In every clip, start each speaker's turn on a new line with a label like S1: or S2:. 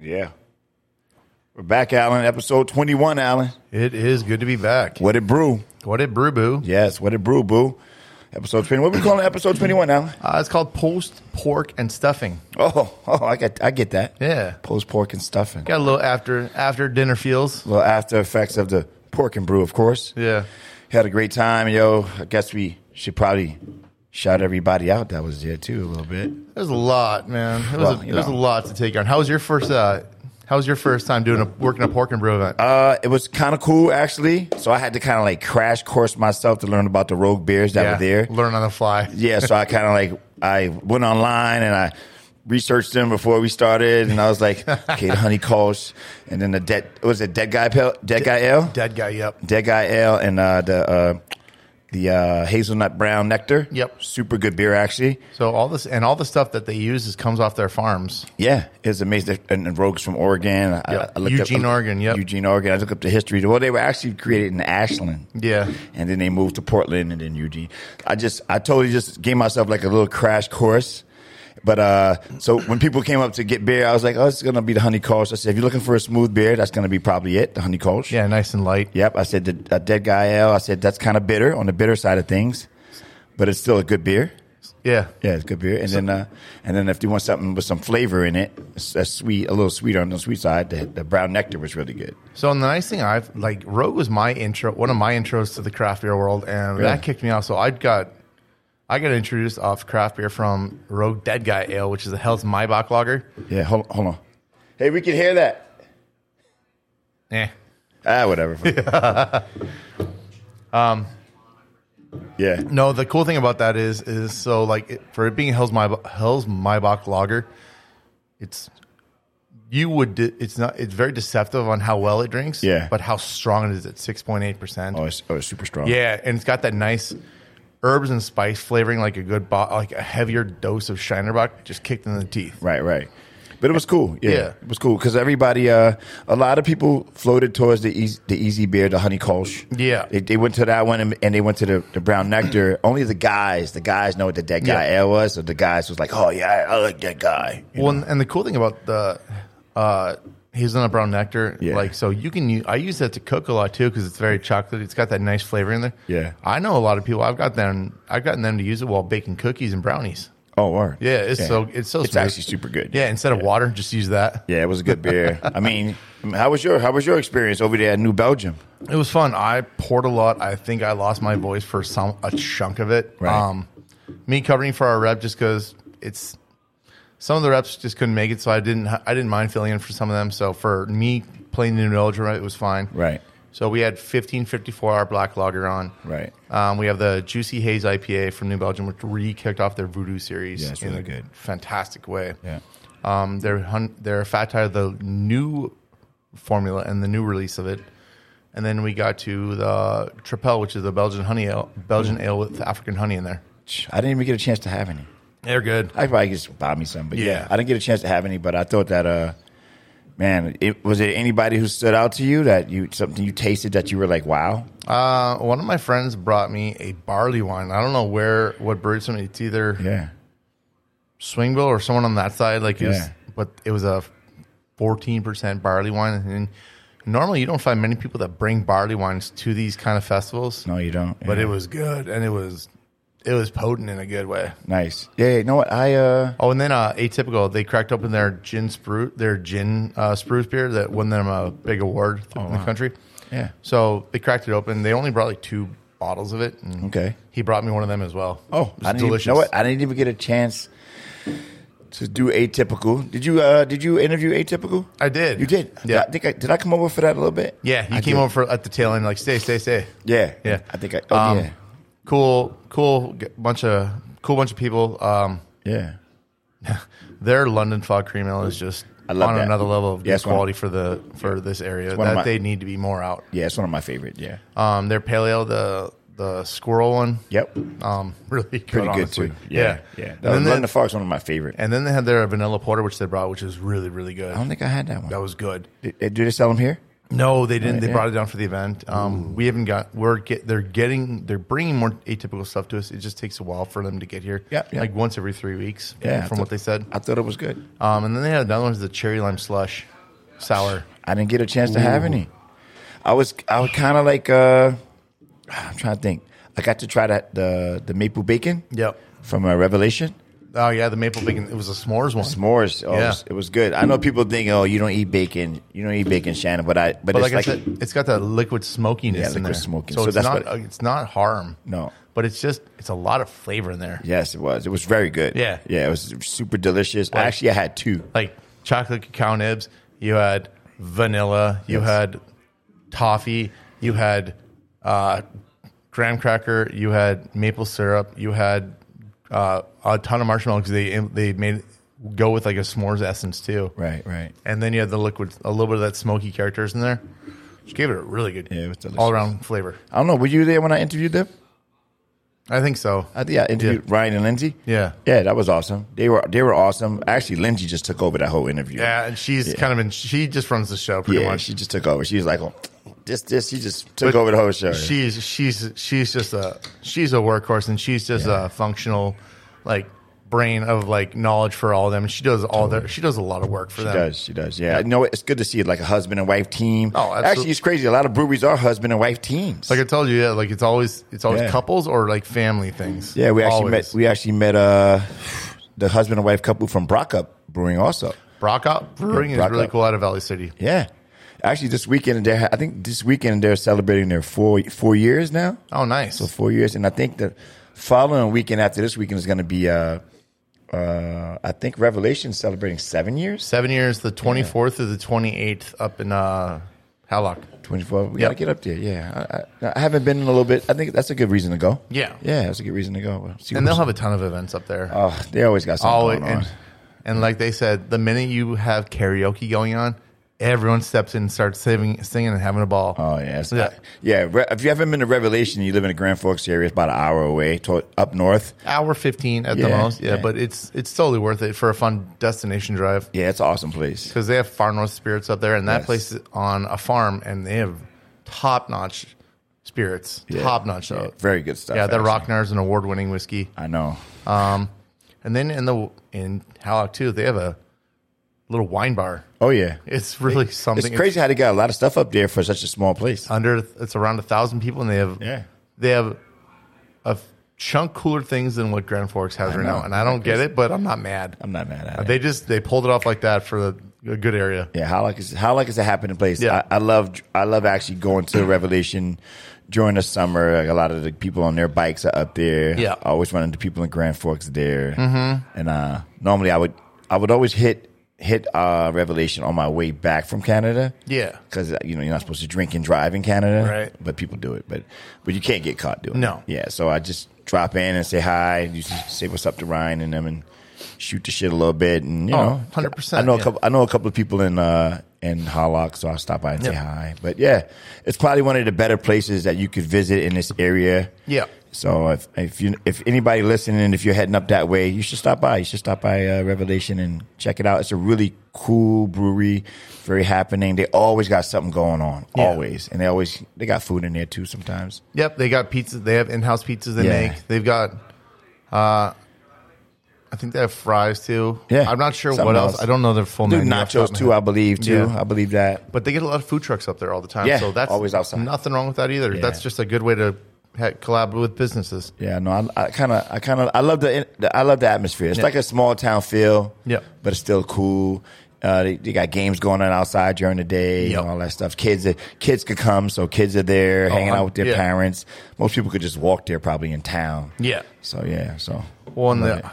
S1: Yeah. We're back, Alan. Episode 21, Alan.
S2: It is good to be back.
S1: What it brew?
S2: What it brew boo?
S1: Yes, what it brew, boo. Episode 20. What we calling episode 21, Alan?
S2: Uh, it's called post pork and stuffing.
S1: Oh, oh, I get I get that.
S2: Yeah.
S1: Post pork and stuffing.
S2: Got a little after after dinner feels.
S1: Little after effects of the pork and brew, of course.
S2: Yeah.
S1: Had a great time, yo. I guess we should probably shout everybody out that was there too a little bit.
S2: There's a lot, man. It was,
S1: Well,
S2: a,
S1: you
S2: it was a
S1: know.
S2: lot to take on. How was your first uh how was your first time doing a working a pork and brew event?
S1: Uh, it was kind of cool actually. So I had to kind of like crash course myself to learn about the rogue beers that were there.
S2: Learn on the fly.
S1: yeah, so I kind of like I went online and I researched them before we started, and I was like, okay, the honey coast, and then the dead what was it dead guy pill, dead guy ale,
S2: Dead guy, yep.
S1: dead guy ale, and uh, the uh, the uh, hazelnut brown nectar.
S2: Yep.
S1: super good beer actually.
S2: So all this and all the stuff that they use is comes off their farms.
S1: Yeah, it's amazing. And, and Rogues from Oregon, I-
S2: Yep.
S1: I, I looked
S2: Eugene,
S1: up,
S2: Oregon, yep.
S1: Eugene, Oregon. I looked up the history. Well, they were actually created in Ashland.
S2: Yeah.
S1: and then they moved to Portland and then Eugene. I just I totally just gave myself like a little crash course. But uh so when people came up to get beer, I was like, Oh, it's gonna be the honey Kolsch. I said, if you're looking for a smooth beer, that's gonna be probably it, the honey Kolsch.
S2: Yeah, nice and light.
S1: Yep. I said the uh, dead guy ale, I said that's kinda bitter on the bitter side of things. But it's still a good beer.
S2: Yeah.
S1: Yeah, it's good beer. And then uh and then if you want something with some flavor in it, a, a sweet a little sweeter on the sweet side, the, the brown nectar was really good.
S2: So and the nice thing I've like Rogue was my intro, one of my intros to the craft beer world, and
S1: Really?
S2: that kicked me off. So I got I got introduced off craft beer from Rogue Dead Guy Ale, which is a Hell's Maybach lager.
S1: Yeah, hold hold on. Hey, we can hear that.
S2: Eh.
S1: Ah, whatever. um, yeah,
S2: No, the cool thing about that is is so like it, for it being Hell's Maybach, Hell's Maybach lager, it's you would de- it's not it's very deceptive on how well it drinks,
S1: Yeah.
S2: but how strong it is at six point eight percent.
S1: oh, it's, oh, it's super strong.
S2: Yeah, and it's got that nice herbs and spice flavoring, like a good, bo- like a heavier dose of Shinerbach just kicked in the teeth.
S1: right, right. But it was cool. Yeah,
S2: Yeah.
S1: it was cool because everybody, uh, a lot of people floated towards the easy, the easy beer, the honey kolsch.
S2: Yeah.
S1: they, they went to that one and, and they went to the, the brown nectar. Only the guys, the guys know what the dead guy
S2: Yeah.
S1: ale was, so the guys was like, oh yeah, I like that guy.
S2: Well, and- and the cool thing about the uh, hazelnut brown nectar,
S1: Yeah.
S2: like so you can. Use, I use that to cook a lot too because it's very chocolatey. It's got that nice flavor in there.
S1: Yeah.
S2: I know a lot of people. I've got them. I've gotten them to use it while baking cookies and brownies.
S1: Oh, word.
S2: Yeah, it's so it's so.
S1: it's
S2: smooth.
S1: actually super good.
S2: Yeah, instead of water, just use that.
S1: yeah, it was a good beer. I mean, I mean, how was your how was your experience over there at New Belgium?
S2: It was fun. I poured a lot. I think I lost my voice for some a chunk of it. Um,
S1: Right.
S2: me covering for our rep just because it's some of the reps just couldn't make it, so I didn't. I didn't mind filling in for some of them. So for me playing the New Belgium, it was fine.
S1: Right,
S2: So we had 1554 our black lager on.
S1: right.
S2: Um, we have the Juicy Haze IPA from New Belgium, which re kicked off their Voodoo series.
S1: Yeah, it's
S2: in
S1: really
S2: a
S1: good.
S2: Fantastic way.
S1: Yeah.
S2: Um, their hun- their fat tire, the new formula and the new release of it, and then we got to the Tripel, which is the Belgian honey ale,
S1: Mm.
S2: Belgian ale with African honey in there.
S1: I didn't even get a chance to have any.
S2: They're good.
S1: I probably could just buy me some, but yeah.
S2: Yeah.
S1: I didn't get a chance to have any. But I thought that, uh, man, it, was it anybody who stood out to you that you something you tasted that you were like, wow,
S2: Uh, one of my friends brought me a barley wine. I don't know where what brewery it's from. It's either
S1: yeah,
S2: Swingville or someone on that side. Like, it was,
S1: Yeah.
S2: but it was a fourteen percent barley wine, and normally you don't find many people that bring barley wines to these kind of festivals.
S1: no, you don't,
S2: But
S1: Yeah.
S2: it was good, and it was it was potent in a good way.
S1: nice. Yeah, you know what? I uh,
S2: Oh, and then uh, atypical, they cracked open their gin spruce, their gin uh, spruce beer that won them a big award
S1: Oh,
S2: in the country.
S1: yeah,
S2: So they cracked it open. They only brought like two bottles of it. And
S1: Okay.
S2: He brought me one of them as well.
S1: oh,
S2: it was
S1: I didn't even,
S2: delicious.
S1: you know what? I didn't even get a chance to do atypical. Did you uh, did you interview atypical?
S2: I did.
S1: You did.
S2: Yeah.
S1: I think I, did I come over for that a little bit?
S2: Yeah, you
S1: I
S2: came
S1: did.
S2: over for, at the tail end, like stay, stay, stay.
S1: Yeah.
S2: Yeah.
S1: I think I. Oh,
S2: Um,
S1: yeah.
S2: Cool, cool g- bunch of cool bunch of people. Um,
S1: Yeah.
S2: their London fog cream ale is just
S1: I love
S2: on
S1: that.
S2: another level of
S1: Yeah,
S2: good
S1: it's one of-
S2: quality for the for this area.
S1: one of
S2: That
S1: my-
S2: they need to be more out.
S1: Yeah. It's one of my favorite. Yeah.
S2: Um, their pale ale, the the squirrel one,
S1: Yep.
S2: um, really good,
S1: Pretty good
S2: honestly.
S1: too. Yeah. Yeah.
S2: And then,
S1: London
S2: they,
S1: Fog's one of my favorite.
S2: and then they had their vanilla porter, which they brought, which is really really good.
S1: I don't think I had that one.
S2: that was good.
S1: Did- do they sell them here?
S2: No, they didn't. They
S1: yeah.
S2: brought it down for the event. Um, we haven't got. We're get. They're getting. They're bringing more atypical stuff to us. It just takes a while for them to get here.
S1: Yeah, yeah.
S2: like once every three weeks.
S1: Yeah, I
S2: from what
S1: thought-
S2: they said.
S1: I thought it was good.
S2: Um, and then they had another one, is the cherry lime slush, sour.
S1: I didn't get a chance to have any. I was I was kind of like uh, I'm trying to think. I got to try that the the maple bacon
S2: Yep.
S1: from uh, Revelation
S2: Oh yeah, the maple bacon. It was a s'mores one.
S1: s'mores. Oh, it,
S2: Yeah.
S1: was, it was good. I know people think, oh, you don't eat bacon, you don't eat bacon, Shannon. But I but,
S2: But
S1: it's
S2: like,
S1: like,
S2: I said, it's got that liquid smokiness
S1: Yeah,
S2: in
S1: liquid
S2: there.
S1: smoking.
S2: So,
S1: So
S2: it's
S1: that's
S2: not.
S1: what-
S2: it's not harm.
S1: No.
S2: But it's just. It's a lot of flavor in there.
S1: yes, it was. It was very good.
S2: Yeah.
S1: yeah, it was super delicious. Actually, I had two.
S2: Like chocolate cacao nibs. You had vanilla. You
S1: Yes.
S2: had toffee. You had uh, graham cracker. You had maple syrup. You had uh, a ton of marshmallow because they they made it go with like a s'mores essence too.
S1: Right, right.
S2: and then you had the liquid, a little bit of that smoky characters in there. Just gave it a really good,
S1: Yeah, it was delicious.
S2: all around flavor.
S1: I don't know. Were you there when I interviewed them?
S2: I think so.
S1: I think I interviewed Ryan and Lindsay.
S2: Yeah,
S1: Yeah, that was awesome. They were they were awesome. Actually, Lindsay just took over that whole interview.
S2: yeah, and she's kind of been. She just runs the show pretty
S1: Yeah,
S2: much.
S1: she just took over. She was like, oh, this, this. She just took over the whole show.
S2: She's she's she's just a she's a workhorse, and she's just a functional, like brain of like knowledge for all of them. And she does all their. She does a lot of work for
S1: she
S2: them.
S1: does. She does. Yeah. You know, what? it's good to see like a husband and wife team.
S2: Oh, absolutely.
S1: actually, it's crazy. A lot of breweries are husband and wife teams.
S2: Like I told you, yeah. Like it's always it's always
S1: Yeah.
S2: couples or like family things.
S1: yeah, we actually
S2: Always.
S1: met. We actually met uh, the husband and wife couple from Brockup Brewing also.
S2: Brock Up Brewing
S1: Brock
S2: is really
S1: Up.
S2: cool out of Valley City.
S1: Yeah. Actually, this weekend they I think this weekend they're celebrating their four four years now.
S2: Oh, nice.
S1: So four years, and I think the following weekend after this weekend is going to be. Uh, uh, I think Revelation celebrating seven years.
S2: Seven years, the 24th to the 28th up in uh, Hallock.
S1: 24. We
S2: Yep.
S1: gotta get up there. Yeah, I, I, I haven't been in a little bit. I think that's a good reason to go.
S2: Yeah.
S1: yeah, that's a good reason to go. Well, see
S2: And they'll
S1: what's-
S2: have a ton of events up there.
S1: oh, they always got something
S2: Oh,
S1: going on.
S2: and, and like they said, the minute you have karaoke going on, everyone steps in and starts singing, singing and having a ball.
S1: Oh yeah, it's-
S2: Yeah.
S1: yeah. Re- if you haven't been to Revelation, you live in the Grand Forks area. It's about an hour away, to, up north.
S2: Hour 15 at the
S1: Yeah,
S2: most. Yeah,
S1: yeah.
S2: but it's it's totally worth it for a fun destination drive
S1: Yeah, it's an awesome place.
S2: because they have Far North Spirits up there, and that
S1: Yes.
S2: place is on a farm, and they have top notch spirits.
S1: Yeah. Oh,
S2: Top notch.
S1: Yeah,
S2: Yeah,
S1: Uh, very good stuff.
S2: yeah their
S1: actually.
S2: Rocknar is an award winning whiskey.
S1: I know.
S2: And then in the in Halleck too, they have a little wine bar.
S1: Oh yeah,
S2: It's really something.
S1: it's crazy how they got a lot of stuff up there for such a small place.
S2: It's under it's around a thousand people, and they have
S1: Yeah.
S2: they have a chunk cooler things than what Grand Forks has right
S1: know.
S2: now. And I don't get it, but I'm not mad.
S1: I'm not mad at it.
S2: They just they pulled it off like that for the, a good area.
S1: Yeah, Halleck is Halleck is a happening place.
S2: Yeah.
S1: I, I love I love actually going to Revelation during the summer. Like a lot of the people on their bikes are up there.
S2: Yeah.
S1: I always run into people in Grand Forks there. Mm-hmm. And uh, normally I would I would always hit hit uh, Revelation on my way back from Canada.
S2: Yeah.
S1: Because uh, you know you're not supposed to drink and drive in Canada,
S2: Right.
S1: But people do it, but but you can't get caught doing
S2: No.
S1: it. Yeah, so I just drop in and say hi, and you just say what's up to Ryan and them, and shoot the shit a little bit, and you
S2: Oh,
S1: know,
S2: 100%,
S1: I know a
S2: yeah.
S1: couple. I know a couple of people in uh, in Halak, so I'll stop by and say
S2: Yeah.
S1: hi. But yeah, it's probably one of the better places that you could visit in this area.
S2: Yeah.
S1: So if if you if anybody listening, if you're heading up that way, you should stop by. You should stop by uh, Revelation and check it out. It's a really cool brewery, very happening. They always got something going on,
S2: Yeah.
S1: always, and they always they got food in there too sometimes.
S2: Yep, they got pizzas. They have in house pizzas they
S1: Yeah.
S2: make. They've got. uh I think they have fries too.
S1: Yeah.
S2: I'm not sure
S1: Something
S2: what else.
S1: else.
S2: I don't know their full
S1: Do
S2: menu. off the top of
S1: nachos
S2: my
S1: too,
S2: head.
S1: I believe too.
S2: Yeah.
S1: I believe that.
S2: But they get a lot of food trucks up there all the time.
S1: Yeah,
S2: so that's
S1: always outside.
S2: Nothing wrong with that either.
S1: Yeah.
S2: That's just a good way to ha- collaborate with businesses.
S1: Yeah, no, I kind of, I kind of, I love the, the, I love the atmosphere. It's like a small town feel.
S2: Yeah.
S1: but it's still cool. Uh, they, they got games going on outside during the day
S2: Yep.
S1: and all that stuff. Kids, uh, kids could come, so kids are there hanging
S2: I'm-
S1: out with their
S2: yeah.
S1: parents. Most people could just walk there, probably in town.
S2: Yeah.
S1: So yeah, so
S2: Well, and the,
S1: What we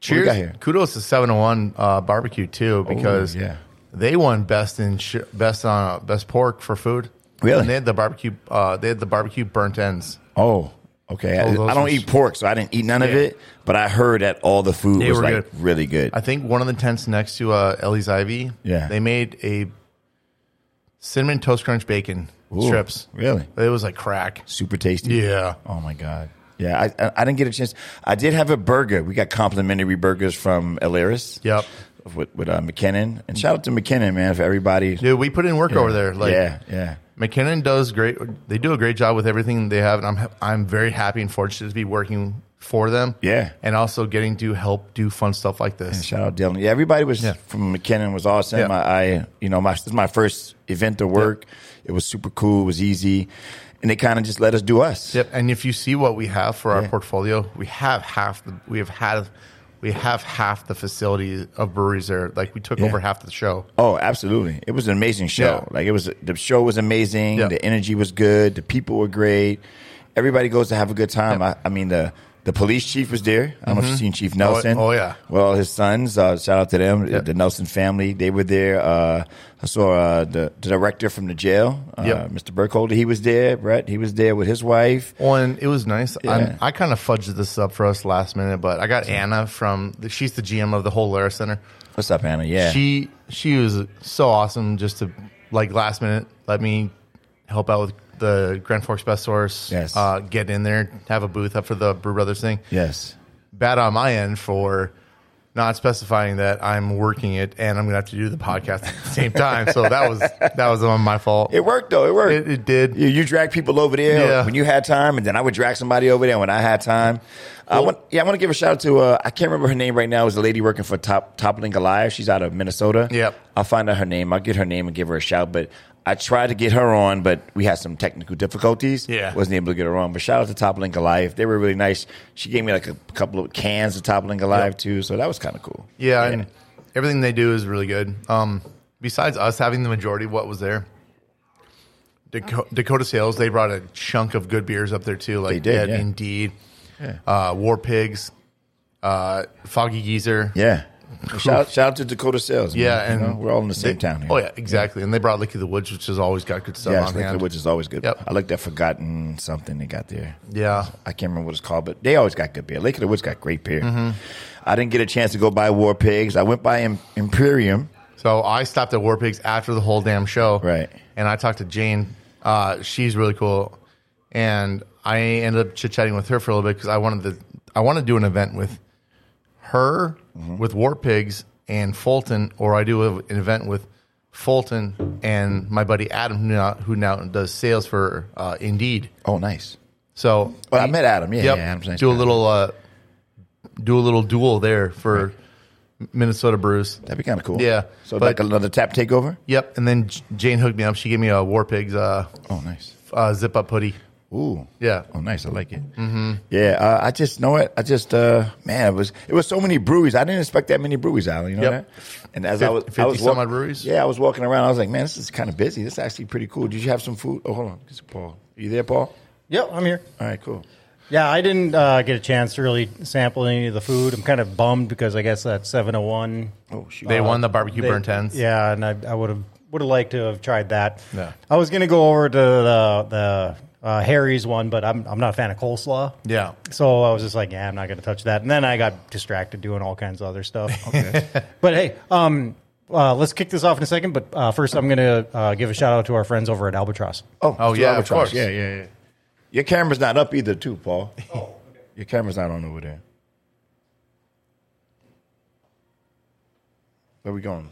S2: Cheers.
S1: got here? Oh,
S2: Kudos to 701 uh, barbecue too because
S1: yeah.
S2: they won best in sh- best on best pork for food.
S1: Really?
S2: And they had the barbecue uh, they had the barbecue burnt ends.
S1: Oh, okay. I,
S2: Oh, those
S1: I don't
S2: are-
S1: eat pork, so I didn't eat none of
S2: Yeah.
S1: it. But I heard that all the food
S2: They
S1: was
S2: were
S1: like
S2: good.
S1: really good.
S2: I think one of the tents next to uh, Ellie's Ivy.
S1: Yeah.
S2: They made a cinnamon toast crunch bacon
S1: Ooh,
S2: strips.
S1: really
S2: It was like crack.
S1: super tasty.
S2: Yeah.
S1: Oh my god. Yeah, I, I I didn't get a chance. I did have a burger. We got complimentary burgers from Alaris.
S2: Yep.
S1: With, with uh, McKinnon and shout out to McKinnon man for everybody.
S2: Dude, we put in work over there. Like
S1: yeah, yeah.
S2: McKinnon does great. They do a great job with everything they have, and I'm I'm very happy and fortunate to be working for them.
S1: Yeah.
S2: and also getting to help do fun stuff like this.
S1: Shout out Dylan. Yeah, everybody was
S2: Yeah.
S1: from McKinnon was awesome.
S2: Yeah.
S1: I, I, you know, my this is my first event to work. It was super cool. It was easy, and they kind of just let us do us.
S2: Yep. And if you see what we have for our portfolio, we have half the we have had we have half the facility of breweries there. Like we took over half the show.
S1: Oh, absolutely! It was an amazing show.
S2: Yeah.
S1: Like it was, the show was amazing.
S2: Yeah.
S1: The energy was good. The people were great. Everybody goes to have a good time. I, I mean, the the police chief was there. I don't know if you've seen Chief Nelson.
S2: Mm-hmm. oh, yeah.
S1: Well, his sons. Uh, shout out to them. The Nelson family. They were there. Uh, I saw uh, the, the director from the jail, uh,
S2: Yep.
S1: Mr. Burkholder. He was there. Brett. He was there with his wife.
S2: Well, and it was nice.
S1: Yeah.
S2: I'm I kind of fudged this up for us last minute, but I got Anna from the, she's the GM of the whole Lara Center.
S1: What's up, Anna? Yeah.
S2: she she was so awesome just to like last minute let me help out with the Grand Forks Best Source.
S1: Yes.
S2: Uh, get in there, have a booth up for the Brew Brothers thing.
S1: yes.
S2: Bad on my end for not specifying that I'm working it and I'm gonna have to do the podcast at the same time. So that was that was on my fault.
S1: It worked though. It worked.
S2: It, it did.
S1: You, you drag people over there
S2: Yeah.
S1: when you had time, and then I would drag somebody over there when I had time. I want, yeah, I want to give a shout out to uh, I can't remember her name right now. It was a lady working for Top Toppling Goliath. She's out of Minnesota.
S2: Yep.
S1: I'll find out her name. I'll get her name and give her a shout. But I tried to get her on, but we had some technical difficulties.
S2: Yeah.
S1: wasn't able to get her on. But shout out to Toppling Goliath. They were really nice. She gave me like a couple of cans of Toppling Goliath too, so that was kind of cool.
S2: Yeah, and everything they do is really good. Um, besides us having the majority of what was there, Dakota, Dakota Sales they brought a chunk of good beers up there too. Like
S1: Uh-huh. They did,
S2: had
S1: yeah.
S2: Indeed, uh, War Pigs, uh, Foggy Geezer.
S1: Yeah. Shout out, shout out to Dakota Sales. man.
S2: Yeah,
S1: You
S2: and
S1: know, we're all in the same
S2: they-
S1: town here.
S2: Oh yeah, exactly. And they brought Lick of the Woods, which has always got good stuff
S1: Yeah,
S2: on
S1: Lick of the
S2: hand.
S1: Woods is always good.
S2: Yep.
S1: I like that forgotten something they got there.
S2: Yeah,
S1: I can't remember what it's called, but they always got good beer. Lake of the Woods got great beer.
S2: Mm-hmm.
S1: I didn't get a chance to go buy War Pigs. I went by Im- Imperium.
S2: So I stopped at War Pigs after the whole damn show.
S1: Right.
S2: And I talked to Jane. Uh, she's really cool. And I ended up chit chatting with her for a little bit because I wanted to I want to do an event with her,
S1: Mm-hmm.
S2: with War Pigs and Fulton, or I do a, an event with Fulton and my buddy Adam, who now, who now does sales for uh, Indeed.
S1: Oh, nice.
S2: So
S1: Well, I met Adam. Yeah,
S2: Yep.
S1: yeah. Adam's nice
S2: do a
S1: guy.
S2: little uh, do a little duel there for Minnesota Brews.
S1: That'd be kind of cool.
S2: Yeah,
S1: So
S2: but-
S1: like another tap takeover.
S2: Yep. And then J- Jane hooked me up. She gave me a War Pigs uh,
S1: Oh, nice.
S2: uh, zip up hoodie.
S1: Ooh.
S2: Yeah.
S1: Oh, nice. I like it. Mm-hmm. Yeah. Uh, I just know it. I just uh, man, it was it was so many breweries. I didn't expect that many breweries out. You know
S2: Yep.
S1: that. And as I was, I
S2: 50
S1: was
S2: some
S1: walk-
S2: odd breweries?
S1: Yeah, I was walking around. I was like, man, this is kind of busy. This is actually pretty cool. Did you have some food? Oh, hold on. This is Paul. you there, Paul?
S3: Yep, I'm here.
S1: All right. Cool.
S3: Yeah, I didn't uh, get a chance to really sample any of the food. I'm kind of bummed because I guess that 701.
S1: Oh shoot.
S2: They won the barbecue
S3: they-
S2: burn tens.
S3: Yeah, and I, I would have would have liked to have tried that.
S2: Yeah.
S3: I was going to go over to the the uh, Harry's one, but I'm I'm not a fan of coleslaw.
S2: Yeah.
S3: So I was just like, yeah, I'm not going to touch that. And then I got distracted doing all kinds of other stuff. but hey, um, uh, let's kick this off in a second. But uh, first, I'm going to uh, give a shout out to our friends over at Albatross.
S1: Oh,
S2: Oh,
S1: Mr.
S2: yeah, of
S1: Albatross.
S2: course.
S1: Yeah, yeah, yeah. Your camera's not up either, too, Paul. Oh, Your camera's not on over there. Where we going?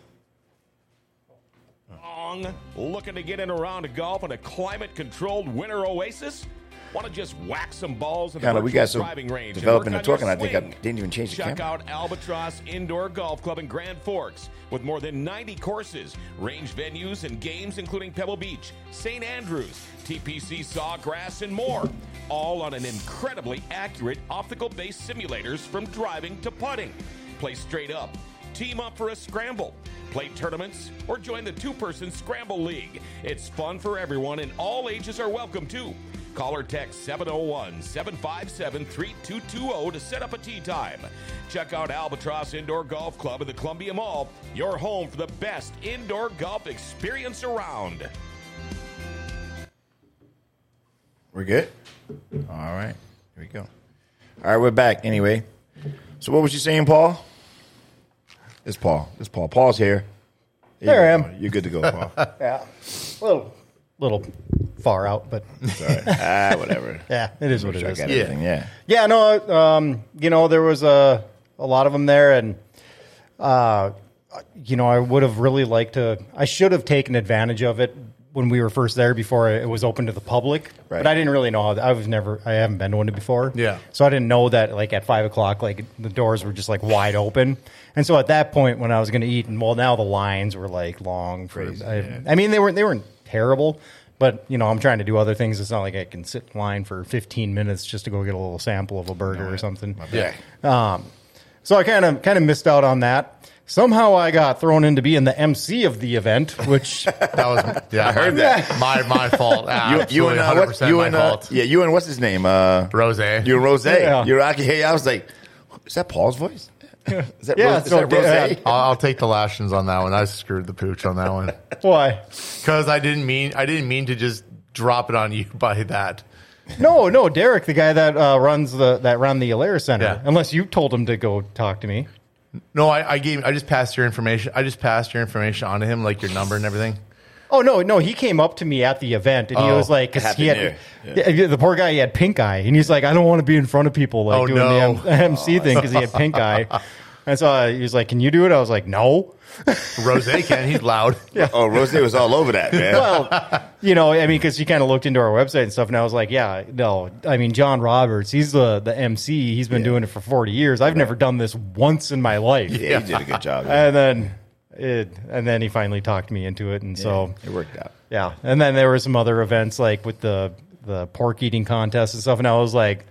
S4: Long, looking to get in around golf in a climate-controlled winter oasis? Want to just whack some balls in the
S1: Kinda, we
S4: virtual
S1: got some
S4: driving range and
S1: developing
S4: work
S1: and
S4: on your
S1: talking. I think I
S4: swing?
S1: didn't even change the
S4: Check
S1: camera.
S4: out Albatross Indoor Golf Club in Grand Forks with more than 90 courses, range venues, and games including Pebble Beach, St. Andrews, TPC Sawgrass, and more. All on an incredibly accurate optical-based simulators from driving to putting. Play straight up, team up for a scramble, play tournaments, or join the two-person scramble league. It's fun for everyone, and all ages are welcome too. Call or text 701 757 3220 to set up a tee time. Check out Albatross Indoor Golf Club at the Columbia Mall, your home for the best indoor golf experience around.
S1: We're good? All right. Here we go. All right, we're back anyway. So what was you saying, Paul? It's Paul. It's Paul. Paul's here. There
S3: There I
S1: you go. You're good to go, Paul.
S3: Yeah. Little, little far out, but
S1: Sorry. Ah, whatever.
S3: yeah, it is what
S1: Sure
S3: it
S1: I
S3: is.
S1: got everything, yeah.
S3: Yeah, no, um, you know, there was a, a lot of them there, and uh, you know, I would have really liked to. I should have taken advantage of it when we were first there before it was open to the public.
S1: Right.
S3: But I didn't really know how. I was never. I haven't been to one before.
S2: Yeah.
S3: So I didn't know that like at five o'clock, like the doors were just like wide open. And so at that point, when I was going to eat, and well, now the lines were like long. For,
S1: Crazy,
S3: I,
S1: yeah.
S3: I mean, they weren't they weren't terrible, but you know, I'm trying to do other things. It's not like I can sit in line for 15 minutes just to go get a little sample of a burger or something.
S2: Yeah.
S3: Um, so I kind of kind of missed out on that. Somehow I got thrown into being the MC of the event, which
S2: That was yeah. I heard that. My my fault.
S1: You, you and uh, what, you
S2: my
S1: and uh,
S2: fault.
S1: yeah, you and what's his name? Uh,
S2: Rose.
S1: you and Rose.
S3: Yeah.
S1: You're Rocky. Hey, I was like, is that Paul's voice? Is that
S3: Yeah,
S1: Rose? Is
S3: so-
S1: that Rose?
S2: I'll, I'll take the lashings on that one. I screwed the pooch on that one
S3: why?
S2: because I didn't mean I didn't mean to just drop it on you by that.
S3: No, no, Derek, the guy that uh, runs the that ran the Alair Center.
S2: Yeah.
S3: Unless you told him to go talk to me.
S2: No, I, I gave I just passed your information. I just passed your information on to him, like your number and everything.
S3: Oh no, no, he came up to me at the event and he
S2: Oh,
S3: was like, 'cause he
S1: happened
S3: had
S1: here.
S3: yeah, the poor guy, he had pink eye, and he's like, I don't want to be in front of people like
S2: Oh,
S3: doing
S2: no. Oh,
S3: the M- MC thing because he had pink eye, and so uh, he was like, Can you do it? I was like, No.
S2: Rose can he's loud.
S1: Oh, Rose was all over that, man.
S3: well, you know, I mean, because he kind of looked into our website and stuff, and I was like, yeah, no, I mean, John Roberts, he's the the MC. He's been doing it for forty years. I've never done this once in my life.
S1: yeah, he did a good job.
S3: And then it, and then he finally talked me into it, and so
S1: it worked out.
S3: yeah. And then there were some other events like with the the pork eating contest and stuff, and I was like,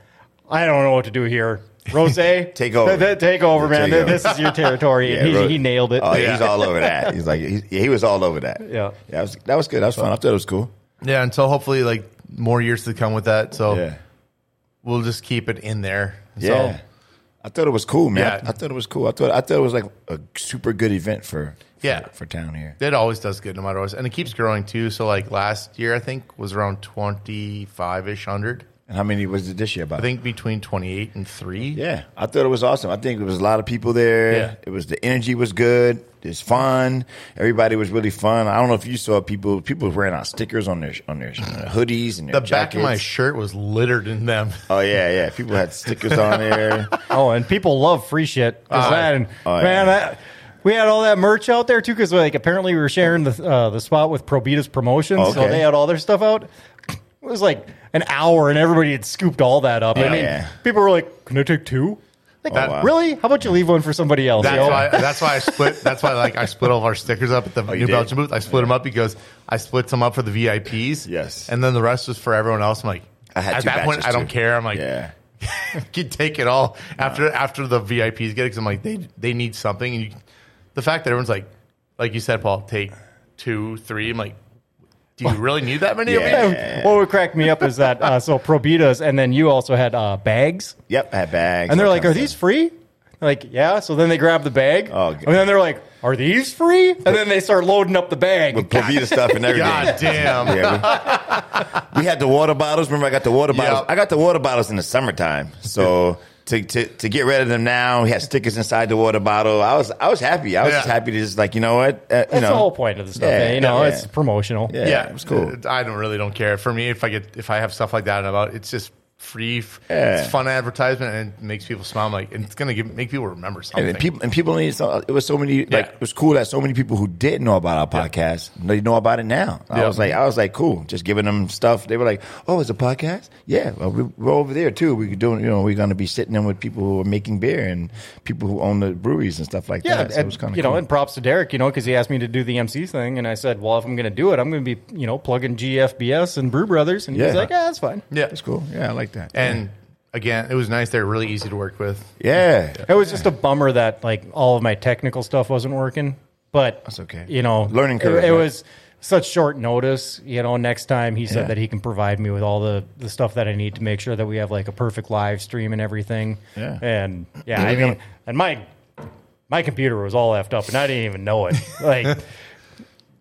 S3: I don't know what to do here. Rose, take
S1: over.
S3: take over, man.
S1: Take over.
S3: This is your territory, and
S1: Yeah,
S3: he,
S1: Rose-
S3: he nailed it.
S1: Oh,
S3: yeah.
S1: he's all over that. He's like, he's, yeah, he was all over that.
S3: Yeah.
S1: yeah, that was, that was good. That was fun. I thought it was cool.
S2: Yeah, and so hopefully like more years to come with that. So
S1: Yeah,
S2: we'll just keep it in there. Oh. So,
S1: yeah. I thought it was cool, man.
S2: Yeah.
S1: I thought it was cool. I thought I thought it was like a super good event for, for
S2: Yeah.
S1: for town here.
S2: It always does good no matter what. And it keeps growing too. So like last year I think was around twenty five ish hundred.
S1: And how many was it this year? About
S2: I think between twenty eight and three.
S1: Yeah, I thought it was awesome. I think there was a lot of people there.
S2: Yeah.
S1: It was the energy was good. It's fun. Everybody was really fun. I don't know if you saw people. People were wearing out stickers on their on their hoodies and their
S2: The back of my
S1: jackets.
S2: shirt was littered in them.
S1: oh yeah, yeah. People had stickers on there.
S3: Oh, and people love free shit. 'Cause
S2: Oh,
S3: that, and,
S1: oh, yeah.
S3: man, that, we had all that merch out there too. Because like apparently we were sharing the uh, the spot with Probetus Promotions, so
S1: Okay.
S3: they had all their stuff out. It was like an hour, and everybody had scooped all that up. I
S1: Yeah.
S3: mean,
S1: Yeah.
S3: people were like, "Can I take two? Like,
S1: Oh, wow.
S3: really? How about you leave one for somebody else?
S2: That's
S3: you know?
S2: why. That's why I split. That's why like I split all of our stickers up at the
S1: Oh, you
S2: New
S1: did?
S2: Belgium booth. I split them up because I split some up for the VIPs.
S1: Yes.
S2: and then the rest was for everyone else. I'm like,
S1: I had
S2: at
S1: two
S2: that point,
S1: batches,
S2: I don't
S1: too.
S2: care. I'm like,
S1: yeah,
S2: you can take it all after after the VIPs get it. Because I'm like, they they need something, and you, the fact that everyone's like, like you said, Paul, take two, three. I'm like, do you really need that many
S1: Yeah.
S2: of me?
S3: And what would crack me up is that uh, so Probetus, and then you also had uh, bags.
S1: yep. I had bags
S3: And they're
S1: all
S3: like,
S1: kinds
S3: "Are
S1: of
S3: these
S1: stuff.
S3: free?" They're like, "Yeah." So then they grab the bag,
S1: Oh,
S3: and then they're like, "Are these free?" And then they start loading up the bag.
S1: with Plavita stuff and everything?
S2: God damn.
S1: Yeah, we, we had the water bottles. Remember, I got the water bottles.
S2: Yep.
S1: I got the water bottles in the summertime. So to, to to get rid of them now, we had stickers inside the water bottle. I was I was happy. I was
S2: Yeah.
S1: just happy to just like you know what uh, you
S3: That's
S1: know
S3: the whole point of the stuff.
S1: Yeah,
S3: man, you know,
S1: yeah.
S3: it's promotional.
S1: Yeah, it was cool.
S2: Uh, I don't really don't care. For me, if I get if I have stuff like that about, it's just free. f-
S1: Yeah.
S2: It's fun advertisement and it makes people smile. I'm like and it's gonna give, make people remember something.
S1: And, then people and people needed some, it was so many like
S2: Yeah.
S1: it was cool that so many people who didn't know about our
S2: Yeah.
S1: podcast they know about it now. I
S2: Yeah.
S1: was like I was like cool, just giving them stuff. They were like, oh, it's a podcast. Yeah, well, we, we're over there too. We're doing you know we're going to be sitting in with people who are making beer and people who own the breweries and stuff like
S3: Yeah,
S1: that. So it
S3: and,
S1: was kind of
S3: you
S1: cool.
S3: know, and props to Derek, you know, because he asked me to do the MC thing, and I said, "Well, if I'm going to do it, I'm going to be, you know, plugging GFBS and Brew Brothers," and he was
S1: Yeah.
S3: like, "Yeah, that's fine."
S2: yeah,
S1: That's cool. Yeah, I like that.
S2: and again, it was nice. They're really easy to work with.
S1: yeah,
S3: It was just a bummer that like all of my technical stuff wasn't working, but
S1: That's okay.
S3: You know,
S1: Learning curve,
S3: It, it
S1: right?
S3: was such short notice. You know, next time he said
S1: Yeah.
S3: that he can provide me with all the, the stuff that I need to make sure that we have like a perfect live stream and everything.
S1: Yeah.
S3: And yeah,
S1: We're
S3: I mean,
S1: gonna-
S3: and my my computer was all effed up, and I didn't even know it. Like.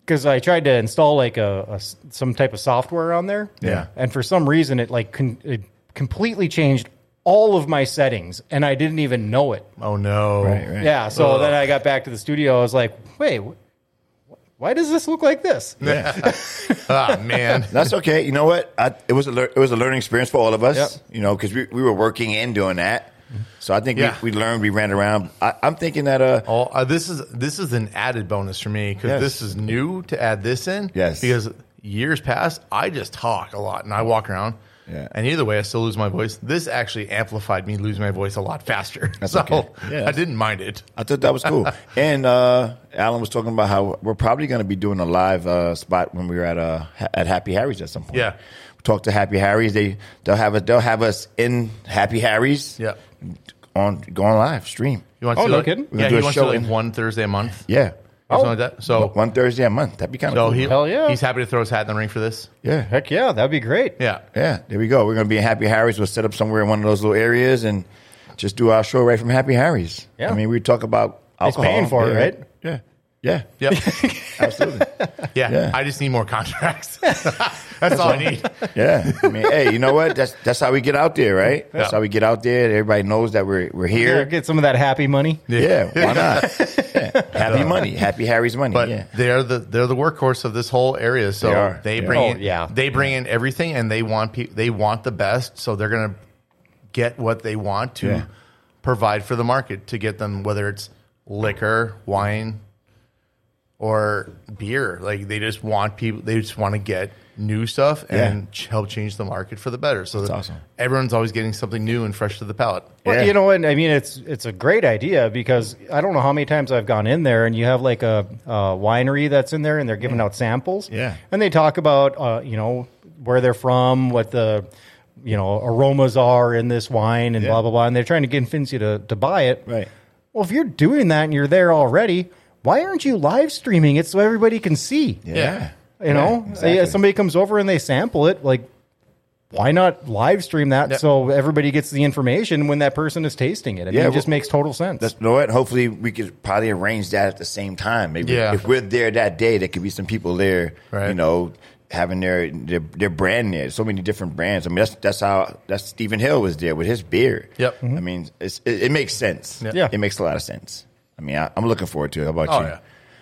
S3: Because I tried to install like a, a s- some type of software on there,
S1: Yeah.
S3: and for some reason it like con- it completely changed all of my settings, and I didn't even know it.
S2: Oh no.
S1: Right, right.
S3: Yeah. So then I got back to the studio. I was like, wait, wh- why does this look like this?
S2: Ah man.
S1: That's okay. You know what? I, it was a lear- it was a learning experience for all of us.
S3: Yep.
S1: You know, because we, we were working and doing that. So I think
S2: Yeah.
S1: we, we learned. We ran around. I, I'm thinking that uh,
S2: Oh, uh, this is this is an added bonus for me because
S1: Yes.
S2: this is new to add this in.
S1: Yes.
S2: because years past I just talk a lot and I walk around.
S1: Yeah.
S2: And either way, I still lose my voice. This actually amplified me losing my voice a lot faster.
S1: That's
S2: so
S1: okay. Yeah,
S2: I
S1: that's-
S2: didn't mind it.
S1: I thought that was cool. and uh, Alan was talking about how we're probably going to be doing a live uh, spot when we were at uh, ha- at Happy Harry's at some point.
S2: Yeah.
S1: talk to Happy Harry's. They they'll have us they'll have us in Happy Harry's.
S2: Yeah.
S1: on going live stream.
S2: You want
S3: Oh,
S2: to do
S3: no
S2: like,
S3: kidding? We're
S1: gonna
S2: Yeah,
S1: do
S2: he
S1: a
S2: wants
S1: show
S2: to do
S1: in-
S2: like one Thursday a month.
S1: Yeah,
S2: Or
S3: Oh.
S2: something like that. So
S1: one Thursday a month. That'd be kind of
S2: so
S1: cool.
S2: he
S3: Hell yeah.
S2: he's happy to throw his hat in the ring for this.
S1: yeah,
S3: Heck yeah, that'd be great.
S2: Yeah.
S1: Yeah, there we go. We're going to be in Happy Harry's. We'll set up somewhere in one of those little areas and just do our show right from Happy Harry's.
S3: Yeah.
S1: I mean, we talk about alcohol.
S3: paying for it,
S1: beer.
S3: right?
S1: Yeah. Yeah.
S2: Yep.
S1: Absolutely.
S2: Yeah.
S1: Yeah.
S2: I just need more contracts. That's all I need.
S1: Yeah. I mean, hey, you know what? That's that's how we get out there, right? That's
S2: Yeah.
S1: how we get out there. Everybody knows that we're we're
S3: Here,
S1: here.
S3: get some of that happy money.
S1: Yeah. Why not? Yeah. Happy money. Happy Harry's money.
S2: But
S1: yeah.
S2: they're the they're the workhorse of this whole area. So
S1: They are.
S2: they,
S1: They
S2: bring
S3: are.
S2: in,
S3: Oh, yeah.
S2: they bring in everything, and they want pe- they want the best. So they're gonna get what they want to
S1: Yeah.
S2: provide for the market to get them whether it's liquor, wine, or beer. Like they just want people. They just want to get new stuff
S1: Yeah.
S2: and ch- help change the market for the better. So that
S1: awesome.
S2: everyone's always getting something new and fresh to the palate.
S3: Well,
S1: Yeah.
S3: you know, and I mean, it's it's a great idea because I don't know how many times I've gone in there and you have like a, a winery that's in there and they're giving out samples.
S1: Yeah.
S3: and they talk about uh, you know where they're from, what the you know aromas are in this wine, and
S1: Yeah.
S3: blah blah blah, and they're trying to convince you to to buy it.
S1: Right.
S3: Well, if you're doing that and you're there already, why aren't you live streaming it so everybody can see?
S1: Yeah.
S3: You know,
S1: Yeah,
S3: So, yeah,
S1: exactly.
S3: somebody comes over and they sample it. Like, why not live stream that
S2: Yeah.
S3: so everybody gets the information when that person is tasting it? I mean,
S1: Yeah,
S3: it just
S1: well,
S3: makes total sense.
S1: That's, you know what? Hopefully, we could probably arrange that at the same time. Maybe
S2: Yeah.
S1: if we're there that day, there could be some people there.
S2: Right.
S1: You know, having their, their their brand there. So many different brands. I mean, that's that's how that's Stephen Hill was there with his beer.
S2: Yep. Mhm.
S1: I mean, it's, it, it makes sense.
S2: Yeah.
S3: Yeah.
S1: It makes a lot of sense. I mean, I, I'm looking forward to it. How about
S2: Oh,
S1: you?
S2: yeah.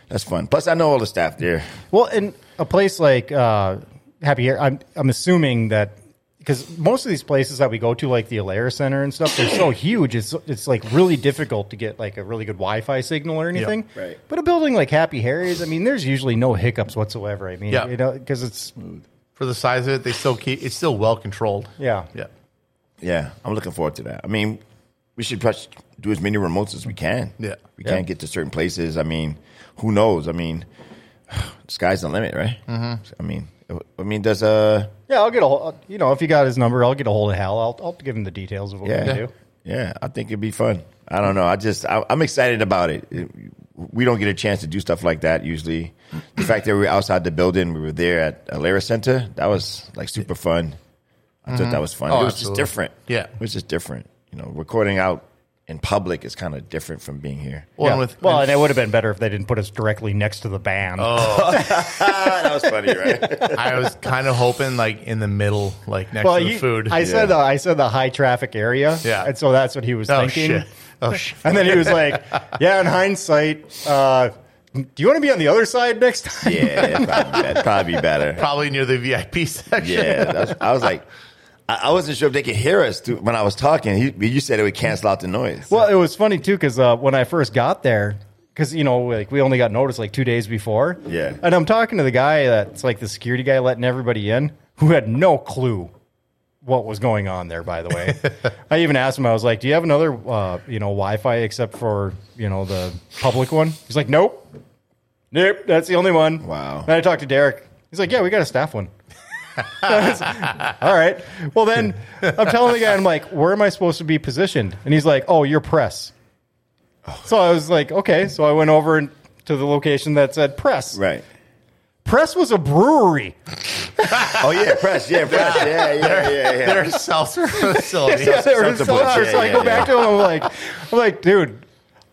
S1: That's fun. Plus, I know all the staff there.
S3: Well, in a place like uh, Happy Air, I'm I'm assuming that because most of these places that we go to, like the Alair Center and stuff, they're so huge. It's it's like really difficult to get like a really good Wi-Fi signal or anything.
S1: Right.
S3: But a building like Happy Harry's, I mean, there's usually no hiccups whatsoever. I mean,
S2: Yeah.
S3: you know, because it's
S2: For the size of it, they still keep it's still well controlled.
S3: yeah,
S2: Yeah.
S1: Yeah, I'm looking forward to that. I mean, we should press, do as many remotes as we can.
S2: Yeah.
S1: we can't get to certain places. I mean, who knows? I mean, sky's the limit, right? Mm-hmm. I mean, I mean, does uh,
S3: Yeah, I'll get a hold. You know, if you got his number, I'll get a hold of Hal. I'll, I'll give him the details of what
S1: yeah,
S3: we
S1: yeah,
S3: do.
S1: I think it'd be fun. I don't know. I just, I, I'm excited about it. It- We don't get a chance to do stuff like that usually. The fact that we were outside the building, we were there at Alara Center. That was like super fun. I thought that was fun.
S2: Oh,
S1: it was just
S2: absolutely.
S1: different.
S2: Yeah.
S1: it was just different. You know, recording out in public is kind of different from being here.
S2: Well,
S3: Yeah.
S2: and Oh, with
S3: well, and it would have been better if they didn't put us directly next to the band.
S1: Ah, that was funny, right?
S2: I was kind of hoping like in the middle, like next
S3: well,
S2: to the
S3: you-
S2: food.
S3: I said the I said the high traffic area.
S2: Yeah.
S3: and so that's what he was
S2: oh
S3: thinking.
S2: shit! Oh shit!
S3: And then he was like, "Yeah, in hindsight, uh, do you want to be on the other side next time?"
S1: yeah, that'd probably, that'd probably be better.
S2: Probably near the VIP section.
S1: Yeah, that's, I was like, I, I wasn't sure if they could hear us through, when I was talking. He, you said it would cancel out the noise.
S3: Well, it was funny too because uh, when I first got there, because you know, like we only got noticed like two days before.
S1: Yeah.
S3: And I'm talking to the guy that's like the security guy letting everybody in, who had no clue what was going on there. By the way, I even asked him. I was like, "Do you have another, uh, you know, Wi-Fi except for you know the public one?" He's like, "Nope, nope, that's the only one."
S1: Wow.
S3: And I talked to Derek. He's like, "Yeah, we got a staff one." All right. Well, then I'm telling the guy, I'm like, where am I supposed to be positioned? And he's like, oh, you're press.
S1: Oh.
S3: So I was like, okay. So I went over and- to the location that said press.
S1: right.
S3: Press was a brewery.
S1: Oh yeah, press. Yeah, press. Yeah, yeah, yeah, yeah.
S2: Their seltzer facility.
S3: yeah, they were
S1: Seltzer
S3: so,
S1: Blitz. Yeah,
S3: so I
S1: yeah,
S3: go
S1: yeah.
S3: back to him. I'm like, I'm like, dude,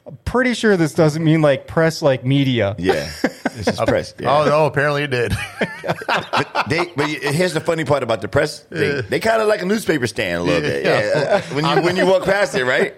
S3: I'm pretty sure this doesn't mean like press like media.
S1: Yeah, this is press. Yeah.
S2: Oh no! Apparently it did.
S1: They, but here's the funny part about the press. They, they kind of like a newspaper stand a little bit. Yeah. When you when you walk past it, right?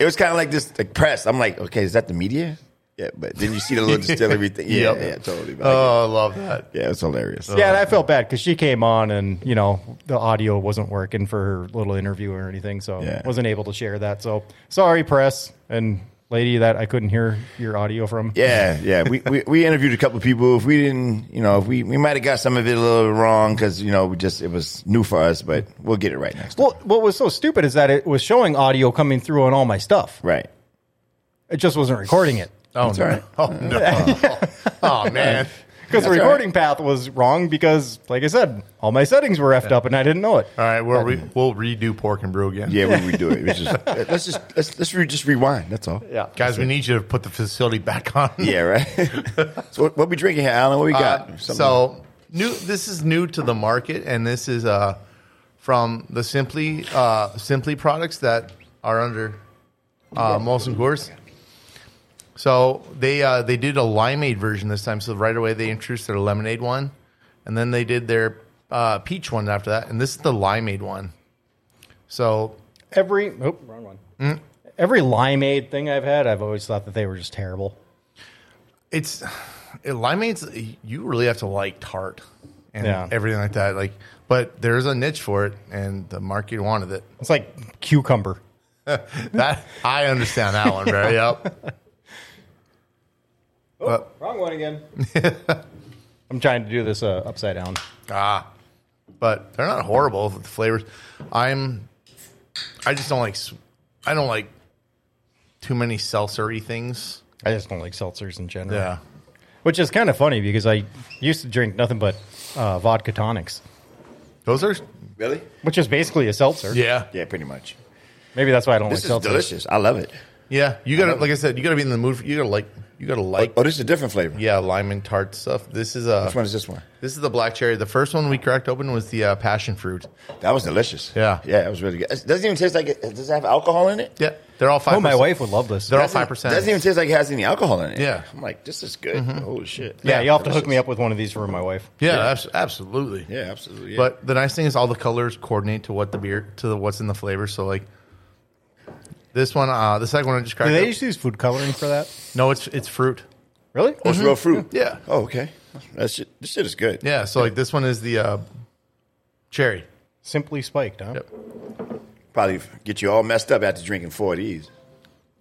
S1: It was kind of like this like press. I'm like, okay, is that the media? Yeah, but then you see the little distillery thing. Yeah,
S2: Yep.
S1: yeah, totally. But like,
S2: oh, I love that.
S1: yeah, it's hilarious.
S3: Yeah, and I felt bad because she came on and you know the audio wasn't working for her little interview or anything, so
S1: Yeah.
S3: wasn't able to share that. So sorry, press and lady that I couldn't hear your audio from.
S1: Yeah, yeah. We, we we interviewed a couple of people. If we didn't, you know, if we we might have got some of it a little wrong because you know we just it was new for us, but we'll get it right next. time.
S3: Well, what was so stupid is that it was showing audio coming through on all my stuff.
S1: Right.
S3: It just wasn't recording it
S2: Oh no!
S1: right.
S2: Oh no! oh man!
S3: because the
S1: That's all
S3: recording path was wrong. Because, like I said, all my settings were effed up and I didn't know it.
S2: All right, we'll re- we'll redo pork and brew again.
S1: Yeah, we redo it. It's just, uh, let's just let's let's re- just rewind. That's all.
S3: Yeah,
S2: guys, we need you to put the facility back on.
S1: Yeah, right. so what, what we drinking here, Alan? What we got?
S2: Uh,
S1: Something-
S2: so new. This is new to the market, and this is uh, from the Simply uh, Simply products that are under uh, Molson Coors. So they uh, they did a limeade version this time. So right away they introduced their lemonade one, and then they did their uh, peach one after that, and this is the limeade one. So
S3: every oh, wrong one. Every limeade thing I've had, I've always thought that they were just terrible.
S2: it's it, limeades you really have to like tart and
S3: Yeah.
S2: everything like that like but there's a niche for it and the market wanted it
S3: It's like cucumber.
S2: that i understand that one right yep
S3: Wrong one again. I'm trying to do this uh, upside down.
S2: ah but they're not horrible with the flavors i'm i just don't like s- i don't like too many seltzery things
S3: I just don't like seltzers in general.
S2: yeah
S3: Which is kind of funny because I used to drink nothing but uh, vodka tonics,
S2: those are
S1: really?
S3: which is basically a seltzer.
S2: yeah
S1: Yeah, pretty much.
S3: Maybe that's why I don't
S1: This is
S3: like seltzers.
S1: delicious. I love it.
S2: yeah you gotta like i said you gotta be in the mood for, you gotta like you gotta like
S1: Oh, this is a different flavor.
S2: yeah lime and tart stuff this is a
S1: Which one is this one?
S2: This is the black cherry. The first one we cracked open was the uh, passion fruit.
S1: That was delicious.
S2: Yeah.
S1: yeah, that was really good. It doesn't even taste like it. Does it have alcohol in it?
S2: Yeah, they're all five.
S3: Oh, my wife would love this.
S2: They're all
S1: Doesn't-
S2: five percent.
S1: Doesn't even taste like it has any alcohol in it.
S2: Yeah.
S1: I'm like, this is good. Holy shit.
S3: yeah,
S2: yeah,
S3: you'll have to hook me up with one of these for my wife.
S2: yeah, abs- absolutely.
S1: Yeah, absolutely. yeah.
S2: But the nice thing is all the colors coordinate to what the beer to the, what's in the flavor. So like this one, uh, the second one I just
S3: Do
S2: cracked.
S3: they
S2: up-
S3: just use food coloring for that?
S2: no, it's it's fruit.
S3: Really?
S1: Oh, it's real fruit.
S2: Yeah.
S1: Oh, okay. That shit. This shit is good.
S2: Yeah. So like this one is the uh, cherry.
S3: Simply spiked, huh?
S2: Yep.
S1: Probably get you all messed up after drinking four of these.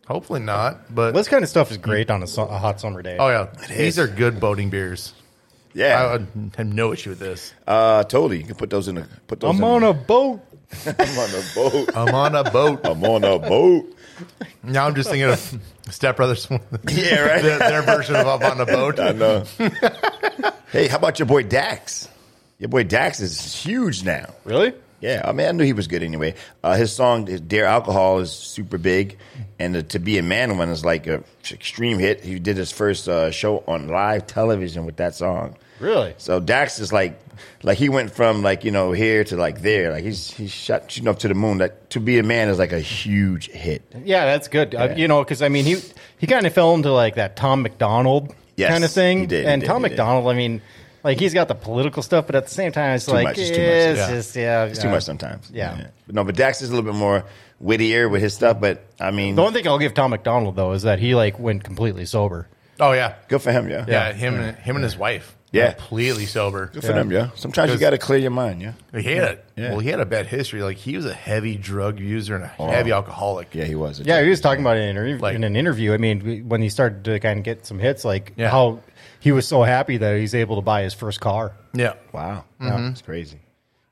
S2: Hopefully not, but
S3: This kind of stuff is great on a, su- a hot summer day.
S2: oh yeah,
S1: is.
S2: these are good boating beers. Uh, I
S1: Yeah.
S2: would have no issue with this.
S1: Uh, totally. You can put those in a put those.
S3: I'm
S1: in
S3: on a boat.
S1: I'm on a boat.
S2: I'm on a boat.
S1: I'm on a boat.
S2: Now I'm just thinking of Step Brothers.
S1: Yeah, right.
S2: their, their version of Up on a Boat.
S1: I know. hey, how about your boy Dax? Your boy Dax is huge now.
S3: Really?
S1: Yeah, I mean, I knew he was good anyway. Uh, his song "Dare Alcohol" is super big, and the "To Be a Man" one is like a extreme hit. He did his first uh, show on live television with that song.
S3: Really?
S1: So Dax is like, like he went from like you know here to like there. Like he's he's shot shooting up to the moon. Like "To Be a Man" is like a huge hit.
S3: Yeah, that's good. Uh, you know, because I mean, he he kind of fell into like that Tom McDonald
S1: Yes,
S3: kind of thing.
S1: he did, he
S3: and
S1: did,
S3: Tom
S1: he did.
S3: McDonald, I mean, like he's got the political stuff, but at the same time, it's like
S1: much,
S3: it's,
S1: it's too much,
S2: yeah.
S3: just yeah,
S1: It's too much sometimes.
S3: yeah.
S1: But no, but Dax is a little bit more wittier with his stuff. But I mean,
S3: The one thing I'll give Tom McDonald though is that he like went completely sober.
S2: Oh yeah,
S1: good for him. Yeah.
S2: yeah. him and him and his wife.
S1: Yeah.
S2: completely sober.
S1: Good for them. Yeah. Sometimes you got to clear your mind. Yeah.
S2: He had a,
S1: Yeah.
S2: well, he had a bad history. Like he was a heavy drug user and a heavy alcoholic.
S1: Oh. Yeah, he was. a
S3: Yeah,
S1: jerk.
S3: he was talking about it in an interview.
S2: Like-
S3: in an interview, I mean, when he started to kind of get some hits, like
S2: Yeah.
S3: how he was so happy that he's able to buy his first car.
S2: yeah.
S1: Wow,
S3: Mm-hmm.
S1: it's crazy.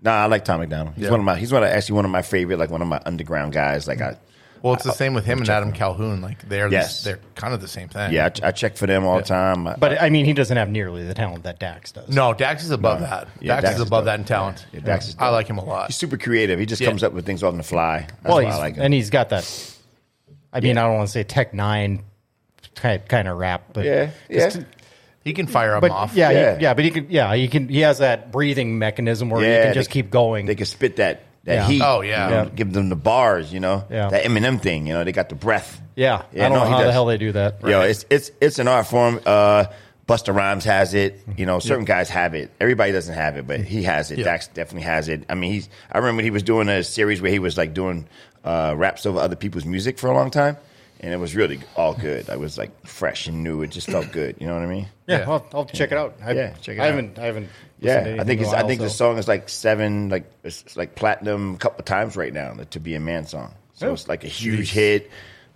S1: Nah, I like Tom McDonald. He's
S2: Yeah.
S1: one of my. He's one of actually one of my favorite, like one of my underground guys. Like I,
S2: Well, it's the same with him and Adam Calhoun. Like they're
S1: Yes.
S2: they're kind of the same thing.
S1: yeah, I, I check for them all the time. I-
S3: But I mean, he doesn't have nearly the talent that Dax does.
S2: No, Dax is above that.
S1: Yeah,
S2: Dax,
S1: Dax
S2: is
S1: is
S2: above
S1: dope.
S2: that in talent.
S1: Yeah, Dax is
S2: I
S1: dope.
S2: like him a lot.
S1: he's super creative. He just
S2: Yeah.
S1: comes up with things on the fly. That's
S3: well,
S1: why
S3: he's,
S1: I like him.
S3: and he's got that. I mean, I don't want to say Tech Nine type kind of rap, but
S1: Yeah,
S3: 'cause
S1: yeah.
S3: t-
S2: He can fire them
S3: But
S2: off.
S3: yeah, yeah,
S1: Yeah.
S3: yeah, but he can. Yeah, he can. He has that breathing mechanism where he
S1: Yeah,
S3: can just
S1: they-
S3: keep going.
S1: They can spit that that
S3: Yeah.
S1: heat.
S2: Oh, yeah.
S1: you know,
S3: Yeah.
S1: give them the bars. You know
S3: Yeah.
S1: that Eminem thing. You know they got the breath.
S3: yeah, I don't
S1: no,
S3: know
S1: he
S3: how the
S1: does.
S3: hell they do that.
S1: Yo, it's it's it's an art form. Uh, Buster Rhymes has it. You know, certain guys have it. Everybody doesn't have it, but he has it.
S2: Yeah.
S1: Dax definitely has it. I mean, he's. I remember he was doing a series where he was like doing uh, raps over other people's music for a long time, and it was really all good. I was like fresh and new. It just felt good. You know what I mean?
S3: Yeah,
S2: Yeah.
S3: I'll, I'll check it out. I,
S1: Yeah, check it
S3: I
S1: out.
S3: haven't. I haven't. listened to
S1: Yeah, I
S3: anything
S1: think
S3: in
S1: it's,
S3: a
S1: I
S3: while,
S1: think the
S3: so.
S1: song is like seven, like it's it's like platinum a couple of times right now. The To Be a Man song, so
S3: Oh.
S1: it's like a huge hit.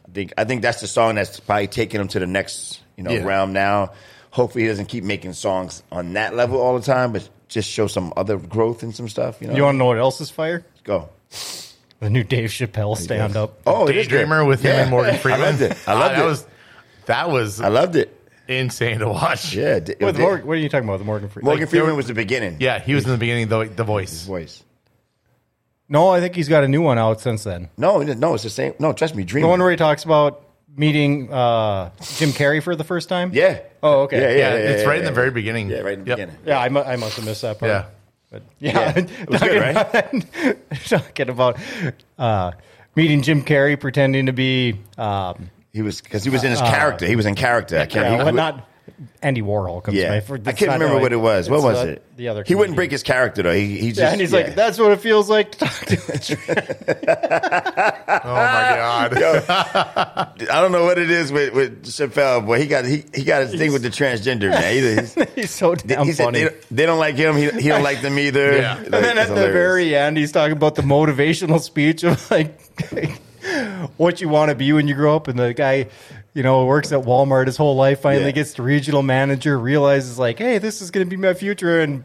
S1: I think I think that's the song that's probably taking him to the next you know
S2: Yeah.
S1: realm now. Hopefully, he doesn't keep making songs on that level all the time, but just show some other growth and some stuff. You know,
S3: You want to know what else is fire?
S1: go.
S3: The new Dave Chappelle stand up.
S1: Oh, it is good.
S2: Daydreamer with him
S1: Yeah.
S2: and Morgan Freeman.
S1: I loved it. I
S2: Ah,
S1: loved
S2: that
S1: it.
S2: Was, that was
S1: I loved it.
S2: insane to watch.
S1: Yeah, it- it
S3: With
S1: did.
S3: Morgan, what are you talking about? The Morgan Freeman?
S1: Morgan
S2: like, there
S1: Freeman
S2: were-
S1: was the beginning.
S2: Yeah, he was in the beginning, the, the voice.
S1: voice.
S3: no, I think he's got a new one out since then.
S1: No, it- no, it's the same. No, trust me, Dreamer.
S3: The one where he talks about meeting uh, Jim Carrey for the first time.
S1: yeah.
S3: Oh, okay.
S1: Yeah, yeah,
S2: Yeah, it's right in the
S1: yeah.
S2: very beginning.
S1: Yeah, right in the
S2: Yep.
S1: beginning.
S3: Yeah, I, mu- I must have missed that part.
S2: Yeah.
S3: But yeah,
S1: Yeah. It was good,
S3: about, talking about uh, meeting Jim Carrey pretending to be um,
S1: He was because he was in his character. He was in character. I can't.
S3: Uh, yeah,
S1: he-
S3: what
S1: he-
S3: not Andy Warhol comes to
S1: Yeah,
S3: my-
S1: I
S3: for-
S1: can't
S3: it's not
S1: remember
S3: like-
S1: what it was. What
S3: it's
S1: was
S3: the-
S1: it?
S3: The other
S1: He wouldn't
S3: comedian.
S1: break his character though. He he just
S3: Yeah, and he's
S1: yeah.
S3: like, "That's what it feels like to talk to."
S2: Oh my god.
S1: I don't know what it is with, with Chappelle, but he got he, he got his thing with the transgender man. He- he's-
S3: he's so damn
S1: he said
S3: funny.
S1: They, don't- they don't like him. He, he don't like them either.
S2: Yeah.
S1: Like,
S2: And
S3: and then at
S1: it's
S3: the
S1: hilarious.
S3: very end, he's talking about the motivational speech of like what you want to be when you grow up. And the guy, you know, works at Walmart his whole life, finally
S1: Yeah.
S3: gets to regional manager, realizes like, hey, this is going to be my future, and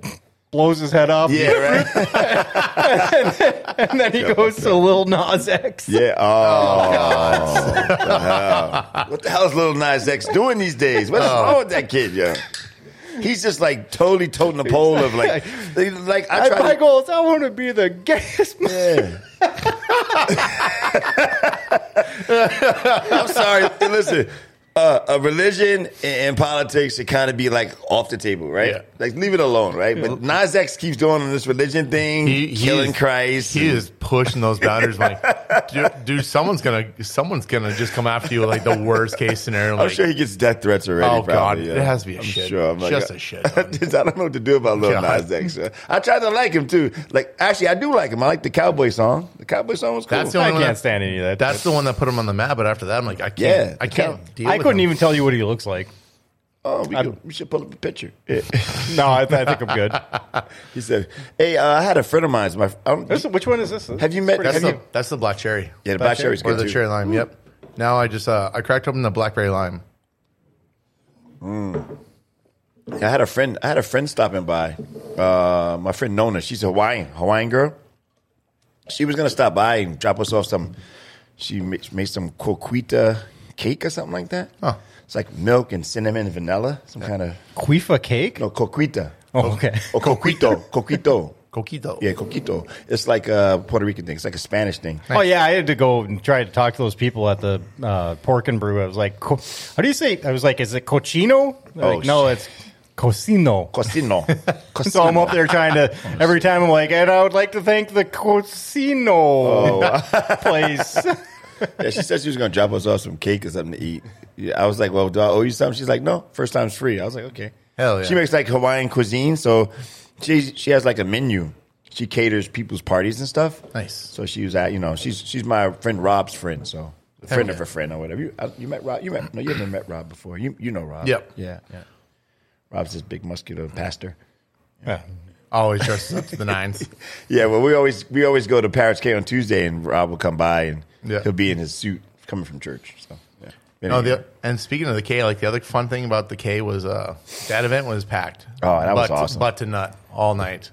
S3: blows his head off.
S1: yeah right
S3: And then he goes to Lil Nas X.
S1: yeah oh, what the hell is Little Nas X doing these days? What's
S2: Oh.
S1: wrong with that kid, yo? He's just like totally toting the pole of like like I
S3: I,
S1: try
S3: my
S1: to
S3: goals. I want to be the gayest. man.
S1: Yeah. I'm sorry. Listen, uh, a religion and, and politics should kind of be like off the table, right?
S2: Yeah.
S1: Like leave it alone, right? But Nas X keeps going on this religion thing,
S2: he's-
S1: killing Christ.
S2: He is pushing those boundaries. like, dude, dude, someone's gonna, someone's gonna just come after you with, like the worst case scenario.
S1: I'm
S2: Like,
S1: sure he gets death threats already.
S2: Oh,
S1: probably,
S2: God.
S1: yeah.
S2: It has to be a
S1: I'm
S2: shit.
S1: Sure. I'm like,
S2: Just a shit,
S1: I
S2: man.
S1: don't know what to do about Lil
S2: God.
S1: Nas X. yo. I tried to like him too. Like, actually, I do like him. I like the cowboy song. The cowboy song was cool.
S2: that's the
S3: I
S2: only one
S3: can't
S2: that,
S3: stand any of that.
S2: That's the one that put him on the map. But after that, I'm like, I can't.
S1: Yeah,
S2: I
S1: the
S2: can't.
S1: count.
S2: Deal
S3: I
S2: with
S3: couldn't
S2: him.
S3: even tell you what he looks like.
S1: oh, we, could- we should pull up a picture. Yeah.
S3: No, I, I think I'm good.
S1: He said, "Hey, uh, I had a friend of mine's. My, I don't,
S3: This- which one is this?
S1: have you met?
S2: That's
S1: Have
S2: the,
S1: you,
S2: that's the black cherry.
S1: yeah, the black cherry's
S2: or
S1: good
S2: the
S1: too.
S2: cherry
S3: Hmm.
S2: lime. Yep. Now I just uh, I cracked open the blackberry lime.
S1: I had a friend. I had a friend stopping by. Uh, my friend Nona. She's a Hawaiian Hawaiian girl. She was gonna stop by and drop us off some. She ma- made some coquita cake or something like that.
S2: Huh.
S1: It's like milk and cinnamon and vanilla. Some kind of
S3: Quifa cake?
S1: no coquita
S3: Oh, okay.
S1: or coquito coquito.
S2: Coquito.
S1: Yeah, coquito. It's like a Puerto Rican thing. It's like a Spanish thing.
S3: Oh yeah, I had to go and try to talk to those people at the uh, Pork and Brew. I was like, co- "How do you say?" I was like, "Is it cochino?" They're
S1: Oh,
S3: like, no, it's cocino.
S1: Cocino. Cocino.
S3: So I'm up there trying to. Every time I'm like, and I would like to thank the cocino
S1: Oh.
S3: place.
S1: Yeah, she said she was gonna drop us off some cake or something to eat. Yeah, I was like, "Well, do I owe you something?" She's like, "No, first time's free." I was like, "Okay."
S2: Hell yeah.
S1: She makes like Hawaiian cuisine, so she she has like a menu. She caters people's parties and stuff.
S2: Nice.
S1: So she was at you know she's she's my friend Rob's friend, so a friend of her friend or whatever. You I, you met Rob? You met no, you haven't met Rob before. You you know Rob?
S2: Yep.
S1: Yeah. Yeah. Rob's this big muscular pastor.
S3: Yeah.
S2: Always dresses up to the nines.
S1: Yeah, well, we always we always go to Pirates K on Tuesday, and Rob will come by, and
S2: Yeah.
S1: he'll be in his suit coming from church. So yeah.
S2: No, Oh, the, and speaking of the K, like the other fun thing about the K was uh, that event was packed.
S1: Oh, that was
S2: Butt to-
S1: awesome.
S2: Butt to nut all night.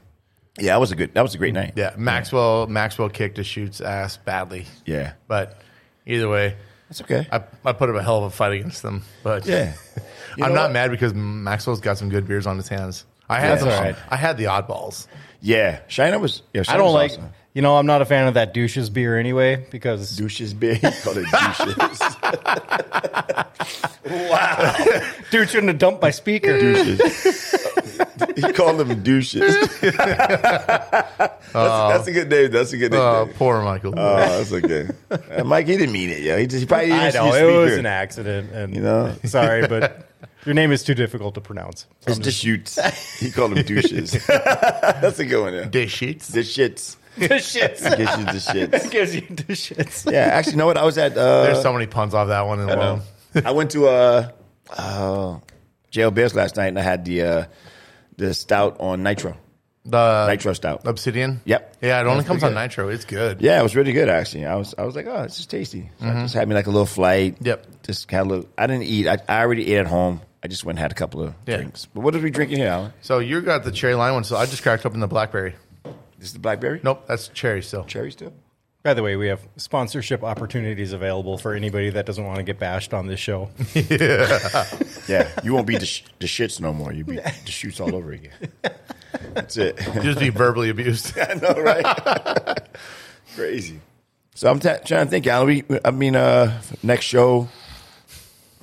S1: Yeah, that was a good. That was a great night.
S2: Yeah, Maxwell Maxwell kicked a shoot's ass badly.
S1: Yeah.
S2: but either way,
S1: that's okay.
S2: I, I put up a hell of a fight against them. But
S1: yeah, You
S2: I'm
S1: know
S2: not
S1: what?
S2: mad because Maxwell's got some good beers on his hands. I had
S1: That's
S2: the
S1: all right.
S2: I had the oddballs.
S1: Yeah, China was. Yeah,
S3: I
S1: China
S3: don't
S1: was
S3: like,
S1: awesome.
S3: you know, I'm not a fan of that douches beer anyway because
S1: douches beer. He called it douches.
S3: dude shouldn't have dumped my speaker.
S1: douches. he called them douches. that's,
S2: Oh.
S1: that's a good name. That's a good name.
S2: Uh,
S1: Oh,
S2: poor Michael.
S1: that's okay. Uh, Mike, he didn't mean it. Yeah, he just he probably didn't
S3: I
S1: see
S3: know
S1: the
S3: it was
S1: speaker.
S3: an accident, and
S1: You know?
S3: sorry, but your name is too difficult to pronounce.
S1: It's the shoots. He called them douches. that's a good one. Yeah.
S2: Dish sheets.
S1: The shits.
S3: the shits
S1: Gives you the shits.
S3: gives you the shits.
S1: Yeah, actually, you know what? I was at. Uh,
S2: There's so many puns off that one alone.
S1: I went to uh, uh, jail beers last night, and I had the uh, the stout on nitro,
S2: The
S1: nitro stout.
S2: Obsidian.
S1: Yep.
S2: Yeah, it only comes on nitro. It's good.
S1: Yeah, it was really good actually. I was I was like, oh, this is tasty. So I just had me like a little flight.
S2: Yep.
S1: Just kind of. Little, I didn't eat. I, I already ate at home. I just went and had a couple of
S2: Yeah.
S1: drinks. But what are we drinking here, Alan?
S2: So you got the cherry lime one. So I just cracked open the blackberry.
S1: This is the blackberry.
S2: Nope, that's cherry still.
S1: cherry still.
S3: By the way, we have sponsorship opportunities available for anybody that doesn't want to get bashed on this show.
S1: Yeah, you won't be the, sh- the shits no more. You be the shoots all over again. That's it.
S2: Just be verbally abused.
S1: I know, right? Crazy. So I'm ta trying to think, Alan. We, I mean, uh, next show,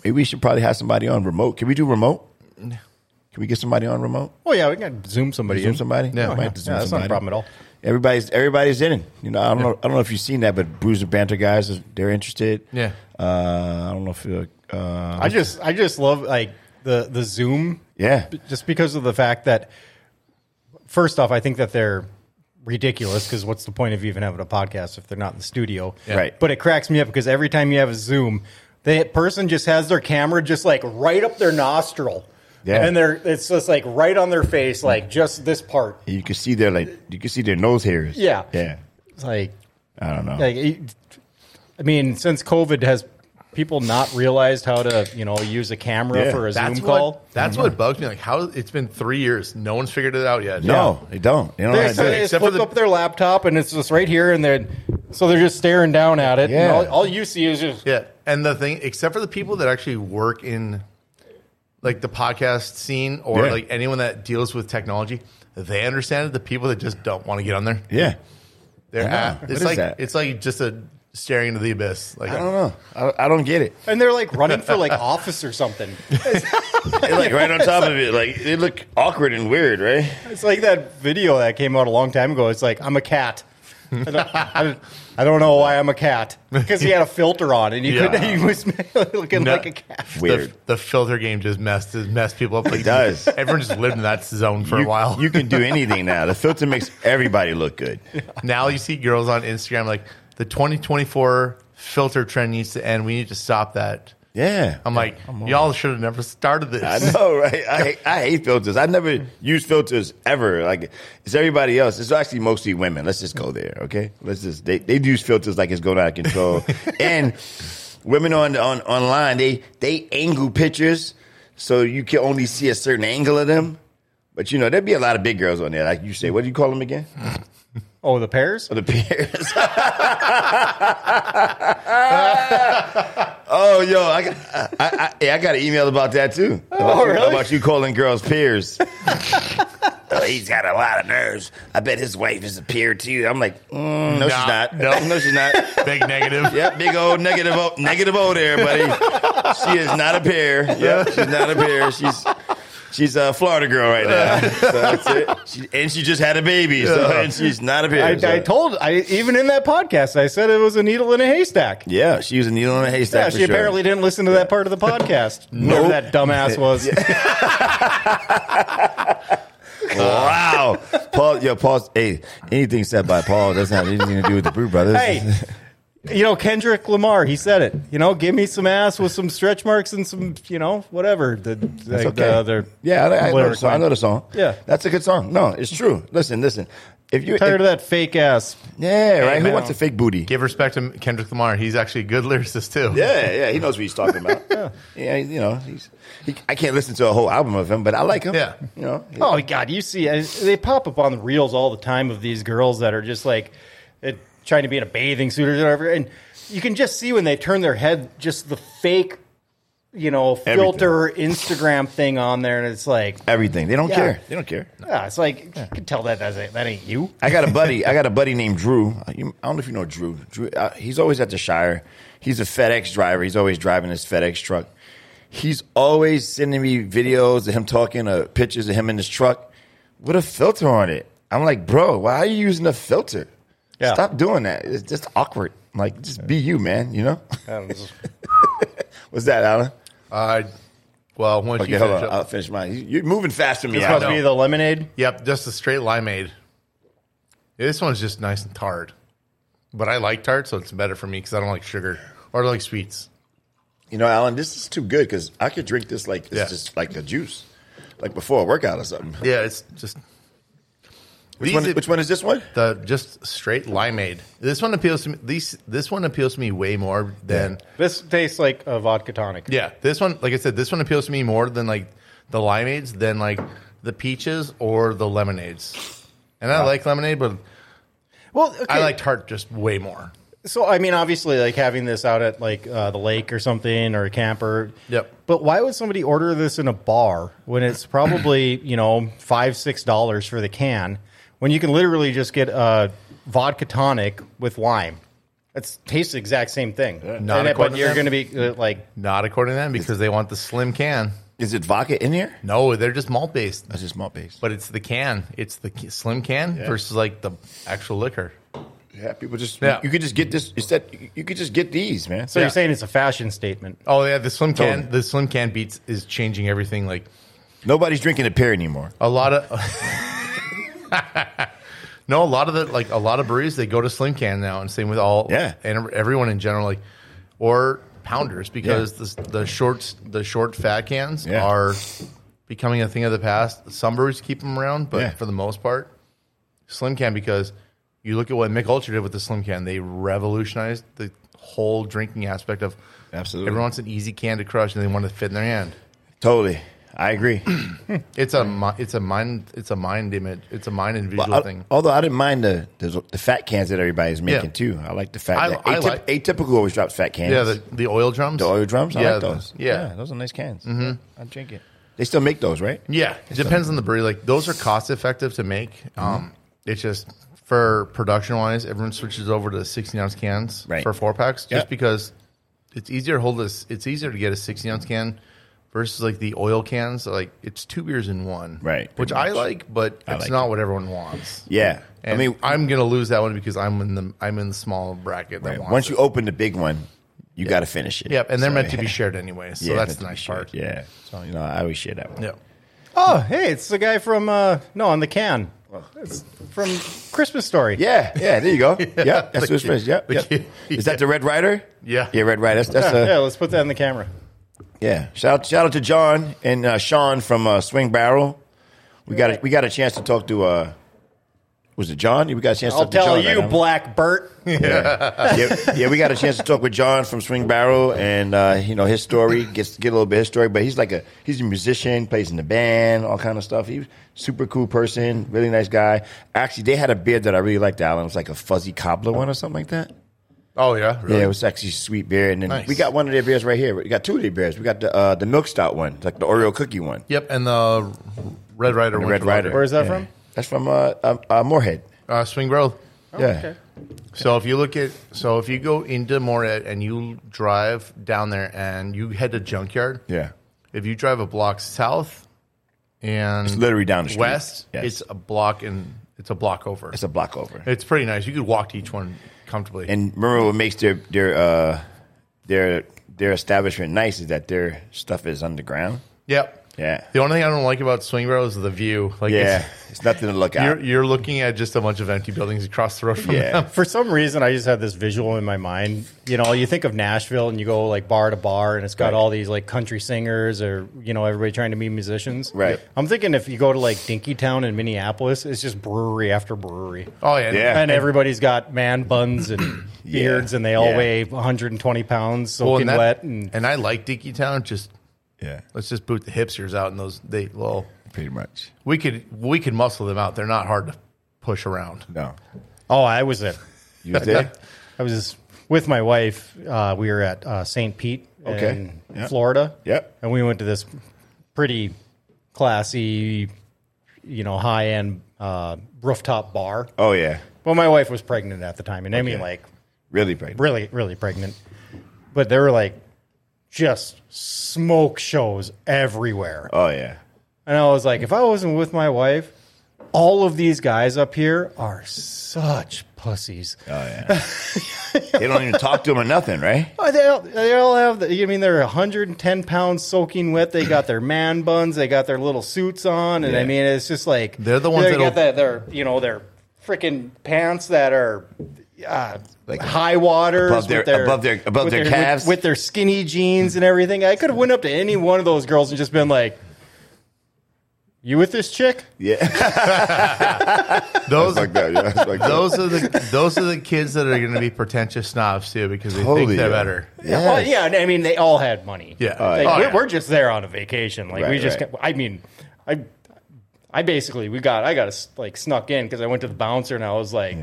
S1: maybe we should probably have somebody on remote. Can we do remote? Can we get somebody on remote?
S3: Oh yeah, we can zoom somebody
S1: Zoom
S3: in.
S1: somebody?
S2: Yeah.
S1: We might have to
S3: Yeah,
S1: Zoom
S3: that's not a
S1: somebody.
S3: problem at all.
S1: Everybody's everybody's in. it. You know, I don't know. I don't know if you've seen that, but Bruiser Banter guys, they're interested.
S2: Yeah.
S1: Uh, I don't know if you're, uh,
S3: I just, I just love like the the Zoom,
S1: yeah,
S3: just because of the fact that first off, I think that they're ridiculous because what's the point of even having a podcast if they're not in the studio?
S2: Yeah.
S1: right.
S3: But it cracks me up because every time you have a Zoom, the person just has their camera just like right up their nostril.
S1: Yeah.
S3: And they're it's just like right on their face, like just this part.
S1: you can see their like you can see their nose hairs.
S3: Yeah.
S1: yeah.
S3: It's like,
S1: I don't know.
S3: like it- I mean, since COVID has people not realized how to, you know, use a camera
S1: Yeah.
S3: for a
S2: That's
S3: Zoom
S2: what,
S3: call.
S2: That's what bugs me. Like how it's been three years. No one's figured it out yet.
S1: no, they don't. They don't. know
S3: They
S1: how to do
S3: they
S1: it.
S3: just
S2: Except for
S3: flip
S2: the-
S3: up their laptop and it's just right here and then so they're just staring down at it.
S1: Yeah.
S3: And all, all you see is just
S2: Yeah. And the thing, except for the people that actually work in like the podcast scene or
S1: Yeah.
S2: like anyone that deals with technology, they understand it. The people that just don't want to get on there,
S1: Yeah.
S2: they're
S1: Yeah.
S2: at,
S1: What
S2: it's
S1: is
S2: like
S1: that?
S2: it's like just a staring into the abyss. Like
S1: I don't know. I, I don't get it.
S3: and they're like running for like office or something.
S1: They're like right on top of it. Like they look awkward and weird, right?
S3: It's like that video that came out a long time ago. It's like I'm a cat. I don't, I, I don't know why I'm a cat because he had a filter on and you
S2: Yeah.
S3: couldn't. He was looking
S2: No.
S3: like a cat.
S1: Weird.
S2: The, the filter game just messed messed people up. Like
S1: does.
S2: Everyone just lived in that zone for
S1: you,
S2: a while.
S1: you can do anything now. The filter makes everybody look good.
S2: now you see girls on Instagram like the 2024 filter trend needs to end. We need to stop that.
S1: Yeah.
S2: I'm like, y'all should have never started this.
S1: I know, right? I, I hate filters. I never use filters ever. Like it's everybody else. It's actually mostly women. Let's just go there, okay? Let's just they, they use filters like it's going out of control. and women on on online they they angle pictures so you can only see a certain angle of them. But you know there'd be a lot of big girls on there. Like you say, what do you call them again?
S3: Oh, the pears.
S1: The peers. oh, yo, I got, I, I, yeah, I got an email about that too. About,
S3: Oh, really?
S1: about you calling girls peers. oh, he's got a lot of nerves. I bet his wife is a peer too. I'm like, mm, no,
S2: Nah,
S1: she's not.
S2: no.
S1: no, she's not.
S2: Big negative.
S1: Yeah, big old negative O, negative O there, buddy. She is not a pear. Yeah, she's not a pear. She's she's a Florida girl right now. So that's it. She, and she just had a baby, so and she's not a pear.
S3: I,
S1: so-
S3: I told I even in that podcast I said it was a needle in a haystack.
S1: yeah, she was a needle in a haystack.
S3: Yeah,
S1: for
S3: she
S1: sure.
S3: apparently didn't listen to that part of the podcast. Whatever that dumbass was.
S1: Wow, Paul. Yo, Paul. Hey, anything said by Paul doesn't have anything to do with the Brew Brothers.
S3: Hey, you know Kendrick Lamar, he said it. You know, give me some ass with some stretch marks and some, you know, whatever. The, like,
S1: It's
S3: the other
S1: yeah, I, I, know the
S3: lyric
S1: song. I
S3: line.
S1: know the song.
S3: Yeah.
S1: that's a good song. No, it's true. Listen, listen. If you,
S3: Tired
S1: if,
S3: of that fake ass.
S1: yeah, right. Who
S2: man.
S1: wants a fake booty?
S2: Give respect to Kendrick Lamar. He's actually a good lyricist too.
S1: Yeah, yeah, he knows what he's talking about. yeah. you know, he's. He, I can't listen to a whole album of him, but I like him.
S2: Yeah.
S1: you know. he-
S3: Oh God, you see, I- they pop up on the reels all the time of these girls that are just like it, trying to be in a bathing suit or whatever, and you can just see when they turn their head, just the fake you know, filter Instagram thing on there, and it's like,
S1: Everything. They don't
S3: Yeah.
S1: care. They don't care.
S3: yeah, it's like you can tell that that's it. that ain't you.
S1: I got a buddy. I got a buddy named Drew. You- I don't know if you know Drew. Drew. Uh, he's always at the Shire. He's a FedEx driver. He's always driving his FedEx truck. He's always sending me videos of him talking, uh, pictures of him in his truck with a filter on it. I'm like, bro, why are you using a filter?
S3: Yeah.
S1: Stop doing that. It's just awkward. I'm like, just be you, man. You know?
S3: And it's-
S1: What's that, Alan?
S2: Uh, well, once
S1: Okay,
S2: you
S1: hold
S2: finish
S1: on.
S2: up.
S1: I'll finish mine. You- You're moving faster than me.
S3: It's
S1: Alan.
S3: supposed to be the lemonade.
S2: Yep, just a straight limeade. This one's just nice and tart, but I like tart, so it's better for me because I don't like sugar or I like sweets.
S1: You know, Alan, this is too good because I could drink this like it's
S2: Yeah.
S1: just like a juice, like before a workout or something.
S2: Yeah, it's just
S1: Which one,
S2: These-
S1: which one is this one?
S2: the just straight limeade. This one appeals to me. These this one appeals to me way more than
S3: This tastes like a vodka tonic.
S2: yeah. This one, like I said, this one appeals to me more than like the limeades than like the peaches or the lemonades. And I like lemonade, but
S3: Well, okay.
S2: I like tart just way more.
S3: so I mean, obviously, like having this out at like uh, the lake or something or a camper.
S2: Yep.
S3: But why would somebody order this in a bar when it's probably you know five six dollars for the can when you can literally just get a vodka tonic with lime? It tastes the exact same thing.
S2: Not
S3: And it-
S2: according
S3: but
S2: to
S3: you're
S2: them.
S3: going to be uh, like,
S2: Not according to them because they want the slim can.
S1: Is it vodka in here?
S2: No, they're just malt based.
S1: That's just malt based.
S2: But it's the can. It's the ca- slim can
S1: Yeah.
S2: versus like the actual liquor.
S1: Yeah, people just
S2: Yeah.
S1: you could just get this. Instead, you could just get these, man.
S3: so
S2: Yeah.
S3: you're saying it's a fashion statement?
S2: Oh yeah, the slim can.
S1: Totally.
S2: The slim can beats is changing everything. Like
S1: Nobody's drinking a pear anymore.
S2: a lot of. no, a lot of the like a lot of breweries they go to slim can now, and same with all
S1: Yeah.
S2: and everyone in general like or pounders because the the shorts the short fat cans
S1: Yeah.
S2: are becoming a thing of the past. Some breweries keep them around, but
S1: Yeah.
S2: for the most part, slim can because you look at what Mick Ulcher did with the slim can. They revolutionized the whole drinking aspect of
S1: Absolutely.
S2: Everyone wants an easy can to crush, and they want it to fit in their hand.
S1: Totally, I agree.
S2: It's a mi- it's a mind it's a mind image it's a mind and visual
S1: Well, uh, oh, I-
S2: thing.
S1: although I didn't mind the, the the fat cans that everybody's making
S2: Yeah.
S1: too. I like the fat.
S2: I-
S1: can-
S2: I
S1: Atyp-
S2: like-
S1: atypical always drops fat cans.
S2: Yeah, the, the oil drums,
S1: The oil drums. I
S2: yeah,
S1: like
S2: the-
S1: those.
S2: yeah, Mm-hmm.
S1: those are nice cans. I drink it. They still make those, right?
S2: yeah. It depends on the brewery. Like those are cost effective to make.
S1: Mm-hmm.
S2: Um, it's just for production wise, everyone switches over to sixteen ounce cans
S1: Right.
S2: for four packs, just
S1: Yeah.
S2: because it's easier to hold this. It's easier to get a sixteen ounce can versus like the oil cans. Like it's two beers in one,
S1: Right,
S2: Which
S1: pretty
S2: I
S1: much.
S2: like, but it's
S1: like
S2: not what everyone wants.
S1: Yeah.
S2: And
S1: I mean,
S2: I'm gonna lose that one because I'm in the I'm in the small bracket. That
S1: Right.
S2: wants
S1: Once
S2: it.
S1: you open the big one, you got to finish it.
S2: Yep, and they're
S1: So,
S2: meant to be shared anyway, so
S1: yeah, meant
S2: that's the
S1: to be
S2: nice
S1: shared.
S2: part.
S1: Yeah. So you know, I always share that one.
S2: Yeah.
S3: Oh, hey, it's the guy from uh, no on the can. It's from Christmas Story.
S1: Yeah, yeah, there you go. Yep, that's what it's
S2: kid-
S1: finished. Yep,
S2: the
S1: yep.
S2: kid-
S1: Is that the Red Rider?
S2: Yeah.
S1: yeah, Red Rider. That's that's
S3: Yeah,
S1: a
S3: yeah, let's put that in the camera.
S1: yeah. Shout out, shout out to John and uh, Sean from uh, Swing Barrel. We got a, we got a chance to talk to. Uh, was it John? We got a chance.
S3: I'll
S1: to talk
S3: tell
S1: to John
S3: you,
S1: right now.
S3: Black Bert.
S1: yeah, yeah, we got a chance to talk with John from Swing Barrel, and uh, you know his story gets get a little bit of his story. But he's like a he's a musician, plays in the band, all kind of stuff. He was super cool person, really nice guy. Actually, they had a beard that I really liked. Alan, it was like a fuzzy cobbler one or something like that.
S2: Oh yeah. Really?
S1: Yeah, it was actually sweet beer, and then
S2: Nice.
S1: we got one of their beers right here. We got two of their beers. We got the uh, the milk stout one, like the Oreo cookie one.
S2: Yep, and the Red Rider.
S1: The
S2: went
S1: Red
S2: for
S1: Rider.
S2: Lager.
S3: Where is that from?
S1: That's from uh, uh, uh, Moorhead.
S2: uh, Swing Grove.
S1: yeah,
S3: okay.
S2: So if you look at so if you go into Morehead and you drive down there and you head to Junkyard.
S1: yeah.
S2: If you drive a block south and it's
S1: literally down the street.
S2: west,
S1: Yes.
S2: it's a block and it's a block over.
S1: It's a block over.
S2: It's pretty nice. You could walk to each one comfortably.
S1: And remember, what makes their their uh, their their establishment nice is that their stuff is underground.
S2: yep.
S1: Yeah.
S2: The only thing I don't like about Swing Barrel is the view. Like
S1: Yeah,
S2: it's-
S1: it's nothing to look
S2: You're,
S1: at.
S2: you're looking at just a bunch of empty buildings across the road from
S1: Yeah.
S2: them.
S3: For some reason, I just had this visual in my mind. You know, you think of Nashville and you go like bar to bar, and it's got
S1: Right.
S3: all these like country singers or you know everybody trying to be musicians.
S1: Right.
S3: I'm thinking if you go to like Dinky Town in Minneapolis, it's just brewery after brewery.
S2: Oh yeah,
S1: Yeah.
S3: And everybody's got man buns and beards, and they all
S1: Yeah.
S3: weigh 120 pounds,
S2: Well, and,
S3: soaking
S2: that-
S3: wet. And
S2: and I like Dicky Town. Just
S1: Yeah,
S2: let's just boot the hipsters out in those. They well,
S1: pretty much.
S2: we could we could muscle them out. They're not hard to push around.
S1: No,
S3: oh, I was there.
S1: you was there?
S3: I was with my wife. Uh, we were at uh, St. Pete
S1: Okay.
S3: in
S1: Yeah.
S3: Florida.
S1: Yep.
S3: And we went to this pretty classy, you know, high end uh, rooftop bar.
S1: Oh yeah,
S3: Well, my wife was pregnant at the time, and I mean,
S1: Okay.
S3: like,
S1: really big.
S3: really, really pregnant. But there were like just smoke shows everywhere.
S1: Oh yeah.
S3: And I was like, if I wasn't with my wife, all of these guys up here are such pussies.
S1: Oh yeah. they don't even talk to him or nothing, right?
S3: Oh, they, all, they all have, the, I mean, they're 110 pounds soaking wet. They got their man buns. They got their little suits on. And I
S1: Yeah.
S3: mean, it's just like.
S2: They're the ones
S3: They
S2: that'll-
S3: got that, their, you know, their freaking pants that are. Uh,
S1: Like-
S3: like high waters
S1: Above their-
S3: with their
S1: above their- above
S3: with
S1: their
S3: with-
S1: calves?
S3: with, their skinny jeans and everything. I could have went up to any one of those girls and just been like, "You with this chick?"
S1: Yeah.
S2: Those
S1: like that. Yeah. It's like that.
S2: those are the those are the kids that are going to be pretentious snobs too because they
S1: Totally,
S2: think they're
S1: yeah.
S2: better.
S1: Yes.
S3: Well, yeah, and I mean they all had money.
S2: Yeah.
S1: Oh,
S3: Like,
S1: yeah.
S2: Oh,
S3: we're,
S2: yeah.
S3: we're just there on a vacation. Like we
S1: Right,
S3: just,
S1: right.
S3: got- I mean, I, I basically we got I got s- like snuck in because I went to the bouncer and I was like,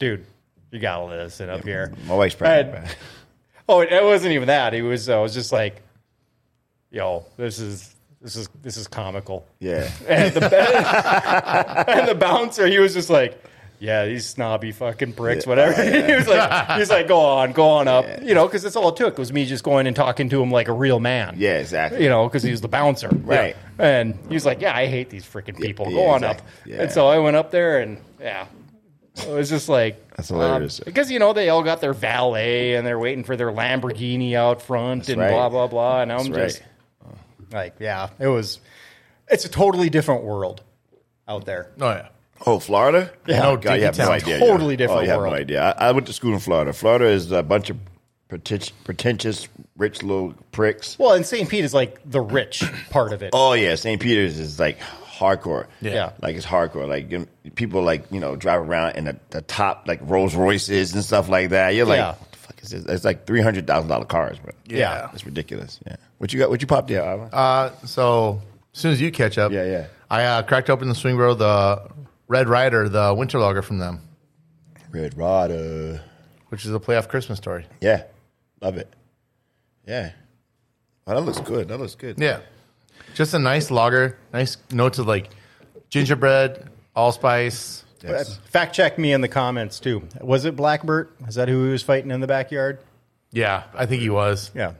S3: dude, you gotta let us in up here.
S1: My wife's pregnant. man.
S3: Oh, it, it wasn't even that. It was I was just like, yo, this is this is this is comical.
S1: Yeah.
S3: And the and the bouncer, he was just like. Yeah, these snobby fucking pricks, whatever. he was like, he was like, go on, go on up, you know, because that's all it took was me just going and talking to him like a real man
S1: Yeah. Exactly.
S3: you know, because he was the bouncer,
S1: Right.
S3: Yeah. And he was like, "Yeah, I hate these freaking people. Go
S1: yeah,
S3: on
S1: exactly.
S3: up."
S1: Yeah.
S3: And so I went up there, and yeah, it was just like
S1: That's hilarious.
S3: because you know they all got their valet and they're waiting for their Lamborghini out front and
S1: right.
S3: blah blah blah. And I'm
S1: That's
S3: just like, yeah, it was. It's a totally different world out there.
S2: Oh yeah.
S1: Oh, Florida?
S2: Yeah. No,
S1: God, you have no
S2: Digitown.
S1: idea.
S3: Totally
S1: yeah.
S3: different
S1: Oh, you have
S3: world.
S1: no idea. I, I went to school in Florida. Florida is a bunch of pretentious, pretentious rich little pricks.
S3: Well, and St. Pete is like the rich part of it. Uh,
S1: Oh yeah, St. Peter's is like hardcore.
S3: Yeah.
S1: like it's hardcore. Like you know, people like you know drive around in the, the top like Rolls Royces and stuff like that. You're like,
S3: Yeah.
S1: what the fuck is this? It's like three hundred thousand dollar cars, bro.
S2: Yeah.
S1: it's ridiculous. Yeah, what you got? What you popped there? Ivan?
S2: Uh, so as soon as you catch up,
S1: Yeah, yeah.
S2: I uh, cracked open the swing row, the Red Rider, the Winter Logger from them,
S1: Red Rider.
S2: which is a playoff Christmas story.
S1: Yeah, love it. Yeah, oh, that looks good. That looks good.
S2: Yeah, just a nice lager, nice notes of like gingerbread, allspice.
S1: Yes.
S3: Fact check me in the comments too. Was it Blackbert? Is that who he was fighting in the backyard?
S2: Yeah, I think he was.
S3: Yeah.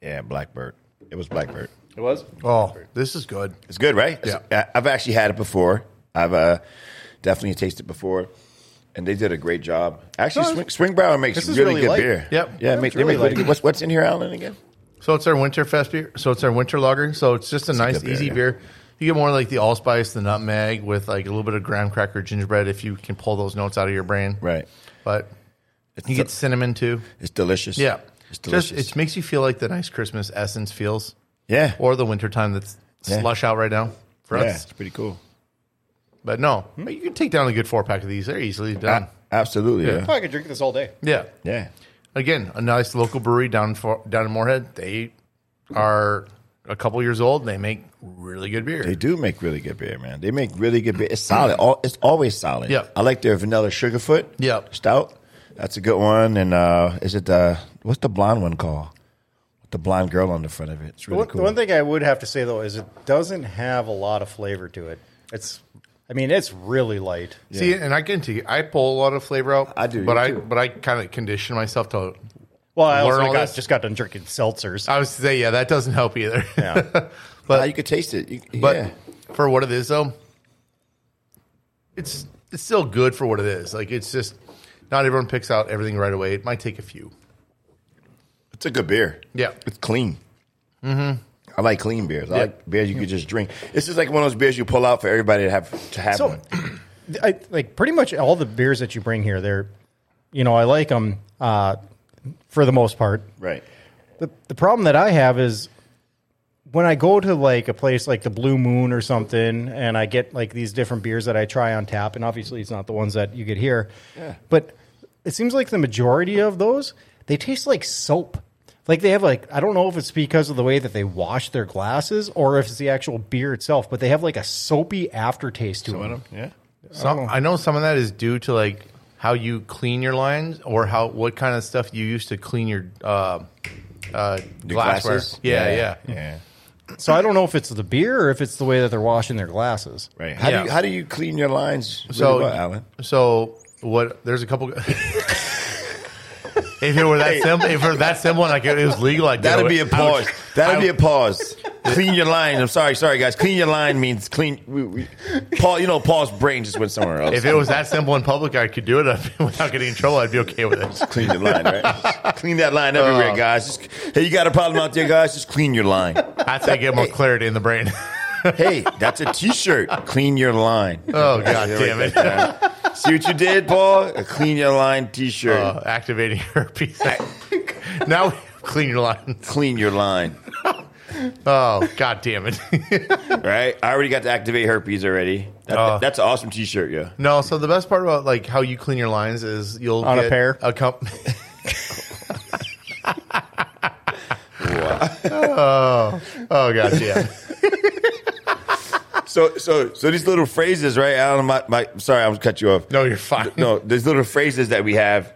S1: Yeah, Blackbird. It was Blackbird.
S3: It was?
S2: Oh, this is good.
S1: It's good, right?
S2: Yeah.
S1: I- I've actually had it before. I've uh, definitely tasted it before, and they did a great job. Actually,
S2: No,
S1: Spring, Springbauer makes
S3: this is
S1: really,
S3: really
S1: good
S3: light.
S1: beer.
S2: Yep.
S1: Yeah,
S2: It's
S1: make, they
S2: really
S1: make really
S2: light.
S1: good. What's, what's in here, Alan, again?
S2: So it's our Winterfest beer. So it's our winter lager. So it's just a nice,
S1: good beer,
S2: easy
S1: yeah.
S2: beer. You get more like the allspice, the nutmeg, with like a little bit of graham cracker, gingerbread, if you can pull those notes out of your brain.
S1: Right.
S2: But you get cinnamon too.
S1: It's delicious.
S2: Yeah.
S1: It's delicious.
S2: Just, it makes you feel like the nice Christmas essence feels,
S1: yeah.
S2: or the wintertime that's
S1: Yeah.
S2: slush out right now for
S1: yeah,
S2: us.
S1: it's pretty cool.
S2: But no, you can take down a good four pack of these. They're easily done.
S1: A- absolutely. Yeah.
S3: Oh, I could drink this all day.
S2: yeah.
S1: Yeah.
S2: Again, a nice local brewery down for, down in Moorhead. They are a couple years old. They make really good beer.
S1: They do make really good beer, man. They make really good beer. It's solid. All, it's always solid.
S2: Yeah.
S1: I like their vanilla sugarfoot.
S2: Yeah.
S1: Stout. That's a good one. And uh, is it the what's the blonde one called? With the blonde girl on the front of it. It's really
S3: One,
S1: cool.
S3: one thing I would have to say though is it doesn't have a lot of flavor to it. It's, I mean, it's really light.
S2: See, and I can take I pull a lot of flavor out.
S1: I do,
S2: but
S1: you
S2: I
S1: too.
S2: but I kind of condition myself to.
S3: Well, I
S2: Learn
S3: also
S2: all
S3: got,
S2: this?
S3: just got done drinking seltzers.
S1: Ah.
S2: I would say, yeah, that doesn't help either.
S3: Yeah.
S1: but you could taste it. You,
S2: but
S1: yeah.
S2: for what it is, though, it's it's still good for what it is. Like it's just not everyone picks out everything right away. It might take a few.
S1: it's a good beer.
S2: Yeah.
S1: it's clean. Mm-hmm. I like clean beers. I
S2: Yeah.
S1: like beers you could just drink. This is like one of those beers you pull out for everybody to have to have
S3: so,
S1: one.
S3: I, like pretty much all the beers that you bring here, they're, you know, I like them uh, for the most part.
S1: Right.
S3: The, the problem that I have is when I go to like a place like the Blue Moon or something, and I get like these different beers that I try on tap, and obviously it's not the ones that you get here, yeah. but it seems like the majority of those they taste like soap. Like they have like I don't know if it's because of the way that they wash their glasses or if it's the actual beer itself, but they have like a soapy aftertaste to them.
S1: Yeah.
S2: Some, I know some of that is due to like how you clean your lines or how what kind of stuff you use to clean your uh, uh,
S1: The
S2: glassware.
S1: glasses?
S2: Yeah, yeah.
S1: yeah.
S3: So I don't know if it's the beer or if it's the way that they're washing their glasses.
S1: Right. How
S2: Yeah.
S1: do you, how do you clean your lines? Really
S2: So,
S1: well, Alan.
S2: So what? There's a couple. if it were that simple, if it were that simple, and I could, it was legal, I'd do
S1: That'd
S2: it.
S1: be a
S2: I would-
S1: pause. That'd
S2: I-
S1: be a pause. clean your line. I'm sorry, sorry guys. Clean your line means clean. We, we, Paul, you know, Paul's brain just went somewhere else.
S2: If it was that simple in public, I could do it I'd be- without getting in trouble. I'd be okay with it.
S1: clean your line, right? clean that line
S2: Oh.
S1: everywhere, guys. Just, hey, you got a problem out there, guys? Just clean your line.
S2: That's how I get more clarity in the brain.
S1: Hey, that's a T-shirt. Clean your line.
S2: Oh god,
S1: Yeah,
S2: damn
S1: write
S2: it!
S1: that down. See what you did, Paul? A clean your line T-shirt.
S2: Uh, activating herpes. now we clean your lines.
S1: clean your line.
S2: Oh god, damn it!
S1: Right? I already got to activate herpes already. That-
S2: Oh.
S1: that's an awesome T-shirt, yeah.
S2: no, so the best part about like how you clean your lines is you'll
S3: On a
S2: get
S3: pair?
S2: a comp- oh, oh god, damn.
S1: So, so, so these little phrases, right? Alan, my, my, sorry, I was cut you off.
S2: No, you're fine.
S1: no, there's little phrases that we have.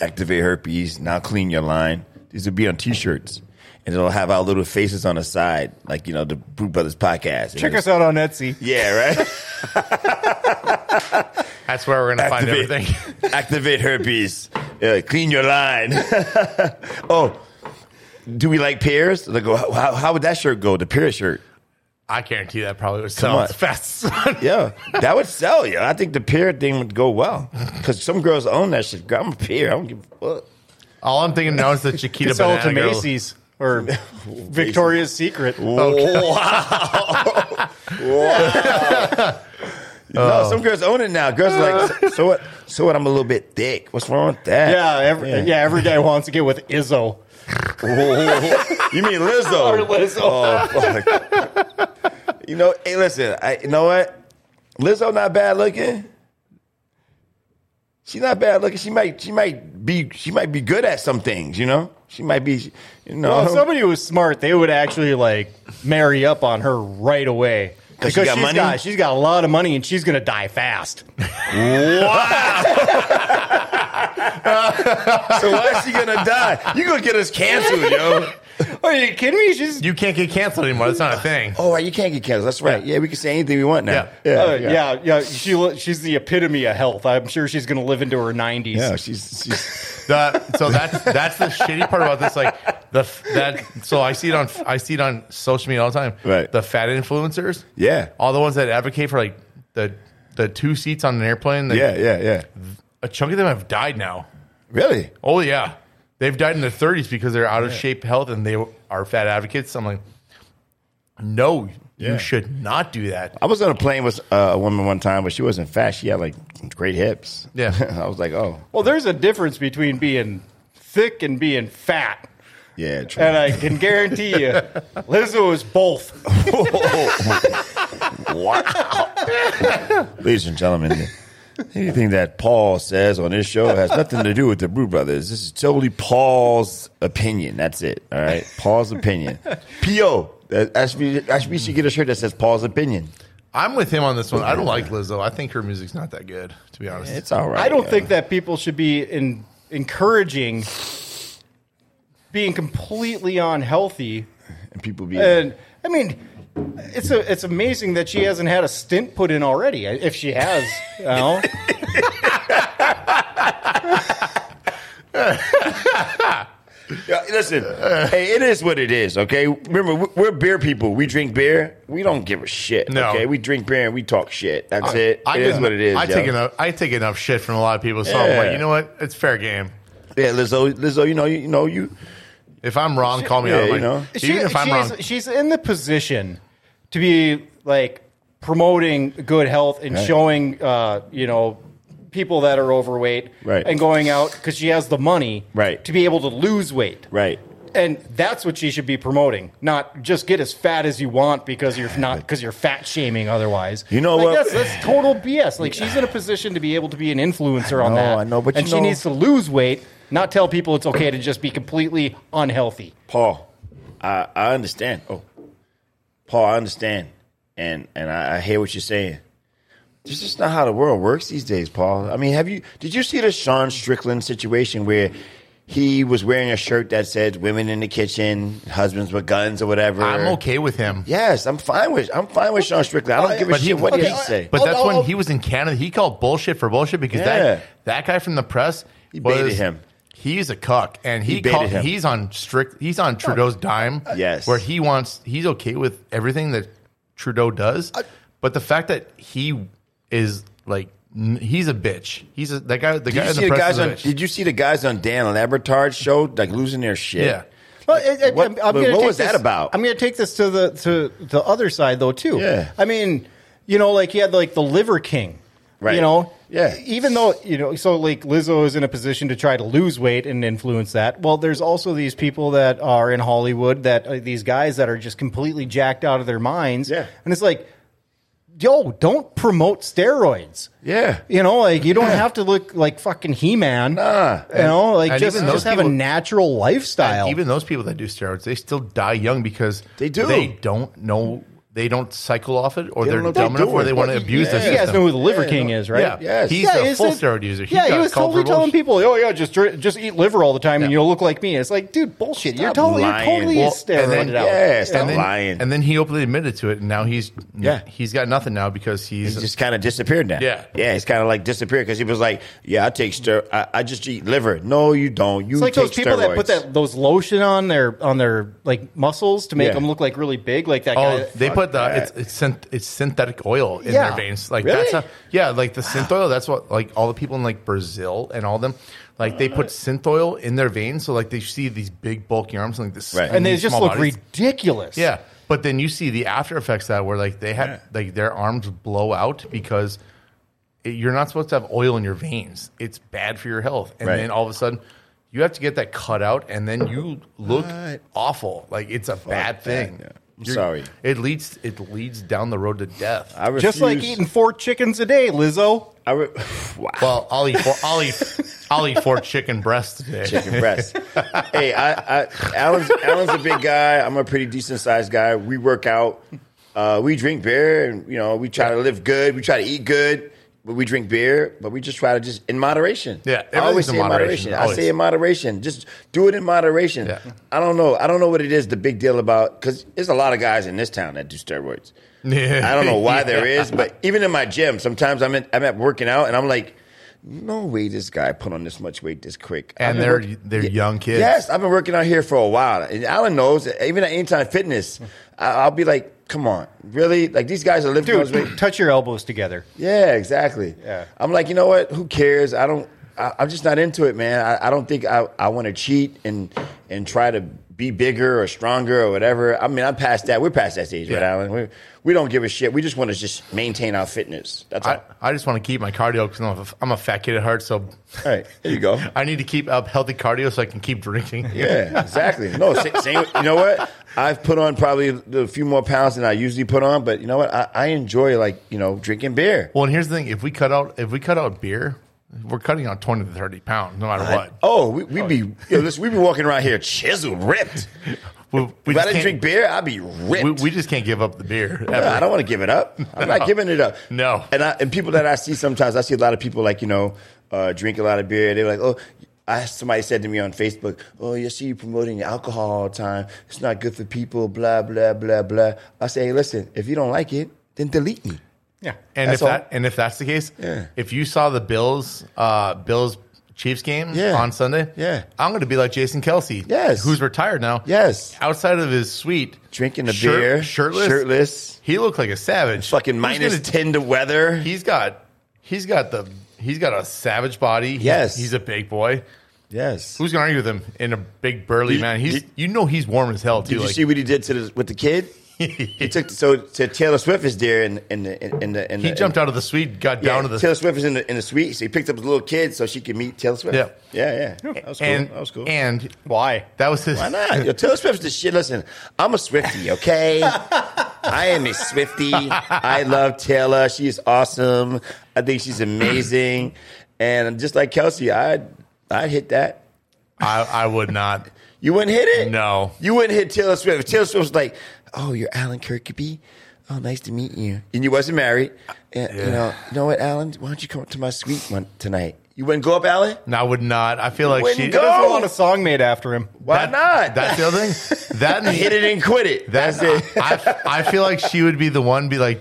S1: Activate herpes. Now clean your line. These would be on T-shirts, and it'll have our little faces on the side, like you know the Brew Brothers podcast. And
S3: Check
S1: it's-
S3: us out on Etsy.
S1: Yeah, right.
S2: That's where we're gonna
S1: Activate.
S2: find everything.
S1: Activate herpes. Yeah, clean your line. oh, do we like pears? Like, how, how- how would that shirt go? The pear shirt.
S2: I guarantee that probably was
S1: on.
S2: selling fast.
S1: Yeah, that would sell. Yeah, I think the pear thing would go well because some girls own that shit. I'm a pear. I don't give a fuck.
S2: All I'm thinking now is the
S3: You
S2: Chiquita
S3: can sell it to
S2: banana girl.
S3: Macy's or Victoria's Secret.
S1: Oh, Wow. Wow. No, some girls own it now. Girls are like, so, so what? So what? I'm a little bit thick. What's wrong with that?
S3: Yeah, every, yeah. every guy wants to get with Izzo.
S1: You mean Lizzo?
S3: Or Lizzo.
S1: Oh, fuck. you know, hey, listen. I, you know what? Lizzo not bad looking. She's not bad looking. She might. She might be. She might be good at some things. You know. She might be. You know.
S3: Well, if somebody was smart, they would actually like marry up on her right away.
S1: 'Cause she got
S3: she's
S1: money?
S3: got she's got a lot of money and she's gonna die fast.
S1: so why is she gonna die? You gonna get us canceled, yo?
S3: Are you kidding me? She's
S2: You can't get canceled anymore. That's not a thing.
S1: Oh, right, you can't get canceled. That's right. Yeah, we can say anything we want now.
S2: Yeah.
S3: Uh, yeah. yeah, She lo- she's the epitome of health. I'm sure she's going to live into her 90s.
S1: Yeah, she's, she's
S2: The- so that's that's the shitty part about this. Like the f- that. So I see it on I see it on social media all the time.
S1: Right.
S2: The fat influencers.
S1: yeah,
S2: All the ones that advocate for like the the two seats on an airplane. They,
S1: yeah, yeah, yeah.
S2: A chunk of them have died now.
S1: Really?
S2: Oh yeah, they've died in their thirties because they're out of shape health and they are fat advocates. I'm like, no,
S1: Yeah.
S2: you should not do that.
S1: I was on a plane with uh, a woman one time, but she wasn't fat. She had like great hips.
S2: Yeah.
S1: I was like, oh,
S3: Well, there's a difference between being thick and being fat.
S1: yeah, true.
S3: And I can guarantee you, Lizzo is both.
S1: Oh, wow, ladies and gentlemen. Anything that Paul says on this show has nothing to do with the Brew Brothers. This is totally Paul's opinion. That's it. All right, Paul's opinion. P.O. That- that's- We should get a shirt that says Paul's opinion.
S2: I'm with him on this one. I don't like Lizzo. I think her music's not that good, to be honest.
S1: It's all right. uh,
S3: I don't
S1: yeah.
S3: think that people should be in, encouraging being completely unhealthy.
S1: and people be
S3: And I mean, it's a, it's amazing that she hasn't had a stint put in already. uh, If she has, you know.
S1: Yeah, listen, hey, it is what it is. Okay, remember we- we're beer people. We drink beer. We don't give a shit.
S2: No.
S1: Okay, we drink beer and we talk shit. That's it. It is
S2: get-
S1: what it is.
S2: I
S1: yo.
S2: take enough. I take enough shit from a lot of people, so I'm
S1: Yeah.
S2: like, you know what? It's fair game.
S1: Yeah, Lizzo, Lizzo, you know, you, you know, you.
S2: If I'm wrong, call me out.
S1: yeah,
S2: I'm
S1: you
S2: Like,
S1: know.
S3: she,
S2: Even if I'm
S3: she's,
S2: wrong,
S3: she's in the position to be like promoting good health and
S1: Right.
S3: showing, uh, you know, people that are overweight
S1: Right.
S3: and going out because she has the money
S1: Right.
S3: to be able to lose weight.
S1: Right.
S3: And that's what she should be promoting, not just get as fat as you want because you're not because you're fat shaming otherwise.
S1: You know
S3: like,
S1: what?
S3: That's, that's total BS. Like she's in a position to be able to be an influencer on
S1: know,
S3: that.
S1: I know, but
S3: and
S1: you
S3: she
S1: know-
S3: needs to lose weight, not tell people it's okay to just be completely unhealthy.
S1: Paul, I, I understand. Oh, Paul, I understand, and and I, I hear what you're saying, It's just not how the world works these days, Paul. I mean, have you did you see the Sean Strickland situation where he was wearing a shirt that said "Women in the kitchen, husbands with guns" or whatever?
S2: I'm okay with him.
S1: Yes, I'm fine with I'm fine with Sean Strickland. I don't give a
S2: But
S1: shit
S2: he,
S1: what
S2: okay,
S1: he say.
S2: But
S1: But
S2: that's
S1: I'll-
S2: when
S1: I'll-
S2: he was in Canada. He called bullshit for bullshit because
S1: Yeah.
S2: that that guy from the press
S1: He baited
S2: was-
S1: him.
S2: He's a cuck, and he,
S1: He baited
S2: called,
S1: him.
S2: he's on strict. He's on Trudeau's dime.
S1: Yes.
S2: where he wants, he's okay with everything that Trudeau does. but the fact that he is like, n- he's a bitch. He's a, that guy. The
S1: did
S2: guy
S1: you
S2: in
S1: see
S2: the
S1: the
S2: press.
S1: guys
S2: Is a
S1: on?
S2: bitch.
S1: Did you see the guys on Dan on Avatar's show like losing their shit?
S2: Yeah.
S3: Well, it, it-
S1: What-
S3: I'm
S1: but
S3: gonna
S1: what
S3: take
S1: was that
S3: this-
S1: about?
S3: I'm going to take this to the to the other side though too.
S1: Yeah.
S3: I mean, you know, like you had like the Liver King,
S1: Right.
S3: You know,
S1: Yeah.
S3: Even though you know, so like Lizzo is in a position to try to lose weight and influence that. Well, there's also these people that are in Hollywood that uh, these guys that are just completely jacked out of their minds.
S1: Yeah.
S3: and it's like, yo, don't promote steroids.
S1: Yeah.
S3: You know, like you don't have to look like fucking He Man.
S1: Nah.
S3: You know, like
S2: And
S3: just,
S2: even those
S3: just have a
S2: people-
S3: natural lifestyle.
S2: And even those people that do steroids, they still die young because
S1: They do.
S2: They don't know. They don't cycle off it, or
S1: They don't
S2: they are
S1: know what they're
S2: dumb enough where
S1: doing.
S2: they want to
S1: Well,
S2: abuse
S1: yeah.
S2: the
S3: You guys
S2: system.
S3: know who the Liver
S1: Yeah,
S3: King
S1: no.
S3: is, right?
S2: Yeah.
S1: Yes.
S2: He's a
S3: it's
S2: full
S3: like-
S2: steroid user. He
S3: yeah, he
S2: got
S3: was
S2: called
S3: totally
S2: for
S3: telling
S2: bullshit.
S3: people, "Oh yeah, just dr- just eat liver all the time, and
S2: Yeah.
S3: you'll look like me." It's like, dude, bullshit. You're
S1: Stop
S3: totally
S1: lying.
S3: you're totally
S1: Well,
S3: steroided
S1: and then-
S3: out.
S1: yeah, stop
S2: and then,
S1: lying.
S2: and then he openly admitted to it, and now he's
S1: Yeah.
S2: he's got nothing now because he's
S1: He just kind of disappeared now.
S2: Yeah.
S1: yeah, he's kind of like disappeared because he was like, "Yeah, I take stir. I, I just eat liver. No, you don't. You
S3: It's like
S1: take
S3: those people that put
S1: steroids.
S3: that those lotion on their on their like muscles to make
S1: Yeah.
S3: them look like really big, like that
S2: oh
S3: guy.
S2: they
S1: fuck
S2: put the
S1: that.
S2: it's it's, synth, it's synthetic oil in
S3: Yeah.
S2: their veins like
S1: Really?
S2: that's how, yeah like the synth oil that's what like all the people in like Brazil and all them like they put synth oil in their veins so like they see these big bulky arms and like this
S1: Right.
S3: and they
S2: skinny,
S3: just
S2: small
S3: look
S2: bodies.
S3: ridiculous.
S2: Yeah, but then you see the after effects of that where like they had like their arms blow out because it, you're not supposed to have oil in your veins. It's bad for your health. And
S1: Right.
S2: then all of a sudden, you have to get that cut out, and then you look
S1: What?
S2: awful. Like it's a bad
S1: that,
S2: thing.
S1: yeah. I'm
S2: You're-
S1: sorry.
S2: It leads it leads down the road to death.
S1: I refuse,
S3: just like eating four chickens a day, Lizzo.
S1: I re- wow.
S2: well, I'll eat four, I'll eat I'll eat four chicken breasts today.
S1: chicken breast. hey, I, I Alan's, Alan's a big guy. I'm a pretty decent sized guy. We work out. Uh, we drink beer, and you know we try to live good. We try to eat good, but we drink beer. But we just try to just in moderation.
S2: Yeah,
S1: I always
S2: everything's
S1: say
S2: in
S1: in moderation.
S2: moderation,
S1: I say in moderation. Just do it in moderation.
S2: Yeah.
S1: I don't know. I don't know what it is. The big deal about because there's a lot of guys in this town that do steroids.
S2: Yeah.
S1: I don't know why
S2: Yeah.
S1: there is, but even in my gym, sometimes I'm in, I'm at working out and I'm like, no way, this guy put on this much weight this quick. I've
S2: And
S1: been
S2: they're
S1: working-
S2: they're young kids.
S1: Yes, I've been working out here for a while. And Alan knows, even at Anytime Fitness, I- I'll be like, come on, really? Like, these guys are living those weight.
S3: Dude, touch your elbows together.
S1: Yeah, exactly.
S3: Yeah.
S1: I'm like, you know what? Who cares? I don't. I, I'm just not into it, man. I, I don't think I, I want to cheat and and try to be bigger or stronger or whatever. I mean, I'm past that. We're past that stage, right,
S2: Yeah.
S1: Alan? We we don't give a shit. We just want to just maintain our fitness. That's all.
S2: I, I just want to keep my cardio because I'm, a- I'm a fat kid at heart. So
S1: all right, there you go.
S2: I need to keep up healthy cardio so I can keep drinking.
S1: Yeah, exactly. No, sa- same. You know what? I've put on probably a few more pounds than I usually put on, but you know what? I, I enjoy like you know drinking beer.
S2: Well, and here's the thing: if we cut out if we cut out beer, we're cutting out twenty to thirty pounds, no matter what.
S1: Oh, we, we be yo, listen, we be walking around here chiseled, ripped.
S2: We, we
S1: If I
S2: just
S1: didn't
S2: can't,
S1: drink beer, I'd be ripped.
S2: we, we just can't give up the beer.
S1: Yeah,
S2: ever.
S1: I don't want to give it up. I'm
S2: No.
S1: not giving it up.
S2: No.
S1: And I, and people that I see sometimes, I see a lot of people like you know uh, drink a lot of beer. They're like, oh. I, somebody said to me on Facebook, "Oh, you see, you promoting alcohol all the time. It's not good for people." Blah blah blah blah. I say, hey, listen, if you don't like it, then delete me.
S3: Yeah,
S2: and if
S1: that's all.
S2: that and if that's the case,
S1: Yeah.
S2: if you saw the Bills uh, Bills Chiefs game
S1: Yeah.
S2: on Sunday,
S1: Yeah.
S2: I'm going to be like Jason Kelsey,
S1: Yes.
S2: who's retired now,
S1: Yes.
S2: outside of his suite,
S1: Drinking a
S2: shirt-
S1: beer,
S2: shirtless,
S1: shirtless,
S2: He looked like a savage.
S1: fucking
S2: Who's
S1: minus
S2: gonna-
S1: ten to weather.
S2: he's got he's got the he's got a savage body. He's-
S1: Yes.
S2: he's a big boy.
S1: yes.
S2: Who's gonna argue with him in a big burly
S1: Did-
S2: man? He's
S1: did-
S2: you know he's warm as hell too.
S1: Did you
S2: like-
S1: see what he did to the, with the kid? he took so, so Taylor Swift is there in, in the in, in the in
S2: he
S1: the,
S2: jumped out of the suite, got down to the
S1: Taylor Swift is in the in the suite, so he picked up his little kid so she could meet Taylor Swift.
S2: Yeah.
S1: yeah, yeah. That was cool.
S2: and
S1: that was cool.
S2: and
S3: why?
S2: that was his.
S1: Why not? Yo, Taylor Swift's the shit. Listen, I'm a Swifty, okay? I am a Swifty. I love Taylor. She's awesome. I think she's amazing. And just like Kelsey, I'd I'd hit that.
S2: I, I would not.
S1: You wouldn't hit it?
S2: No.
S1: You wouldn't hit Taylor Swift. If Taylor Swift was like, oh, you're Alan Kirkby.
S5: "Oh, nice to meet you."
S1: And you wasn't married. Uh,
S5: Yeah, You know, you know what, Alan? Why don't you come up to my suite one tonight?
S1: You wouldn't go up, Alan?
S2: No, I would not. I feel like
S1: wouldn't
S2: she.
S1: go?
S3: There's a lot of song made after him.
S1: Why
S2: that-
S1: not?
S2: That's the other thing. That and
S1: Hit it and quit it.
S2: That,
S1: That's it.
S2: I, I feel like she would be the one, be like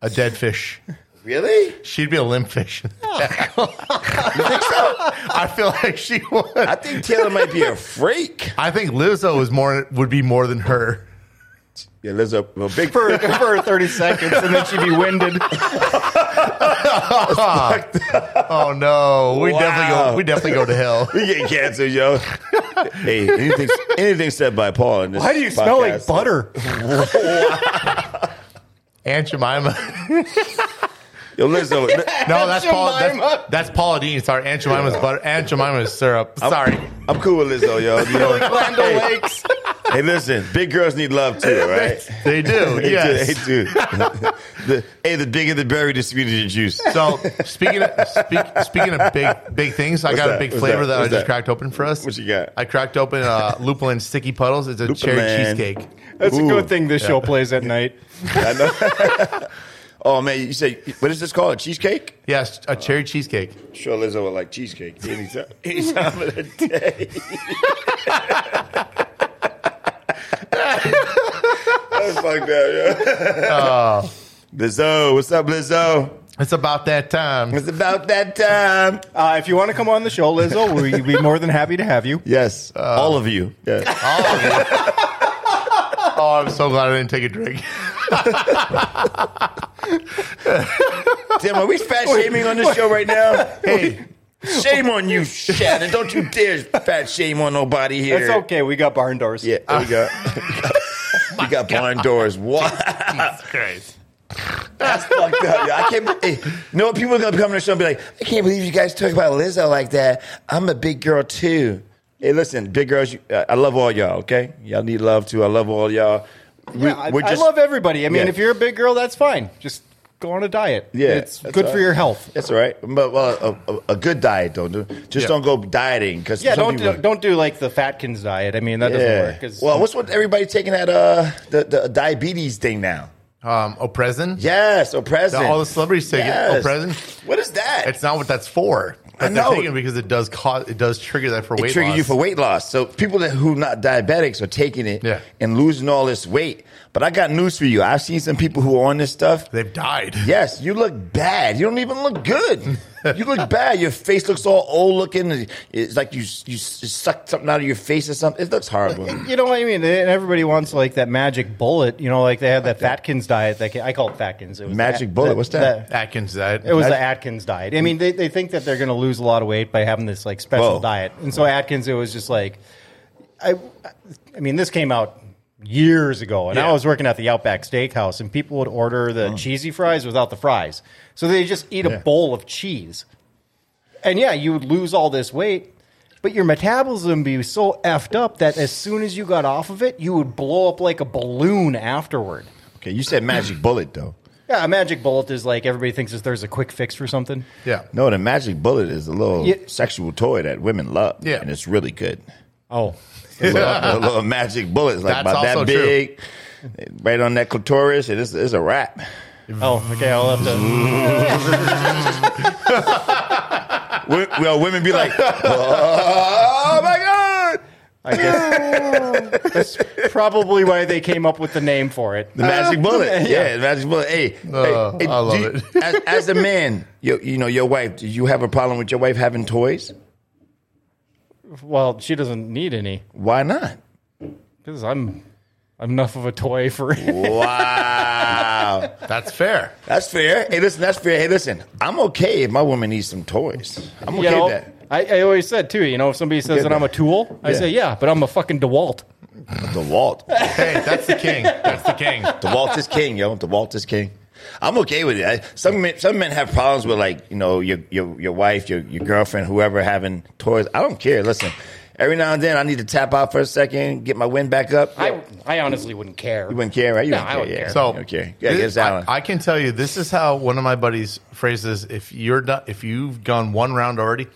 S2: a dead fish.
S1: Really?
S2: She'd be a limp fish.
S1: Oh.
S2: I feel like she would.
S1: I think Taylor might be a freak.
S2: I think Lizzo is more would be more than her.
S1: Yeah, there's a, a big
S3: For, for 30 seconds, and then she'd be winded.
S2: Oh no, we
S1: Wow.
S2: definitely go. We definitely go to hell.
S1: You get cancer, yo. hey, anything, anything said by Paul in this
S3: Why do you smell like
S1: podcast-
S3: butter?
S2: Aunt Jemima.
S1: Yo, Lizzo. li-
S2: No, that's Paul.
S3: Jemima.
S2: That's, that's Paula Dean. Sorry, Aunt Jemima's butter. Aunt Jemima's syrup. Sorry.
S1: I'm cool with Lizzo, yo. You know,
S3: Glendale
S1: hey,
S3: Lakes.
S1: hey, listen, big girls need love too, right?
S2: They do.
S1: They
S2: yes.
S1: do. They do. the, hey, the bigger the berry, the sweeter the juice.
S2: So speaking of, speak, speaking of big big things, I
S1: What's
S2: got
S1: that?
S2: a big
S1: What's
S2: flavor
S1: that?
S2: that, I
S1: What's
S2: just
S1: that?
S2: cracked open for us.
S1: What you got?
S2: I cracked open uh, Lupulin Sticky Puddles. It's a
S1: Lupulin.
S2: cherry cheesecake.
S3: That's
S1: Ooh.
S3: a good thing this show plays at night.
S1: I know. oh man, you say what is this called? A cheesecake?
S2: Yes, a cherry cheesecake.
S1: Sure, Lizzo would like cheesecake anytime, any time of the day. That's fucked up, yo. Lizzo, what's up, Lizzo?
S2: It's about that time.
S1: It's about that time.
S3: Uh, if you want to come on the show, Lizzo, we'd be more than happy to have you.
S1: Yes, all of you. Yes.
S2: All of it. Oh, I'm so glad I didn't take a drink.
S1: Damn, are we fat shaming on this show right now? Hey, shame on you, Shannon. Don't you dare fat shame on nobody here.
S3: That's Oh okay. We got barn doors.
S1: Yeah, there we go. we got barn doors. What?
S2: Jesus Christ.
S1: That's fucked up. yo. I can't. Hey, you know what? People are gonna come to the show and be like, "I can't believe you guys talk about Lizzo like that." I'm a big girl too. Hey, listen, big girls. You, uh, I love all y'all. Okay, y'all need love too. I love all y'all. We,
S3: Yeah, I, I love everybody. I mean,
S1: Yeah.
S3: if you're a big girl, that's fine. Just go on a diet.
S1: Yeah,
S3: it's
S1: that's
S3: good
S1: all
S3: for
S1: right.
S3: your health.
S1: That's all right. But well, a, a, a good diet, don't do. Just
S2: Yeah.
S1: don't go dieting because
S3: Yeah, don't do, don't do like the Fatkins diet. I mean, that doesn't work. 'cause-
S1: Well, what's with everybody taking that uh the, the diabetes thing now?
S2: Um, Oprezin.
S1: Yes, oppressing.
S2: All the celebrities take
S1: Yes.
S2: it. Oprezin.
S1: What is that?
S2: It's not what that's for. But
S1: I know.
S2: They're taking it because it does cause it does trigger that for
S1: it
S2: weight
S1: triggers
S2: loss.
S1: you for weight loss. So people that who not diabetics are taking it
S2: Yeah.
S1: and losing all this weight. But I got news for you. I've seen some people who are on this stuff.
S2: They've died.
S1: Yes, you look bad. You don't even look good. You look bad. Your face looks all old looking. It's like you you sucked something out of your face or something. It looks horrible.
S3: you know what I mean? And everybody wants like that magic bullet. You know, like they had that Fatkins diet. That I call it Fatkins. It was
S1: Magic
S3: the-
S1: bullet?
S3: the-
S1: What's that?
S3: the-
S2: Atkins diet.
S3: it was the Atkins diet. I mean, they, they think that they're going to lose a lot of weight by having this like special
S1: Whoa.
S3: diet. And so Atkins, it was just like, I, I mean, this came out years ago, and I
S2: Yeah.
S3: was working at the Outback Steakhouse, and people would order the
S1: Mm.
S3: cheesy fries without the fries. So they just eat a bowl of cheese, and yeah, you would lose all this weight. But your metabolism would be so effed up that as soon as you got off of it, you would blow up like a balloon afterward.
S1: Okay, you said magic bullet though.
S3: Yeah, a magic bullet is like everybody thinks is there's a quick fix for something.
S2: yeah.
S1: No, the magic bullet is a little
S3: Yeah.
S1: sexual toy that women love.
S2: Yeah.
S1: and it's really good.
S3: Oh,
S1: A little, a little magic bullet is like
S2: That's
S1: about that
S2: also true.
S1: big, right on that clitoris, and it's, it's a wrap.
S3: Oh, okay. I'll have to.
S1: Wo- Well, women be like, oh my god,
S3: I guess that's probably why they came up with the name for it.
S1: the magic bullet. Yeah, the magic bullet. Hey, hey,
S2: Oh,
S1: hey,
S2: Uh, I love
S1: do you-
S2: it.
S1: as, as a man, you, you know your wife. Do you have a problem with your wife having toys?
S3: Well, she doesn't need any
S1: Why not?
S3: because I'm I'm enough of a toy for it.
S1: Wow,
S2: That's fair.
S1: that's fair. Hey, listen, that's fair. Hey, listen, I'm okay if my woman needs some toys. I'm okay
S3: You know,
S1: with that.
S3: I, I always said too. You know, if somebody
S1: Get
S3: says that I'm a
S1: that.
S3: tool, I
S1: Yeah.
S3: say yeah, but I'm a fucking Dewalt.
S1: DeWalt.
S2: Hey, that's the king. That's the king.
S1: DeWalt is king, yo. DeWalt is king. I'm okay with it. I, some men, some men have problems with like you know your your your wife, your your girlfriend, whoever having toys. I don't care. Listen, every now and then I need to tap out for a second, get my wind back up.
S3: I I honestly wouldn't care.
S1: you wouldn't care, right? You
S3: No,
S1: wouldn't
S3: I
S1: care,
S3: wouldn't
S1: yeah.
S3: care.
S2: So
S1: You don't care. Yeah,
S2: this-
S1: yes, Alan.
S2: I, I can tell you this is how one of my buddies phrases if you're done if you've gone one round already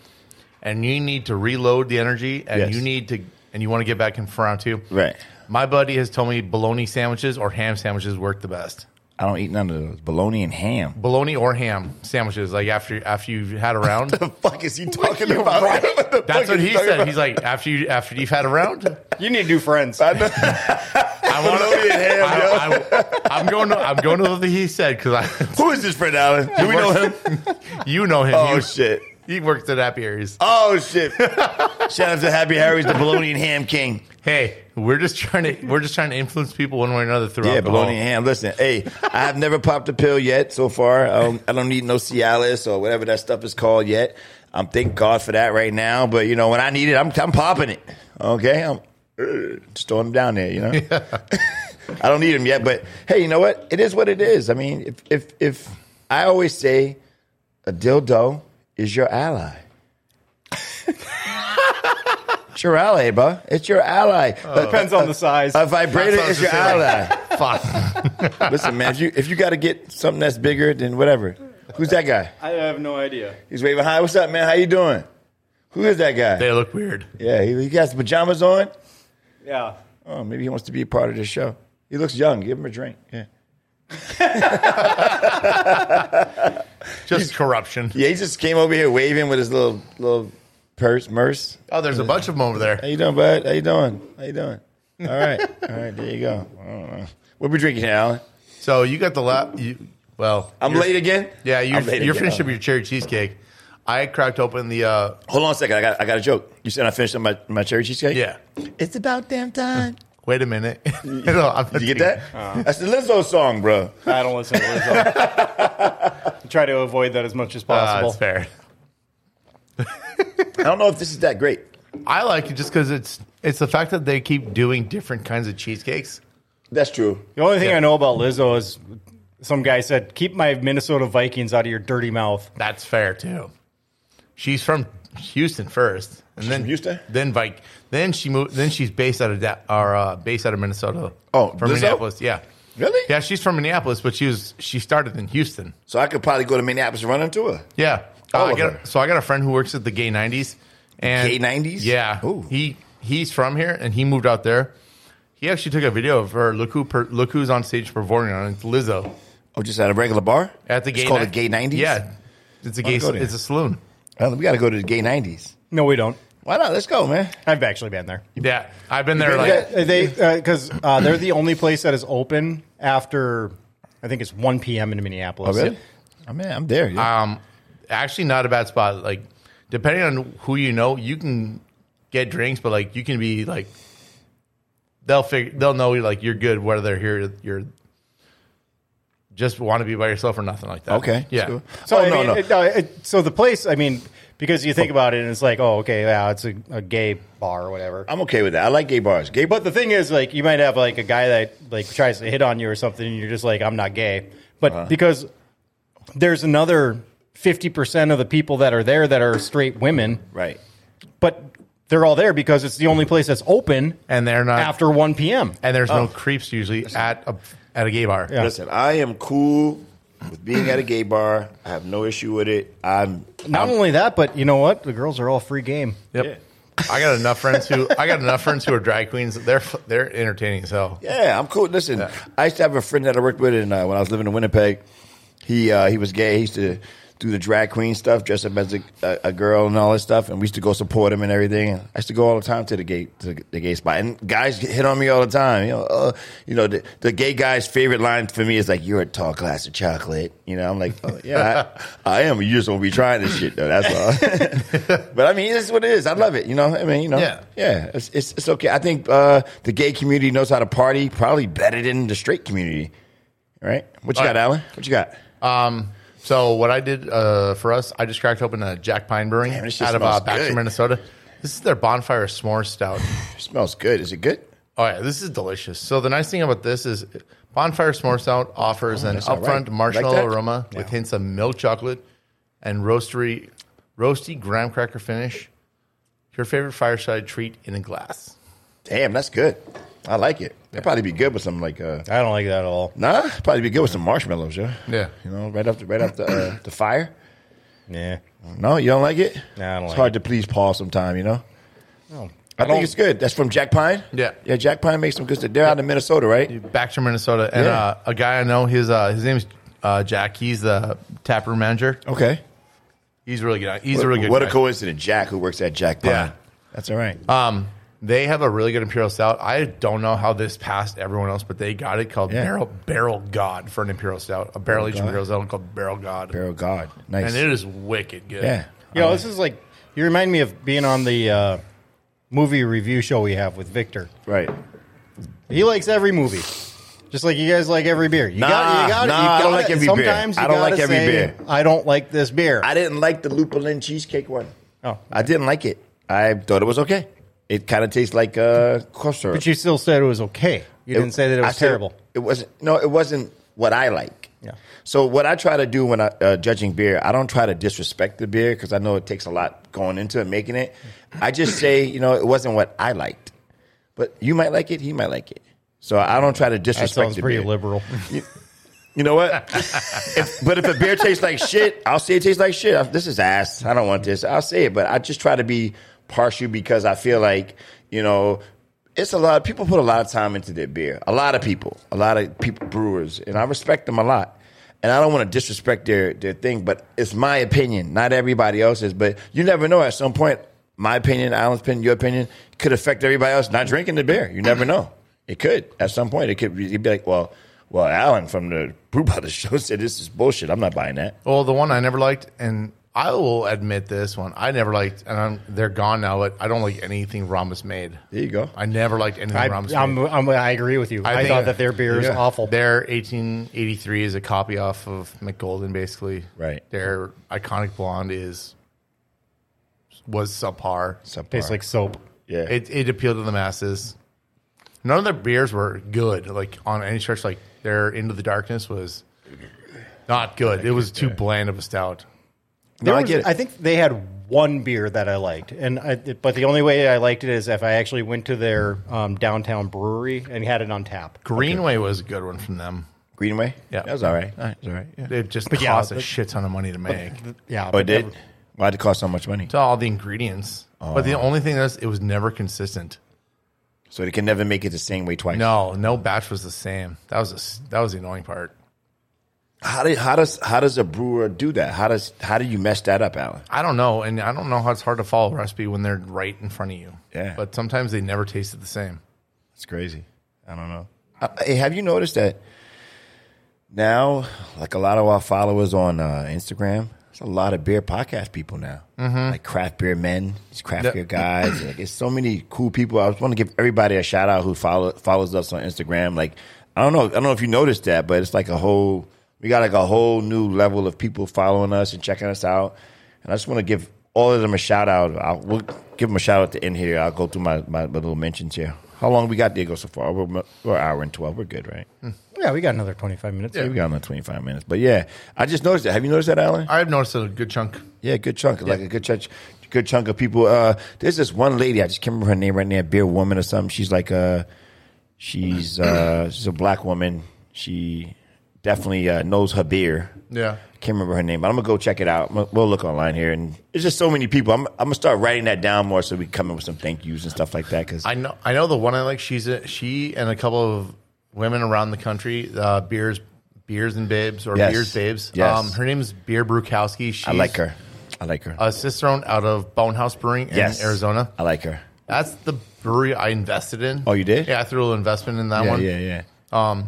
S2: and you need to reload the energy and
S1: Yes.
S2: you need to and you want to get back in for round two.
S1: Right.
S2: My buddy has told me bologna sandwiches or ham sandwiches work the best.
S1: I don't eat none of those. Bologna and ham.
S2: bologna or ham sandwiches. Like after after you've had a round,
S1: What the fuck is he talking about? What the fuck
S2: that's what
S1: is
S2: he
S1: talking
S2: said.
S1: about?
S2: He's like after you after you've had a round,
S3: You need new friends. I
S2: I want
S1: Bologna and ham, yo.
S2: to. I'm going. To, I'm going to what he said because I.
S1: Who is this friend Allen? Do we know him?
S2: you know him.
S1: Oh
S2: he,
S1: shit.
S2: He worked at Happy Aries.
S1: Oh shit. Shout out to Happy Harry's the bologna and ham king.
S2: Hey, we're just trying to we're just trying to influence people one way or another through
S1: Yeah,
S2: alcohol.
S1: bologna and ham. Listen, hey, I have never popped a pill yet so far. I don't, I don't need no Cialis or whatever that stuff is called yet. I'm thank God for that right now. But you know, when I need it, I'm I'm popping it. Okay, I'm uh, just throwing them down there. You know, I don't need them yet. But hey, you know what? It is what it is. I mean, if if if I always say a dildo is your ally. it's your ally, bro. It's your ally.
S3: Depends on the size.
S1: a vibrator
S2: That's
S1: is your
S2: what I was
S1: ally.
S2: Fuck.
S1: Listen, man, if you if you got to get something that's bigger than whatever, who's that guy?
S3: I have no idea.
S1: He's waving hi. What's up, man? How you doing? Who is that guy?
S2: They look weird.
S1: Yeah, he, he got his pajamas on.
S3: Yeah.
S1: Oh, maybe he wants to be a part of this show. He looks young. Give him a drink. Yeah,
S2: Just corruption.
S1: yeah. He just came over here waving with his little little purse, merce.
S2: Oh, there's a bunch of them over there.
S1: How you doing, bud? How you doing? How you doing? All right, all right. There you go. I don't know. What we drinking, here, Alan?
S2: So you got the lap. You, well,
S1: I'm
S2: you're-
S1: late again.
S2: Yeah, you're,
S1: I'm late
S2: you're
S1: again.
S2: finished up your cherry cheesecake. I cracked open the. uh
S1: Hold on a second. I got I got a joke. You said I finished up my my cherry cheesecake.
S2: Yeah.
S1: it's about damn time.
S2: Wait a minute. No, I'm not Uh,
S1: Did you get
S2: taking-
S1: that? That's the Lizzo song, bro.
S3: Uh-huh. I don't listen to Lizzo. I try to avoid that as much
S1: Ah,
S3: as
S2: Uh,
S3: possible.
S2: it's fair.
S1: I don't know if this is that great.
S2: I like it just because it's it's the fact that they keep doing different kinds of cheesecakes.
S1: That's true.
S3: the only thing I know about Lizzo is some guy said, "Keep my Minnesota Vikings out of your dirty mouth."
S2: That's fair too. She's from Houston first, and then
S1: from Houston?
S2: Then Vike. Then she moved. Then she's based out of da- or uh, based out of Minnesota.
S1: Oh,
S2: from
S1: Lizzo?
S2: Minneapolis. Yeah,
S1: Really?
S2: yeah. She's from Minneapolis, but she was she started in Houston.
S1: So I could probably go to Minneapolis and run into her.
S2: Yeah. Uh,
S1: All
S2: I
S1: of
S2: got,
S1: her.
S2: so I got a friend who works at the Gay Nineties. And
S1: Gay 90s?
S2: Yeah.
S1: Ooh.
S2: He he's from here and he moved out there. He actually took a video of her. Look who per, look who's on stage performing on it. It's Lizzo
S1: Oh, just at a regular bar?
S2: at the
S1: it's
S2: Gay.
S1: called
S2: Ni-
S1: a gay 90s?
S2: Yeah. It's a gay.
S1: go there.
S2: It's a saloon.
S1: Well, we got to go to the gay 90s.
S3: No, we don't.
S1: Why not? Let's go, man.
S3: I've actually been there.
S2: Yeah, I've been there. Like
S3: Yeah, they because uh, they're the only place that is open after I think it's one p.m. in
S2: Oh,
S1: Oh,
S3: Minneapolis.
S1: I mean, I'm there. Yeah.
S2: Um, actually, not a bad spot. Like, depending on who you know, you can get drinks, but like you can be like, they'll figure, they'll know like you're good whether they're here. You're just want to be by yourself or nothing like that.
S1: okay.
S2: Uh, yeah.
S1: Sure.
S3: So
S1: oh,
S3: I
S1: no,
S3: mean,
S1: no.
S3: it- uh, it- so the place, I mean, because you think about it, and it's like, oh, okay, yeah, it's a, a gay bar or whatever.
S1: I'm okay with that. I like gay bars. Gay bar.
S3: But the thing is, like, you might have like a guy that like tries to hit on you or something, and you're just like, I'm not gay. But because there's another fifty percent of the people that are there that are straight women,
S1: Right.
S3: but they're all there because it's the only place that's open
S2: And they're not
S3: after one p.m.
S2: and there's no creeps usually at a at a gay bar.
S3: Yeah.
S1: Listen, I am cool with being at a gay bar. I have no issue with it. I'm.
S3: Not only that, but you know what? The girls are all free game.
S2: Yep. I got enough friends who I got enough friends who are drag queens. They're f- they're entertaining as hell.
S1: Yeah, I'm cool. Listen, I used to have a friend that I worked with, and uh, when I was living in Winnipeg, he uh, he was gay. He used to do the drag queen stuff, dress up as a, a, a girl and all that stuff, and we used to go support him and everything. I used to go all the time to the gay to the gay spot, and guys hit on me all the time. You know, uh, you know the, the gay guy's favorite line for me is like, "You're a tall glass of chocolate." You know, I'm like, oh, "Yeah, I, I am." You just won't be trying this shit though. That's all. but I mean, this is what it is. I love it. You know, I mean, you know,
S2: Yeah.
S1: yeah, it's, it's, it's okay. I think uh, the gay community knows how to party probably better than the straight community, right? What you
S2: All
S1: got,
S2: right.
S1: Alan? What you got?
S2: Um, so what I did uh, for us, I just cracked open a Jack Pine Brewing
S1: Damn, this shit
S2: out of uh,
S1: smells
S2: Baxter,
S1: good.
S2: Minnesota. This is their bonfire s'more stout.
S1: It smells good. Is it good?
S2: Oh yeah, this is delicious. So the nice thing about this is bonfire s'more stout offers an
S1: all Oh, right.
S2: upfront
S1: Like
S2: marshmallow
S1: that?
S2: aroma with hints of milk chocolate and roastery, roasty graham cracker finish. Your favorite fireside treat in a glass.
S1: Damn, that's good. I like it. That'd probably be good with some like uh,
S3: I don't like that at all.
S1: nah. it'd Probably be good with some marshmallows, yeah.
S2: Yeah.
S1: you know, right off the right off the uh, the fire.
S3: Yeah.
S1: No, you don't like it.
S3: Nah, I don't
S1: it's
S3: like
S1: hard to please Paul sometime, you know. I, think it's good. That's from Jack Pine.
S2: Yeah.
S1: yeah. Jack Pine makes some good stuff. They're out in Minnesota, right?
S2: back to Minnesota, and
S1: Yeah.
S2: uh, a guy I know, his uh, his name's uh, Jack. He's the taproom manager.
S1: Okay.
S2: He's really good. He's a really good.
S1: What
S2: guy.
S1: a coincidence, Jack, who works at Jack Pine.
S2: Yeah.
S1: That's all right.
S2: Um, they have a really good imperial stout. I don't know how this passed everyone else, but they got it called
S1: Yeah.
S2: Barrel Barrel God for an imperial stout, a barrel aged
S1: God.
S2: imperial stout called Barrel God,
S1: Barrel God, nice.
S2: and it is wicked good.
S1: yeah.
S3: You know, this is like you remind me of being on the uh, movie review show we have with Victor.
S1: Right.
S3: He likes every movie, just like you guys like every beer. You
S1: Nah,
S3: you
S1: nah,
S3: you
S1: I don't like
S3: gotta-
S1: every beer.
S3: Sometimes you
S1: I don't like
S3: gotta
S1: every
S3: say,
S1: beer.
S3: I don't like this beer.
S1: I didn't like the lupulin cheesecake one.
S3: oh,
S1: I didn't like it. I thought it was okay. It kind of tastes like uh, cough syrup.
S3: but you still said it was okay. You didn't say that it
S1: I
S3: was
S1: said
S3: terrible.
S1: It wasn't. No, it wasn't what I like.
S3: Yeah.
S1: So what I try to do when I uh, judging beer, I don't try to disrespect the beer because I know it takes a lot going into it making it. I just say, you know, it wasn't what I liked, but you might like it, he might like it. So I don't try to
S3: That
S1: disrespect.
S3: sounds
S1: the
S3: pretty
S1: beer.
S3: liberal.
S1: You know what? If- but if a beer tastes like shit, I'll say it tastes like shit. I- This is ass. I don't want this. I'll say it, but I just try to be partial because I feel like you know it's a lot. People put a lot of time into their beer. A lot of people. A lot of people brewers, and I respect them a lot. And I don't want to disrespect their their thing, but it's my opinion, not everybody else's. But you never know. At some point, my opinion, Alan's opinion, your opinion could affect everybody else not drinking the beer. You never know. It could at some point. It could be, you'd be like, well, well, Alan from the Brew Brothers show said this is bullshit. I'm not buying that.
S2: Well, the one I never liked, and I will admit this one, I never liked, and I'm, they're gone now, but I don't like anything Ramos made.
S1: There you go.
S2: I never liked anything
S3: I,
S2: Ramos
S3: I'm,
S2: made.
S3: I'm, I agree with you. I,
S2: think-
S3: thought that their beer is
S2: Yeah.
S3: awful.
S2: Their 1883 is a copy off of McGolden, basically.
S1: Right.
S2: Their iconic blonde is was subpar.
S1: Subpar.
S3: Tastes like soap.
S1: yeah.
S2: It it appealed to the masses. None of their beers were good. Like on any stretch, like their Into the Darkness was not good. It was too bland of a stout.
S1: no,
S3: There
S1: I
S3: was-
S1: get it.
S3: I think they had one beer that I liked, and I, but the only way I liked it is if I actually went to their um, downtown brewery and had it on tap.
S2: Greenway was a good one from them.
S1: Greenway.
S2: Yeah.
S1: that was all right. All right, it was all right. Yeah.
S2: It just
S3: yeah,
S2: cost a
S3: but-
S2: shit ton of money to make.
S3: Yeah,
S1: Oh, it
S3: never-
S1: did. Why'd it cost so much money?
S2: to all the ingredients. But the only thing is, it was never consistent.
S1: So they can never make it the same way twice.
S2: No, no batch was the same. That was a s that was the annoying part.
S1: How, do, how does how does a brewer do that? How does how do you mess that up, Alan?
S2: I don't know, and I don't know how it's hard to follow a recipe when they're right in front of you.
S1: Yeah.
S2: But sometimes they never tasted the same.
S1: It's crazy. I don't know. Uh, hey, have you noticed that now, like a lot of our followers on uh, Instagram, there's a lot of beer podcast people now, like craft beer men, these craft
S2: Yeah.
S1: beer guys. like, it's so many cool people. I just want to give everybody a shout out who follow, follows us on Instagram. Like, I don't know, I don't know if you noticed that, but it's like a whole. We got like a whole new level of people following us and checking us out, and I just want to give all of them a shout out. I'll, we'll give them a shout out at the end here. I'll go through my, my, my little mentions here. How long we got Diego so far? We're, we're an hour and twelve. We're good, right?
S3: Yeah, we got another 25 minutes.
S1: Yeah, we got another 25 minutes. But yeah, I just noticed that. Have you noticed that, Alan?
S2: I've noticed a good chunk.
S1: Yeah, good chunk, like a good chunk, good chunk of people. Uh, there's this one lady, I just can't remember her name right now, beer woman or something. She's like, uh, she's, uh, she's a black woman. She definitely uh, knows her beer.
S2: Yeah.
S1: Can't remember her name, but I'm gonna go check it out. We'll- We'll look online here, and it's just so many people. I'm, I'm gonna start writing that down more so we can come up with some thank yous and stuff like that. Because
S2: I know. I know the one I like. She's a, she and a couple of women around the country. Uh, beers, beers and babes, or
S1: Yes.
S2: beers babes.
S1: Yes.
S2: Um, her name's Beer Brukowski. She's
S1: I like her, I like her.
S2: A cicerone out of Bonehouse Brewing Uh, in
S1: yes,
S2: Arizona.
S1: I like her.
S2: That's the brewery I invested in.
S1: Oh, you did?
S2: Yeah, I threw a little investment in that
S1: Yeah,
S2: one.
S1: yeah, yeah.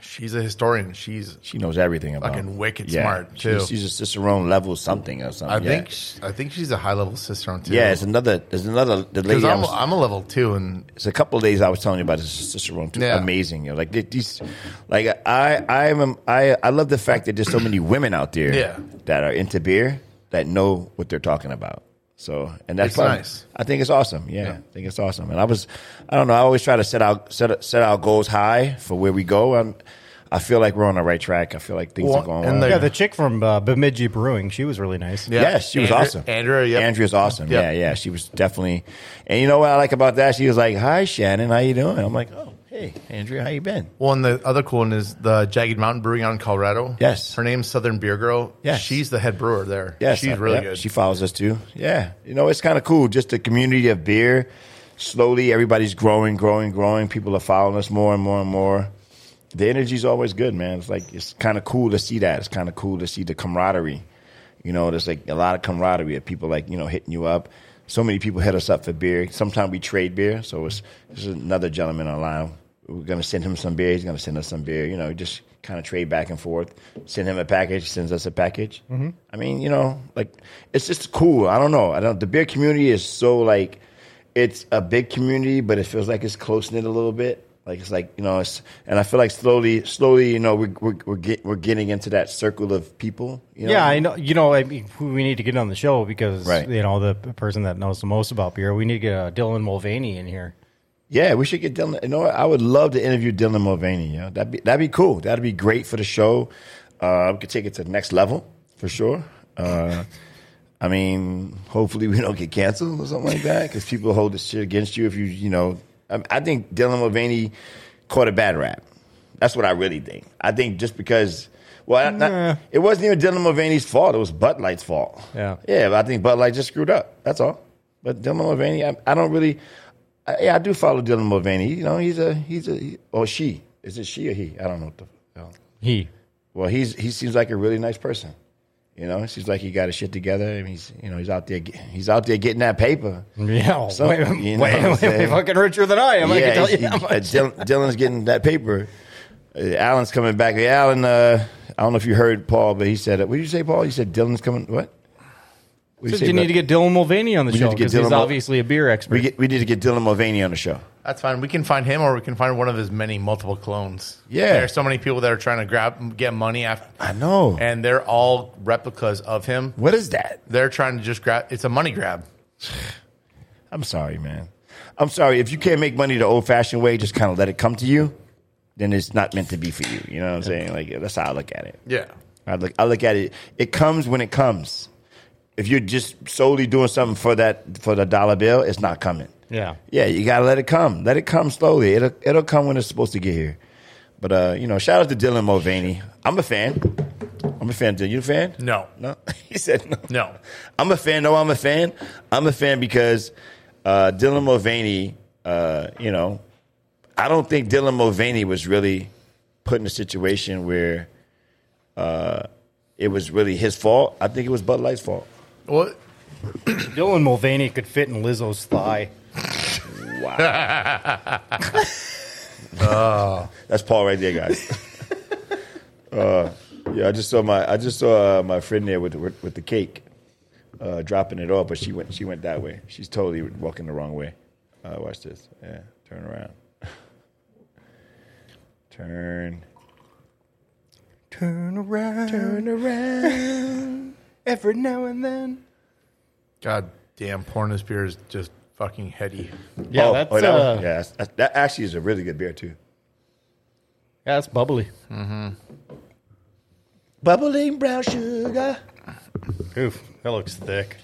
S2: She's a historian. She's
S1: She knows everything about
S2: Fucking wicked smart,
S1: Oh. She's-
S2: too.
S1: She's, a Cicerone level something or something.
S2: I
S1: yeah.
S2: think sh- I think she's a high level cicerone too.
S1: Yeah, it's another. There's another. The
S2: because
S1: lady. I
S2: I'm,
S1: was,
S2: I'm a level two, and
S1: it's a couple of days I was telling you about this Cicerone. Too.
S2: Yeah.
S1: Amazing. You know, like these. Like I, I am. I, I love the fact that there's so many women out there.
S2: Yeah.
S1: That are into beer that know what they're talking about. So and that's
S2: It's
S1: probably-
S2: nice.
S1: I think it's awesome. Yeah, I think it's awesome. And I was, I don't know. I always try to set out set set our goals high for where we go. I'm, I feel like we're on the right track. I feel like things
S2: Well,
S1: are going.
S2: and
S1: well.
S2: the-
S3: Yeah, the chick from uh, Bemidji Brewing, she was really nice.
S2: Yeah.
S1: Yes, she was
S2: Andrea-
S1: awesome.
S2: Andrea, yep.
S1: Andrea's awesome.
S2: Yep.
S1: Yeah, yeah. She was definitely. And you know what I like about that? She was like, "Hi, Shannon. How you doing?" I'm like, "Oh, hey, Andrea. How you been?"
S2: well, and the other cool one is the Jagged Mountain Brewing out in Colorado.
S1: Yes.
S2: her name's Southern Beer Girl.
S1: Yes.
S2: she's the head brewer there.
S1: Yes,
S2: she's
S1: uh,
S2: really
S1: yep,
S2: good.
S1: She follows us too. Yeah, you know, it's kind of cool. Just the community of beer slowly everybody's growing, growing, growing. People are following us more and more and more. The energy's always good, man. It's like it's kind of cool to see that. It's kind of cool to see the camaraderie. You know, there's like a lot of camaraderie of people like you know hitting you up. So many people hit us up for beer. Sometimes we trade beer. So it's this is another gentleman online. We're gonna send him some beer. He's gonna send us some beer. You know, just kind of trade back and forth. Send him a package. He sends us a package. I mean, you know, like it's just cool. I don't know. I don't. The beer community is so like it's a big community, but it feels like it's close knit a little bit. Like it's like you know, it's, and I feel like slowly, slowly, you know, we're we're we're, get, we're getting into that circle of people. You know?
S3: Yeah, I know. You know, I mean, who we need to get on the show because
S1: Right.
S3: you know the p- person that knows the most about beer. We need to get uh, Dylan Mulvaney in here.
S1: Yeah, we should get Dylan. You know, what? I would love to interview Dylan Mulvaney. You know, that'd be that'd be cool. That'd be great for the show. Uh, we could take it to the next level for sure. Uh, I mean, hopefully we don't get canceled or something like that because people hold this shit against you if you, you know. I, I think Dylan Mulvaney caught a bad rap. That's what I really think. I think just because, well, I- not-
S3: Nah.
S1: it wasn't even Dylan Mulvaney's fault. It was Bud Light's fault.
S3: Yeah.
S1: Yeah, but I think Bud Light just screwed up. That's all. But Dylan Mulvaney, I, I don't really. I, yeah, I do follow Dylan Mulvaney. You know, he's a he's a he, or she. Is it she or he? I don't know. What the, you know.
S3: He.
S1: Well, he's he seems like a really nice person. You know, it seems like he got his shit together. and he's you know he's out there get- he's out there getting that paper.
S3: Yeah,
S1: So,
S3: way,
S1: you know
S3: way-
S1: what I'm
S3: way
S1: saying?
S3: fucking richer than I am. I can tell
S1: he's-
S3: you that
S1: he-
S3: much.
S1: uh, Dylan, Dylan's getting that paper. Uh, Alan's coming back. Hey, Alan, uh, I don't know if you heard Paul, but he said, "What did you say, Paul?" You said Dylan's coming. What? What did
S3: So you need to get Dylan Mulvaney on the
S1: We need
S3: show
S1: to get
S3: because he's
S1: Dylan Mul-
S3: obviously a beer expert.
S1: We get, we need to get Dylan Mulvaney on the show.
S2: That's fine. We can find him, or we can find one of his many multiple clones.
S1: Yeah.
S2: there are so many people that are trying to grab get money after.
S1: I know.
S2: and they're all replicas of him.
S1: What is that?
S2: They're trying to just grab. It's a money grab.
S1: I'm sorry, man. I'm sorry. If you can't make money the old fashioned way, just kind of let it come to you, then it's not meant to be for you. You know what I'm saying? Like, that's how I look at it.
S2: Yeah,
S1: I look, I look at it. It comes when it comes. If you're just solely doing something for that for the dollar bill, it's not coming.
S3: yeah.
S1: Yeah, you gotta let it come. Let it come slowly. It'll it'll come when it's supposed to get here. But uh, you know, shout out to Dylan Mulvaney. I'm a fan. I'm a fan. Dylan, you a fan?
S2: No.
S1: no. he said no.
S2: No.
S1: I'm a fan. No, I'm a fan. I'm a fan because uh, Dylan Mulvaney. Uh, you know, I don't think Dylan Mulvaney was really put in a situation where uh, it was really his fault. I think it was Bud Light's fault.
S2: Well,
S3: Dylan Mulvaney could fit in Lizzo's thigh.
S1: That's Paul right there, guys. Uh, yeah, I just saw my I just saw uh, my friend there with the, with the cake, uh, dropping it off, but she went she went that way. She's totally walking the wrong way. Uh, watch this. Yeah, turn around. turn.
S3: Turn around, turn around. Every now and then.
S2: God damn, porn is beer is just fucking heady.
S3: Yeah,
S1: Oh,
S3: that's
S1: oh, that,
S3: uh,
S1: was- yeah, that's, that's- that actually is a really good beer too.
S3: yeah, that's bubbly.
S1: Bubbling brown sugar.
S3: Oof, that looks thick.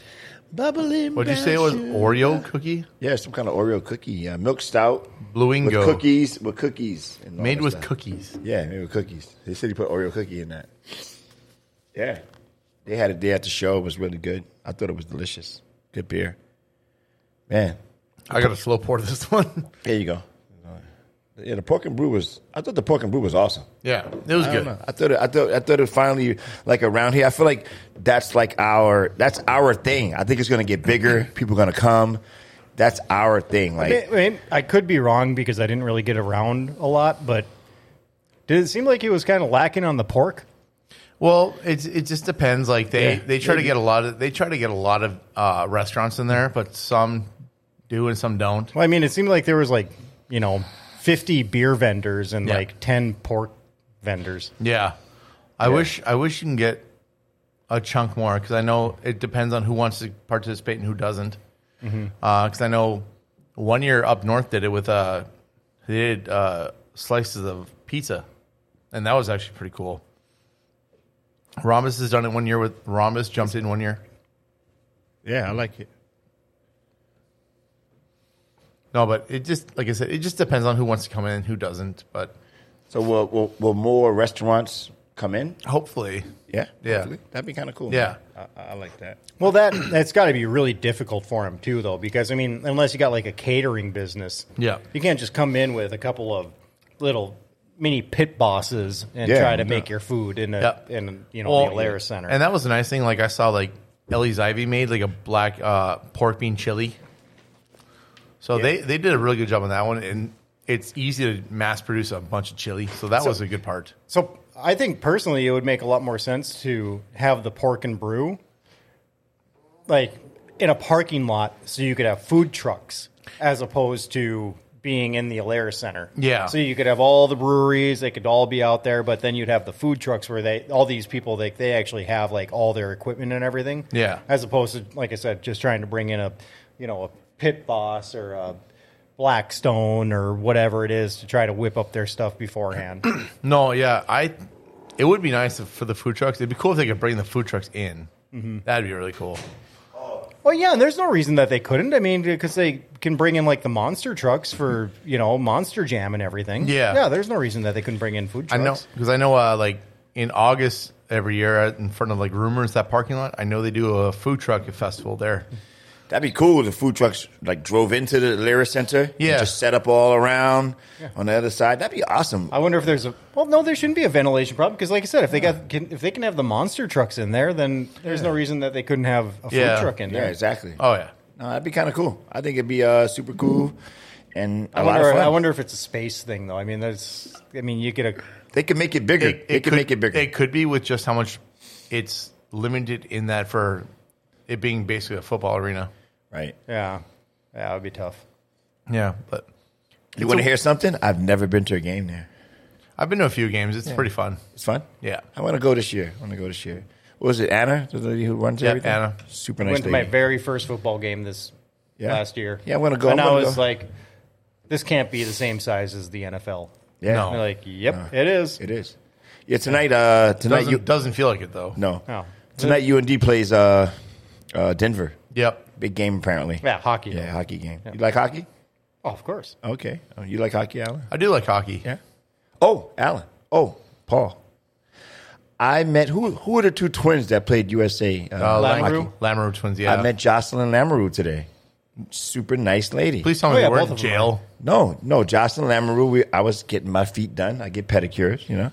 S1: Bubbling.
S2: What'd you say it was? Oreo cookie,
S1: Yeah, some kind of Oreo cookie. Yeah, milk stout.
S2: Blue
S1: with
S2: Ingo.
S1: cookies with cookies. and all
S2: made
S1: that
S2: with
S1: stuff.
S2: cookies.
S1: Yeah, made with cookies. They said he put Oreo cookie in that. Yeah, they had it there at the show. It was really good. I thought it was delicious. Good beer, man.
S2: I got a slow pour this one.
S1: There you go. Yeah, the pork and brew was. I thought the pork and brew was awesome.
S2: Yeah, it was
S1: I
S2: good.
S1: don't know. I thought it, I thought I thought it finally like around here. I feel like that's like our that's our thing. I think it's gonna get bigger. People gonna come. That's our thing. Like
S3: I, mean, I could be wrong because I didn't really get around a lot, but did it seem like he was kind of lacking on the pork?
S2: Well, it's it just depends. Like they
S1: Yeah.
S2: they try to get a lot of they try to get a lot of uh, restaurants in there, but some do and some don't.
S3: Well, I mean, it seemed like there was like you know fifty beer vendors and
S2: Yeah.
S3: like ten pork vendors.
S2: Yeah, I wish I wish you can get a chunk more because I know it depends on who wants to participate and who doesn't. Because I know one year up north did it with uh they did uh, slices of pizza, and that was actually pretty cool. Rhombus has done it one year with Rhombus jumped in one year.
S1: yeah, I like it.
S2: No, but it just like I said, it just depends on who wants to come in and who doesn't. But
S1: So will will, will more restaurants come in?
S2: Hopefully.
S1: Yeah,
S2: Yeah.
S1: hopefully. that'd be kind of cool.
S2: Yeah.
S1: man. I, I like that.
S3: Well, that that's got to be really difficult for him too, though, because I mean, unless you got like a catering business,
S2: Yeah.
S3: you can't just come in with a couple of little mini pit bosses and
S1: Yeah.
S3: try to make your food in a
S2: Yep.
S3: in you know the Alara Center.
S2: And that was a nice thing. Like I saw like Ellie's Ivy made like a black uh, pork bean chili. So they they did a really good job on that one, and it's easy to mass produce a bunch of chili. So that was a good part.
S3: so I think personally, it would make a lot more sense to have the pork and brew like in a parking lot, so you could have food trucks as opposed to being in the Alara Center.
S2: Yeah.
S3: So you could have all the breweries; they could all be out there, but then you'd have the food trucks where they all these people they they actually have like all their equipment and everything.
S2: Yeah.
S3: As opposed to like I said, just trying to bring in a you know a pit boss or a Blackstone or whatever it is to try to whip up their stuff beforehand.
S2: No, yeah, I. It would be nice if, for the food trucks. It'd be cool if they could bring the food trucks in. That'd be really cool.
S3: Well, yeah, and there's no reason that they couldn't. I mean, because they can bring in like the monster trucks for you know Monster Jam and everything.
S2: Yeah.
S3: yeah. There's no reason that they couldn't bring in food
S2: I
S3: trucks.
S2: know because I know uh, like in August every year uh, in front of like rumors that parking lot. I know they do a food truck festival there.
S1: That'd be cool. if The food trucks like drove into the Lyra Center. and
S2: Yeah.
S1: just set up all around on the other side. That'd be awesome.
S3: I wonder if there's a well, no, there shouldn't be a ventilation problem because, like I said, if they got can, if they can have the monster trucks in there, then there's no reason that they couldn't have a food
S2: Yeah.
S3: truck in
S1: yeah,
S3: there.
S1: exactly.
S2: Oh yeah,
S1: No, that'd be kind of cool. I think it'd be uh, super cool and a
S3: I
S1: lot of
S3: wonder,
S1: fun.
S3: I wonder if it's a space thing though. I mean, that's I mean, you get a
S1: they could make it bigger. they could, make it bigger.
S2: It could be with just how much it's limited in that for it being basically a football arena.
S1: right.
S3: yeah, yeah, it would be tough.
S2: Yeah, but
S1: You want to hear something? I've never been to a game there.
S2: I've been to a few games. It's pretty fun.
S1: It's fun.
S2: Yeah.
S1: I want to go this year. I want to go this year. What was it Anna, the lady who runs
S2: Yeah,
S1: everything?
S2: Anna.
S1: super
S3: I
S1: nice
S3: went to
S1: lady.
S3: my very first football game this
S1: Yeah.
S3: last year.
S1: Yeah, I wanna go,
S3: And
S1: I
S3: I
S1: wanna
S3: was
S1: go.
S3: like, this can't be the same size as the NFL.
S1: yeah,
S2: No.
S3: And they're like, yep, Oh. Uh, it is.
S1: it is. Yeah, tonight. Uh, tonight
S2: Doesn't,
S1: you
S2: doesn't feel like it though.
S1: no.
S3: Oh.
S1: Tonight UND plays uh, uh, Denver.
S2: Yep.
S1: Big game apparently.
S3: yeah, hockey.
S1: Yeah, hockey game. You like hockey?
S3: Oh, of course.
S1: Okay. Oh, you like hockey, Alan?
S2: I do like hockey.
S1: Yeah. Oh, Alan. Oh, Paul. I met who? Who are the two twins that played USA? Uh,
S2: Uh,
S3: Lamoureux?
S2: Lamoureux? Lamoureux twins. Yeah.
S1: I met Jocelyn Lamoureux today. Super nice lady.
S2: Please tell me
S3: Oh,
S2: they
S3: yeah,
S2: we're
S3: both
S2: in
S3: of them
S2: jail.
S1: No, no, Jocelyn Lamoureux. We, I was getting my feet done. I get pedicures, you know.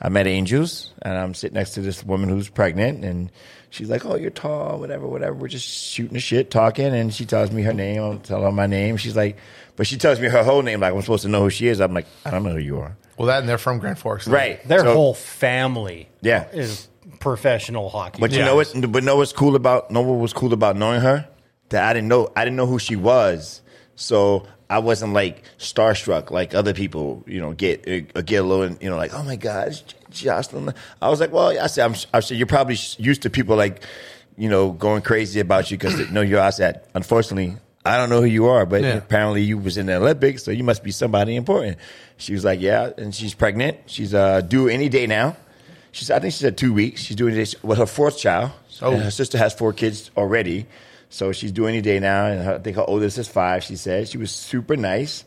S1: I met Angels, and I'm sitting next to this woman who's pregnant, and she's like, "Oh, you're tall, whatever, whatever." We're just shooting the shit, talking, and she tells me her name. I'll tell her my name. She's like, but she tells me her whole name, like I'm supposed to know who she is. I'm like, I don't know who you are,
S2: Well, that and they're from Grand Forks.
S1: right?
S3: Their
S1: So-
S3: whole family
S1: Yeah.
S3: is professional hockey.
S1: But you
S2: Yeah.
S1: know what? But know what's cool about know what was cool about knowing her? That I didn't know I didn't know who she was, so I wasn't like starstruck like other people. You know, get uh, get a little, you know, like oh my god, it's J- Jocelyn. I was like, well, I said, I'm, I said, you're probably sh- used to people like, you know, going crazy about you because they know you're. I said, unfortunately. I don't know who you are, but
S2: Yeah.
S1: apparently you was in the Olympics, so you must be somebody important. She was like, "Yeah," and she's pregnant. She's uh, due any day now. She's, I think she said two weeks. She's doing this with her fourth child.
S2: Oh.
S1: And her sister has four kids already. So she's doing any day now. And her, I think her oldest is five, she said. She was super nice.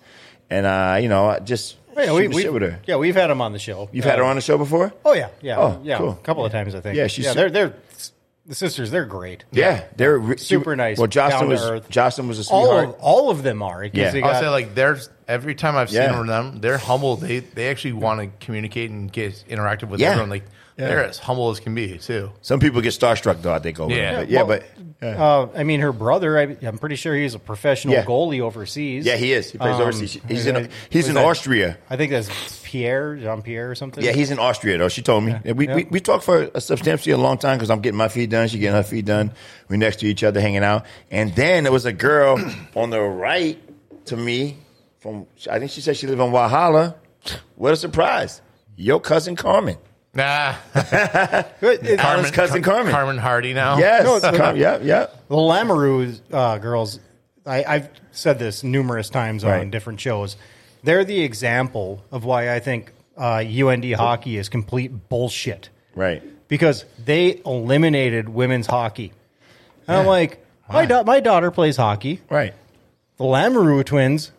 S1: And, uh, you know, I just
S3: yeah,
S1: shoot
S3: we,
S1: the
S3: we,
S1: shit with her.
S3: yeah, we've had them on the show.
S1: You've had her on the show before?
S3: Oh yeah, yeah,
S1: Oh,
S3: yeah.
S1: cool.
S3: A couple of times, I think.
S1: Yeah, she's
S3: yeah.
S1: su-
S3: They're they're the sisters. They're great.
S1: Yeah. They're re-
S3: Super nice,
S1: Well, Jocelyn
S3: down to
S1: was,
S3: earth. Oh.
S1: Jocelyn was a
S3: All
S1: sweetheart.
S3: of, all of them are. 'cause
S1: Yeah.
S3: they
S2: I'll
S3: got-
S2: say like there's every time I've seen
S1: Yeah.
S2: them, they're humble. They they actually want to communicate and get interactive with
S1: Yeah.
S2: everyone. Like
S1: Yeah.
S2: they're as humble as can be too.
S1: Some people get starstruck, though, I think, over
S2: Yeah.
S1: yeah. But, yeah,
S3: Well,
S1: but
S3: uh, I mean, her brother. I, I'm pretty sure he's a professional
S1: Yeah.
S3: goalie overseas.
S1: yeah, he is. He plays
S3: Um,
S1: overseas. He's
S3: was
S1: in,
S3: that-
S1: he's
S3: was
S1: in
S3: that-
S1: Austria.
S3: I think that's Pierre, Jean Pierre, or something.
S1: Yeah, he's in Austria though. She told me we, we we talked for a substantially a long time because I'm getting my feet done. She getting her feet done. We're next to each other hanging out. And then there was a girl on the right to me from I think she said she lived in Wahala. What a surprise! Your cousin Carmen.
S2: Nah,
S3: But it's-
S1: Carmen's cousin
S2: Car-
S1: Carmen.
S2: Carmen Hardy now.
S1: Yes,
S3: No, it's-
S1: Car- yeah, yeah.
S3: the Lamoureux uh, girls. I, I've said this numerous times on
S1: Right.
S3: different shows. They're the example of why I think uh, UND hockey is complete bullshit.
S1: Right.
S3: because they eliminated women's hockey. And I'm like, my, da- my daughter plays hockey.
S1: Right.
S3: The Lamoureux twins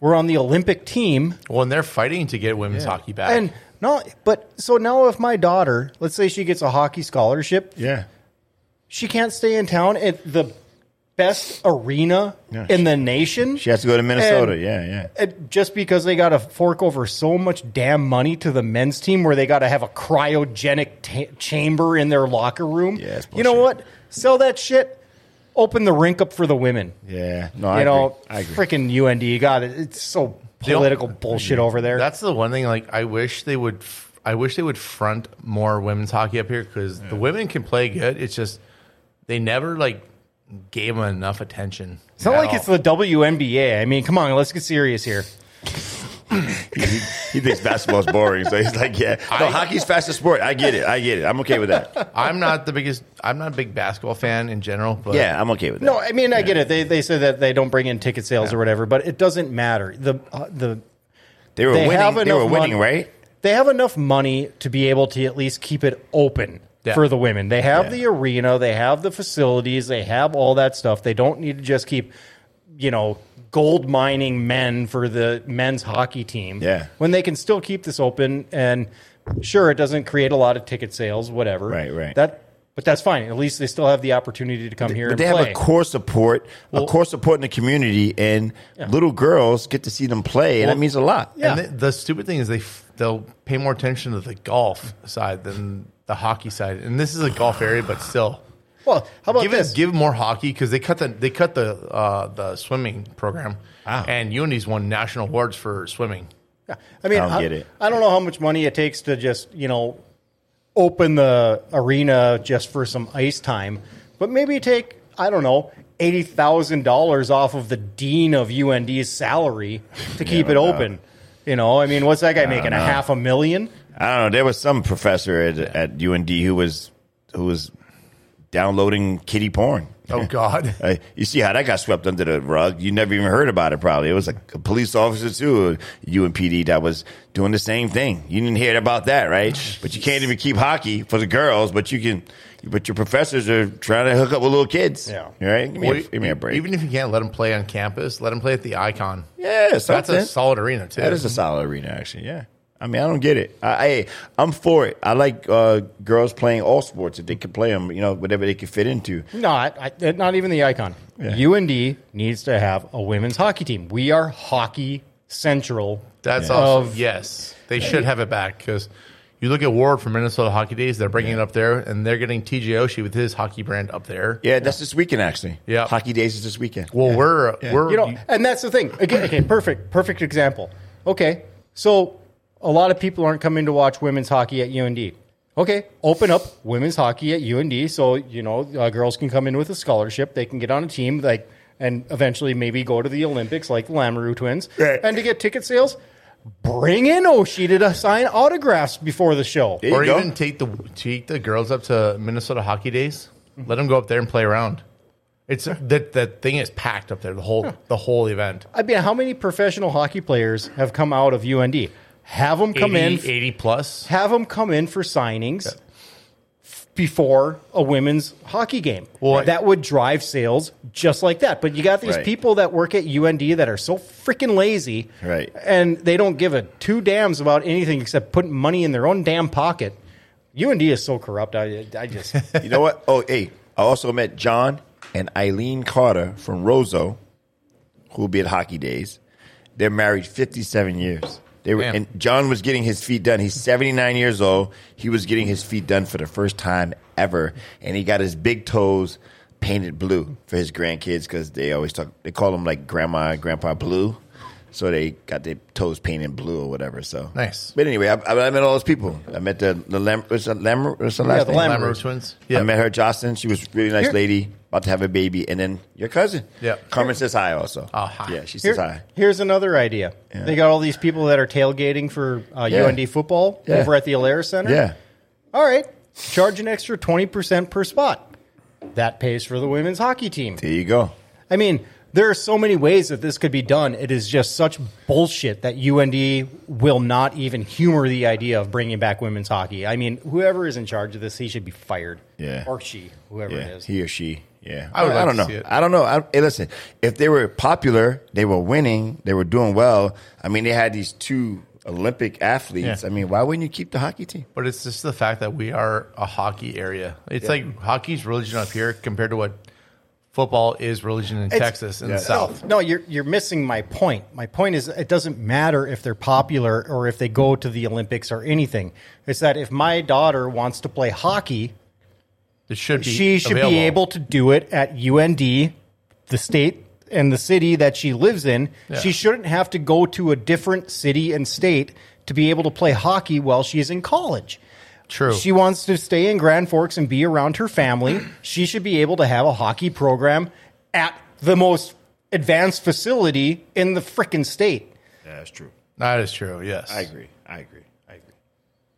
S3: were on the Olympic team,
S2: Well, and they're fighting to get women's hockey back.
S3: and No, but so now if my daughter, let's say she gets a hockey scholarship,
S1: Yeah.
S3: she can't stay in town at the best arena
S1: Yeah.
S3: in the nation.
S1: She has to go to Minnesota.
S3: And-
S1: yeah, yeah.
S3: It- just because they got to fork over so much damn money to the men's team where they got to have a cryogenic ta chamber in their locker room.
S1: Yeah, it's
S3: you know
S1: bullshit.
S3: what? Sell that shit. Open the rink up for the women.
S1: Yeah. No, I
S3: you know,
S1: agree. I agree.
S3: freaking UND. You got it. It's so political bullshit over there.
S2: That's the one thing. Like, I wish they would. f- I wish they would front more women's hockey up here because the women can play good. It's just they never like gave them enough attention.
S3: it's not like it's the WNBA. I mean, come on, let's get serious here.
S1: he, he thinks basketball's boring, so he's like, "Yeah, no, hockey's fastest sport. I get it. I get it. I'm okay with that.
S2: I'm not the biggest. I'm not a big basketball fan in general. But
S1: Yeah, I'm okay with that."
S3: No, I mean I get it. They they say that they don't bring in ticket sales or whatever, but it doesn't matter. The uh, the
S1: they were
S3: they have
S1: winning. They
S3: enough
S1: were winning,
S3: money-
S1: right?
S3: They have enough money to be able to at least keep it open
S2: Yeah.
S3: for the women. They have
S1: Yeah.
S3: the arena, they have the facilities, they have all that stuff. They don't need to just keep, you know, gold mining men for the men's hockey team.
S1: Yeah.
S3: When they can still keep this open and sure it doesn't create a lot of ticket sales, whatever.
S1: Right, right.
S3: That but that's fine. At least they still have the opportunity to come here
S1: But
S3: and
S1: they
S3: play.
S1: have a core support, a core support in the community, and little girls get to see them play, and that means a lot.
S2: And
S3: Yeah.
S2: the, the stupid thing is they f- they'll pay more attention to the golf side than the hockey side. And this is a golf area, but still.
S3: well, how about
S2: give
S3: this?
S2: it, give more hockey because they cut the they cut the uh, the swimming program,
S1: Ah.
S2: and UND's won national awards for swimming.
S3: Yeah. I mean,
S1: I don't get it.
S3: I don't know how much money it takes to just, you know, open the arena just for some ice time, but maybe take, I don't know, $80,000 off of the dean of UND's salary to keep it open. You know, I mean, what's that guy making? A half a million?
S1: I don't know. There was some professor at, at UND who was who was downloading kitty porn.
S2: Oh God,
S1: Uh, you see how that got swept under the rug. You never even heard about it, probably. It was like a police officer, too, UMPD, that was doing the same thing. You didn't hear about that, right? But you can't even keep hockey for the girls, but you can, but your professors are trying to hook up with little kids.
S3: Yeah.
S1: Right? Give me,
S2: Well, e-
S1: a, give me a break.
S2: Even if you can't let them play on campus, let them play at the Icon.
S1: yeah,
S2: That's
S1: something.
S2: a solid arena too.
S1: That is a solid arena, actually. Yeah. I mean, I don't get it. I, I I'm for it. I like uh, girls playing all sports if they can play them. You know, whatever they can fit into.
S3: Not, I, uh, not even the icon. UND needs to have a women's hockey team. We are hockey central.
S2: That's also
S3: Of-
S2: yes. They should have it back because you look at Ward from Minnesota Hockey Days. They're bringing it up there, and they're getting TJ Oshie with his hockey brand up there.
S1: Yeah, that's this weekend actually.
S2: Yeah.
S1: hockey days is this weekend.
S2: Well, we're we're
S3: you know, and that's the thing. Again, okay, perfect, perfect example. Okay, so a lot of people aren't coming to watch women's hockey at UND. Okay, open up women's hockey at UND so you know uh, girls can come in with a scholarship. They can get on a team like and eventually maybe go to the Olympics like the Lamoureux twins.
S1: Right.
S3: And to get ticket sales, bring in Oshie to sign autographs before the show.
S1: There
S2: or
S1: you go.
S2: even take the take the girls up to Minnesota Hockey Days. Let them go up there and play around. It's that that thing is packed up there. The whole the whole event.
S3: I mean, how many professional hockey players have come out of UND? Have them come
S2: 80,
S3: in.
S2: 80 plus.
S3: have them come in for signings f- before a women's hockey game.
S2: Well,
S3: that would drive sales just like that. But you got these
S1: Right.
S3: people that work at UND that are so freaking lazy,
S1: Right.
S3: And they don't give a two dams about anything except putting money in their own damn pocket. UND is so corrupt. I, I just
S1: You know what? Oh, hey, I also met John and Eileen Carter from Roseau, who will be at Hockey Days. They're married 57 years. They were,
S2: Damn.
S1: and John was getting his feet done. He's 79 years old. He was getting his feet done for the first time ever, and he got his big toes painted blue for his grandkids because they always talk. They call them like Grandma and Grandpa Blue. So they got their toes painted blue or whatever. So
S2: Nice.
S1: But anyway, I, I met all those people. I met the the Lam, what's the Lam, what's the last
S3: the
S1: name?
S3: Lam-
S2: Glamour twins.
S1: I
S2: Yeah.
S1: met her, Jocelyn. She was a really nice
S3: Here-
S1: lady, about to have a baby, and then your cousin.
S2: Yeah.
S1: Carmen says hi also.
S2: Oh, hi.
S1: Yeah, she says
S3: Here-
S1: hi.
S3: here's another idea.
S1: Yeah.
S3: They got all these people that are tailgating for uh,
S1: Yeah.
S3: UND football
S1: Yeah.
S3: over at the Alaris Center.
S1: Yeah.
S3: All right, charge an extra 20% per spot. That pays for the women's hockey team.
S1: There you go.
S3: I mean, there are so many ways that this could be done. It is just such bullshit that UND will not even humor the idea of bringing back women's hockey. I mean, whoever is in charge of this, he should be fired.
S1: Yeah.
S3: Or she, whoever it
S1: Yeah.
S3: is.
S1: He or she. Yeah.
S2: I would like
S1: don't
S2: to
S1: know.
S2: see it.
S1: I don't know. I, hey, listen, if they were popular, they were winning, they were doing well. I mean, they had these two Olympic athletes.
S2: Yeah.
S1: I mean, why wouldn't you keep the hockey team?
S2: But it's just the fact that we are a hockey area. It's like hockey's religion up here compared to what football is religion in
S3: It's-
S2: Texas and
S1: Yeah.
S2: the South.
S3: No, you're you're missing my point. My point is it doesn't matter if they're popular or if they go to the Olympics or anything. It's that if my daughter wants to play hockey,
S2: It should be
S3: she should
S2: available.
S3: be able to do it at UND, the state and the city that she lives in.
S2: Yeah.
S3: She shouldn't have to go to a different city and state to be able to play hockey while she's in college.
S2: True.
S3: She wants to stay in Grand Forks and be around her family. She should be able to have a hockey program at the most advanced facility in the frickin' state.
S1: Yeah, that's true.
S2: that is true. Yes.
S1: I agree. I agree. I agree.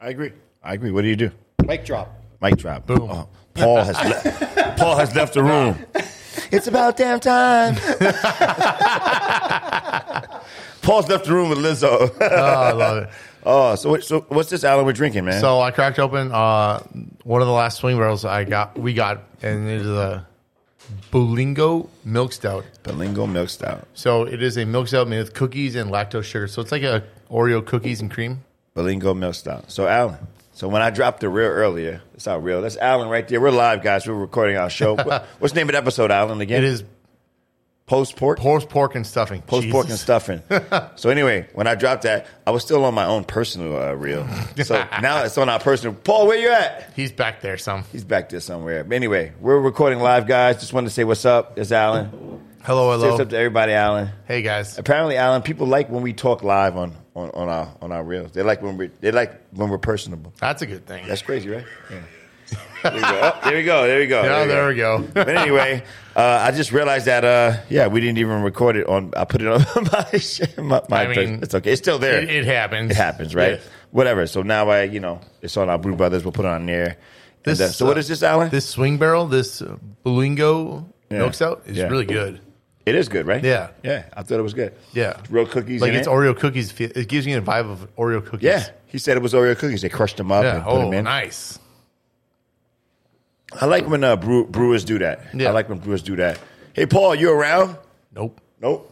S1: I agree. I agree. What do you do?
S3: Mic drop.
S1: Mic drop.
S2: Boom.
S1: Oh, Paul has left. Paul has left the room. It's about damn time. Paul's left the room with Lizzo.
S2: Oh, I love it.
S1: oh, so what, so what's this Alan we're drinking, man?
S2: So I cracked open uh, one of the last swing barrels I got. We got, and it is a Bulingo milk stout.
S1: Belingo milk stout.
S2: So it is a milk stout made with cookies and lactose sugar. So it's like a Oreo cookies and cream.
S1: Belingo milk stout. So Alan. So when I dropped the real earlier, it's not real. That's Alan right there. We're live, guys. We're recording our show. What- What's the name of the episode, Alan? Again,
S2: It is
S1: post pork.
S2: post pork and stuffing.
S1: post pork and
S2: Jesus.
S1: stuffing. so anyway, when I dropped that, I was still on my own personal uh, reel. So now it's on our personal. Paul, where you at?
S2: He's back there. Some
S1: He's back there somewhere. But anyway, we're recording live, guys. Just wanted to say what's up. It's Alan.
S2: hello,
S1: Say what's
S2: hello.
S1: up to everybody, Alan.
S2: Hey guys.
S1: Apparently, Alan, people like when we talk live on, on, on our on our reels. They like when we they like when we're personable.
S2: That's a good thing.
S1: That's crazy, right? Yeah. There we go. Oh, there we go. There we go.
S2: yeah,
S1: we
S2: there we go.
S1: but anyway, uh, I just realized that uh, yeah, we didn't even record it on. I put it on my sh- my, my
S2: I mean,
S1: it's okay. It's still there.
S2: it, it happens.
S1: It happens, right?
S2: Yeah.
S1: Whatever. So now I, you know, it's on our Blue Brothers. We'll put it on there. And, uh, so what
S2: uh,
S1: is this, Alan?
S2: This swing barrel, this uh, Bulingo
S1: Yeah.
S2: milk stout is
S1: Yeah.
S2: really good.
S1: it is good, right?
S2: Yeah.
S1: yeah. I thought it was good.
S2: Yeah,
S1: real cookies.
S2: Like
S1: in
S2: it's
S1: it.
S2: Oreo cookies. fe- It gives you a vibe of Oreo cookies.
S1: Yeah, he said it was Oreo cookies. They crushed them up
S2: Yeah.
S1: and put
S2: Oh,
S1: them in.
S2: nice.
S1: I like when uh, brew- brewers do that.
S2: Yeah.
S1: I like when brewers do that. Hey, Paul, you around?
S2: Nope.
S1: Nope.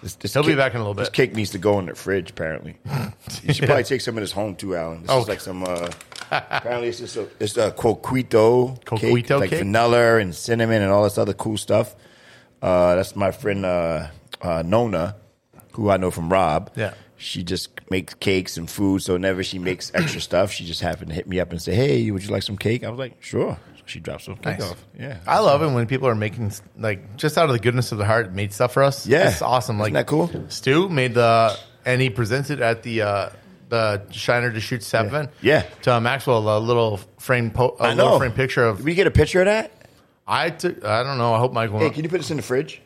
S1: This, this
S2: He'll be back in a little bit.
S1: This cake needs to go in the fridge, apparently. you should probably take some of this home too, Alan. This
S2: Oh.
S1: is like some. Uh, apparently, it's just a it's a coquito, cake,
S2: Coquito
S1: like
S2: cake?
S1: vanilla and cinnamon and all this other cool stuff. Uh, that's my friend uh, uh, Nona, who I know from Rob.
S2: Yeah.
S1: She just makes cakes and food, so whenever she makes extra stuff, she just happened to hit me up and say, "Hey, would you like some cake?" I was like, "Sure." So she dropped some cake
S2: Nice.
S1: off. Yeah,
S2: I love it when people are making like just out of the goodness of the heart made stuff for us.
S1: Yeah.
S2: it's awesome. Like
S1: Isn't that cool?
S2: Stu made the and he presented at the uh, the Shiner to Shoot Step event.
S1: Yeah.
S2: to Maxwell a little frame po- a
S1: I know.
S2: little frame picture
S1: Did
S2: of
S1: we get a picture of that?
S2: I took. I don't know. I hope Michael.
S1: Hey, can you put this in the fridge?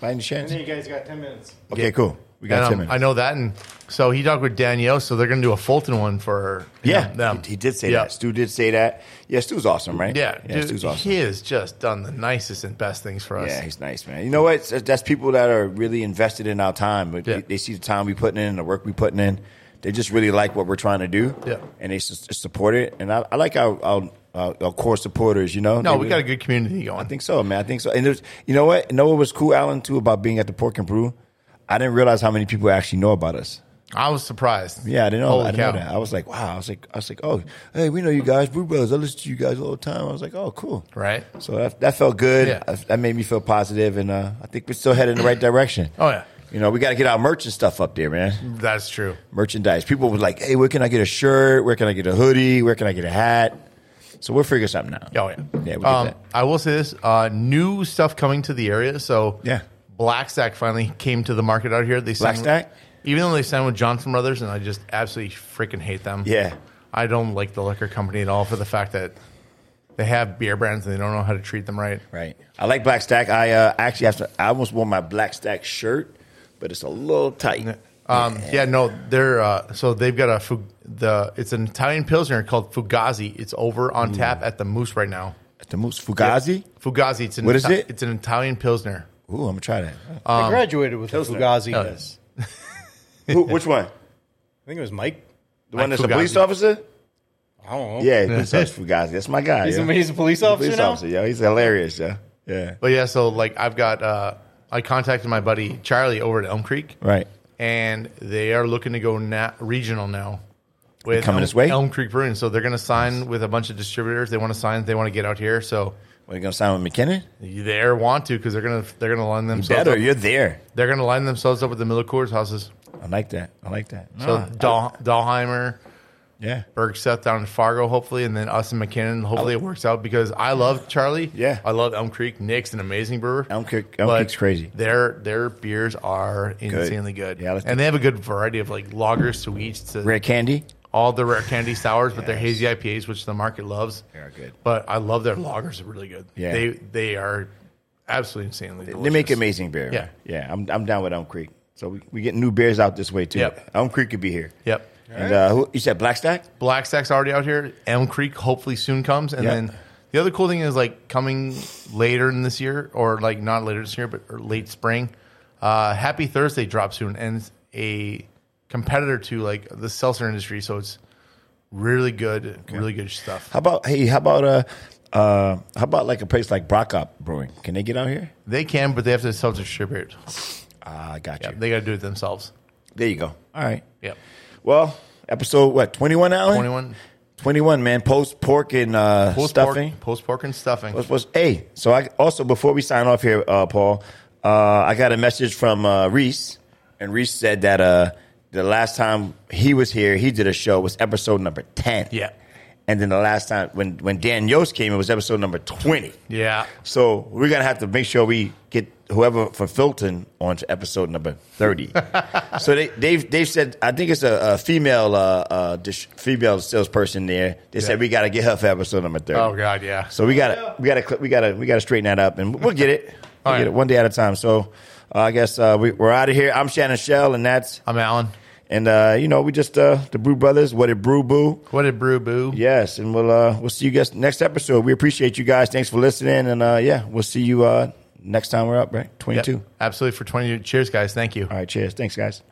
S1: By any chance?
S3: you guys got 10 minutes.
S1: Okay, cool. We
S2: and,
S1: got
S2: um,
S1: ten minutes.
S2: I know that, and so he talked with Danielle. So they're going to do a Fulton one for you
S1: Yeah,
S2: know, them.
S1: He, he did say
S2: Yeah.
S1: that. Stu did say that. Yeah, Stu's awesome, right?
S2: Yeah,
S1: yeah,
S2: dude,
S1: Stu's awesome.
S2: he has just done the nicest and best things for us.
S1: Yeah, he's nice, man. You know what? It's- That's people that are really invested in our time. But
S2: Yeah.
S1: they, they see the time we putting in and the work we putting in. They just really like what we're trying to do.
S2: Yeah.
S1: and they s- support it. And I, I like our, our our our core supporters. You know,
S2: no,
S1: They
S2: we
S1: really-
S2: got a good community going.
S1: I think so, man. I think so. And there's, you know what? You know what was cool, Alan, too, about being at the Pork and Brew? I didn't realize how many people actually know about us.
S2: I was surprised.
S1: Yeah, I didn't know.
S2: Holy
S1: I didn't know
S2: cow.
S1: that. I was like, wow. I was like, I was like, oh, hey, we know you guys, Brew Brothers. I listen to you guys all the time. I was like, oh, cool.
S2: Right.
S1: So that, that felt good.
S2: Yeah.
S1: I- That made me feel positive, and uh, I think we're still headed in the right direction.
S2: Oh, yeah.
S1: You know, we got to get our merch and stuff up there, man.
S2: That's true.
S1: Merchandise. People were like, hey, where can I get a shirt? Where can I get a hoodie? Where can I get a hat? So we'll figure something out.
S2: Oh yeah.
S1: Yeah, we did
S2: um,
S1: that.
S2: I will say this: uh, new stuff coming to the area. So
S1: Yeah.
S2: Black Stack finally came to the market out here. They signed-
S1: Stack?
S2: even though they signed with Johnson Brothers, and I just absolutely freaking hate them.
S1: Yeah.
S2: I don't like the liquor company at all for the fact that they have beer brands and they don't know how to treat them right.
S1: Right. I like Black Stack. I uh, actually have to, I almost wore my Black Stack shirt, but it's a little tight.
S2: Um, yeah. no, they're uh, so they've got a fu- the it's an Italian pilsner called Fugazi. It's over on tap at the Moose right now.
S1: At the most Fugazi.
S2: Fugazi. It's an
S1: What is
S2: Ita-
S1: it?
S2: It's an Italian pilsner.
S1: Ooh, I'm gonna try that.
S3: I graduated with Fugazi.
S2: Oh,
S3: I
S2: yes.
S1: Who, which one?
S3: think it was Mike.
S1: The one that's a
S2: Fugazi.
S1: police officer?
S3: I don't know.
S1: Yeah, police officer Fugazi. That's my guy.
S3: He's,
S1: yeah.
S3: a, he's a police officer
S1: police
S3: now?
S1: officer. Yeah, he's hilarious. Yeah, yeah.
S2: But yeah, so like I've got uh I contacted my buddy Charlie over at Elm Creek.
S1: Right.
S2: and they are looking to go na- regional now. With
S1: coming
S2: Elm,
S1: this way?
S2: Elm Creek Brewing, so they're going to sign with a bunch of distributors. They want to sign. They want to get out here. So
S1: What, you gonna sign with McKinnon?
S2: they are want to because they're going to they're going to line themselves.
S1: Better,
S2: Up.
S1: you're there.
S2: They're going to line themselves up with the Miller Coors houses.
S1: I like that. Ah, I like that.
S2: So
S1: No,
S2: Dahl, Dahlheimer,
S1: yeah,
S2: Bergseth down in Fargo, hopefully, and then us and McKinnon. Hopefully, it works out because I love Charlie.
S1: Oh. Yeah.
S2: I love Elm Creek. Nick's an amazing brewer.
S1: Elm Creek- Elm
S2: But
S1: Creek's crazy.
S2: Their their beers are insanely good.
S1: Yeah, let's-
S2: and they have a good variety of like lager sweets to
S1: red candy.
S2: all the rare candy sours, but their hazy IPAs, which the market loves.
S1: They are good.
S2: But I love their lagers; are really good.
S1: Yeah.
S2: they they are absolutely insanely. Delicious.
S1: They make amazing beer.
S2: Yeah.
S1: yeah. I'm I'm down with Elm Creek. So we, we getting new beers out this way too.
S2: Yep.
S1: Elm Creek could be here.
S2: Yep.
S1: And uh, who, you said Black Stack?
S2: Black Stack's already out here. Elm Creek hopefully soon comes, and
S1: Yeah.
S2: then the other cool thing is like coming later in this year, or like not later this year, but or late spring. Uh, Happy Thursday drops soon, and it's a competitor to like the seltzer industry, so it's really good, really good stuff.
S1: How about hey? How about uh, uh, how about like a place like Brockop Brewing? Can they get out here?
S2: They can, but they have to self distribute.
S1: Ah, I got you.
S2: Yeah, they got to do it themselves.
S1: there you go. All right.
S2: Yep.
S1: Well, episode what? Twenty one, Alan.
S2: 21
S1: Twenty one, man. Post pork and uh,
S2: post
S1: stuffing.
S2: pork, post pork and stuffing.
S1: What's, what's, hey, so I also before we sign off here, uh, Paul, uh, I got a message from uh, Reese, and Reese said that uh, the last time he was here, he did a show was episode number ten.
S2: Yeah.
S1: and then the last time when when Dan Yost came, it was episode number twenty.
S2: yeah.
S1: So we're gonna have to make sure we get whoever from Filton onto episode number thirty. so they, they've they've said I think it's a, a female uh, uh, dish, female salesperson there. They said we gotta get her for episode number thirty.
S2: Oh God, yeah.
S1: So we gotta we gotta cl- we gotta we gotta straighten that up, and we'll get it. We'll
S2: All right.
S1: get it one day at a time. So uh, I guess uh, we, we're out of here. I'm Shannon Shell, and that's
S2: I'm Alan.
S1: and uh, you know we just uh, the Brew Brothers. What it brew boo?
S2: What a brew boo.
S1: Yes, and we'll uh, we'll see you guys next episode. We appreciate you guys. Thanks for listening, and uh, yeah, we'll see you uh, next time we're up. Right, twenty
S2: Yep.
S1: two.
S2: Absolutely for 20 years. Cheers, guys. Thank you.
S1: All right, cheers. Thanks, guys.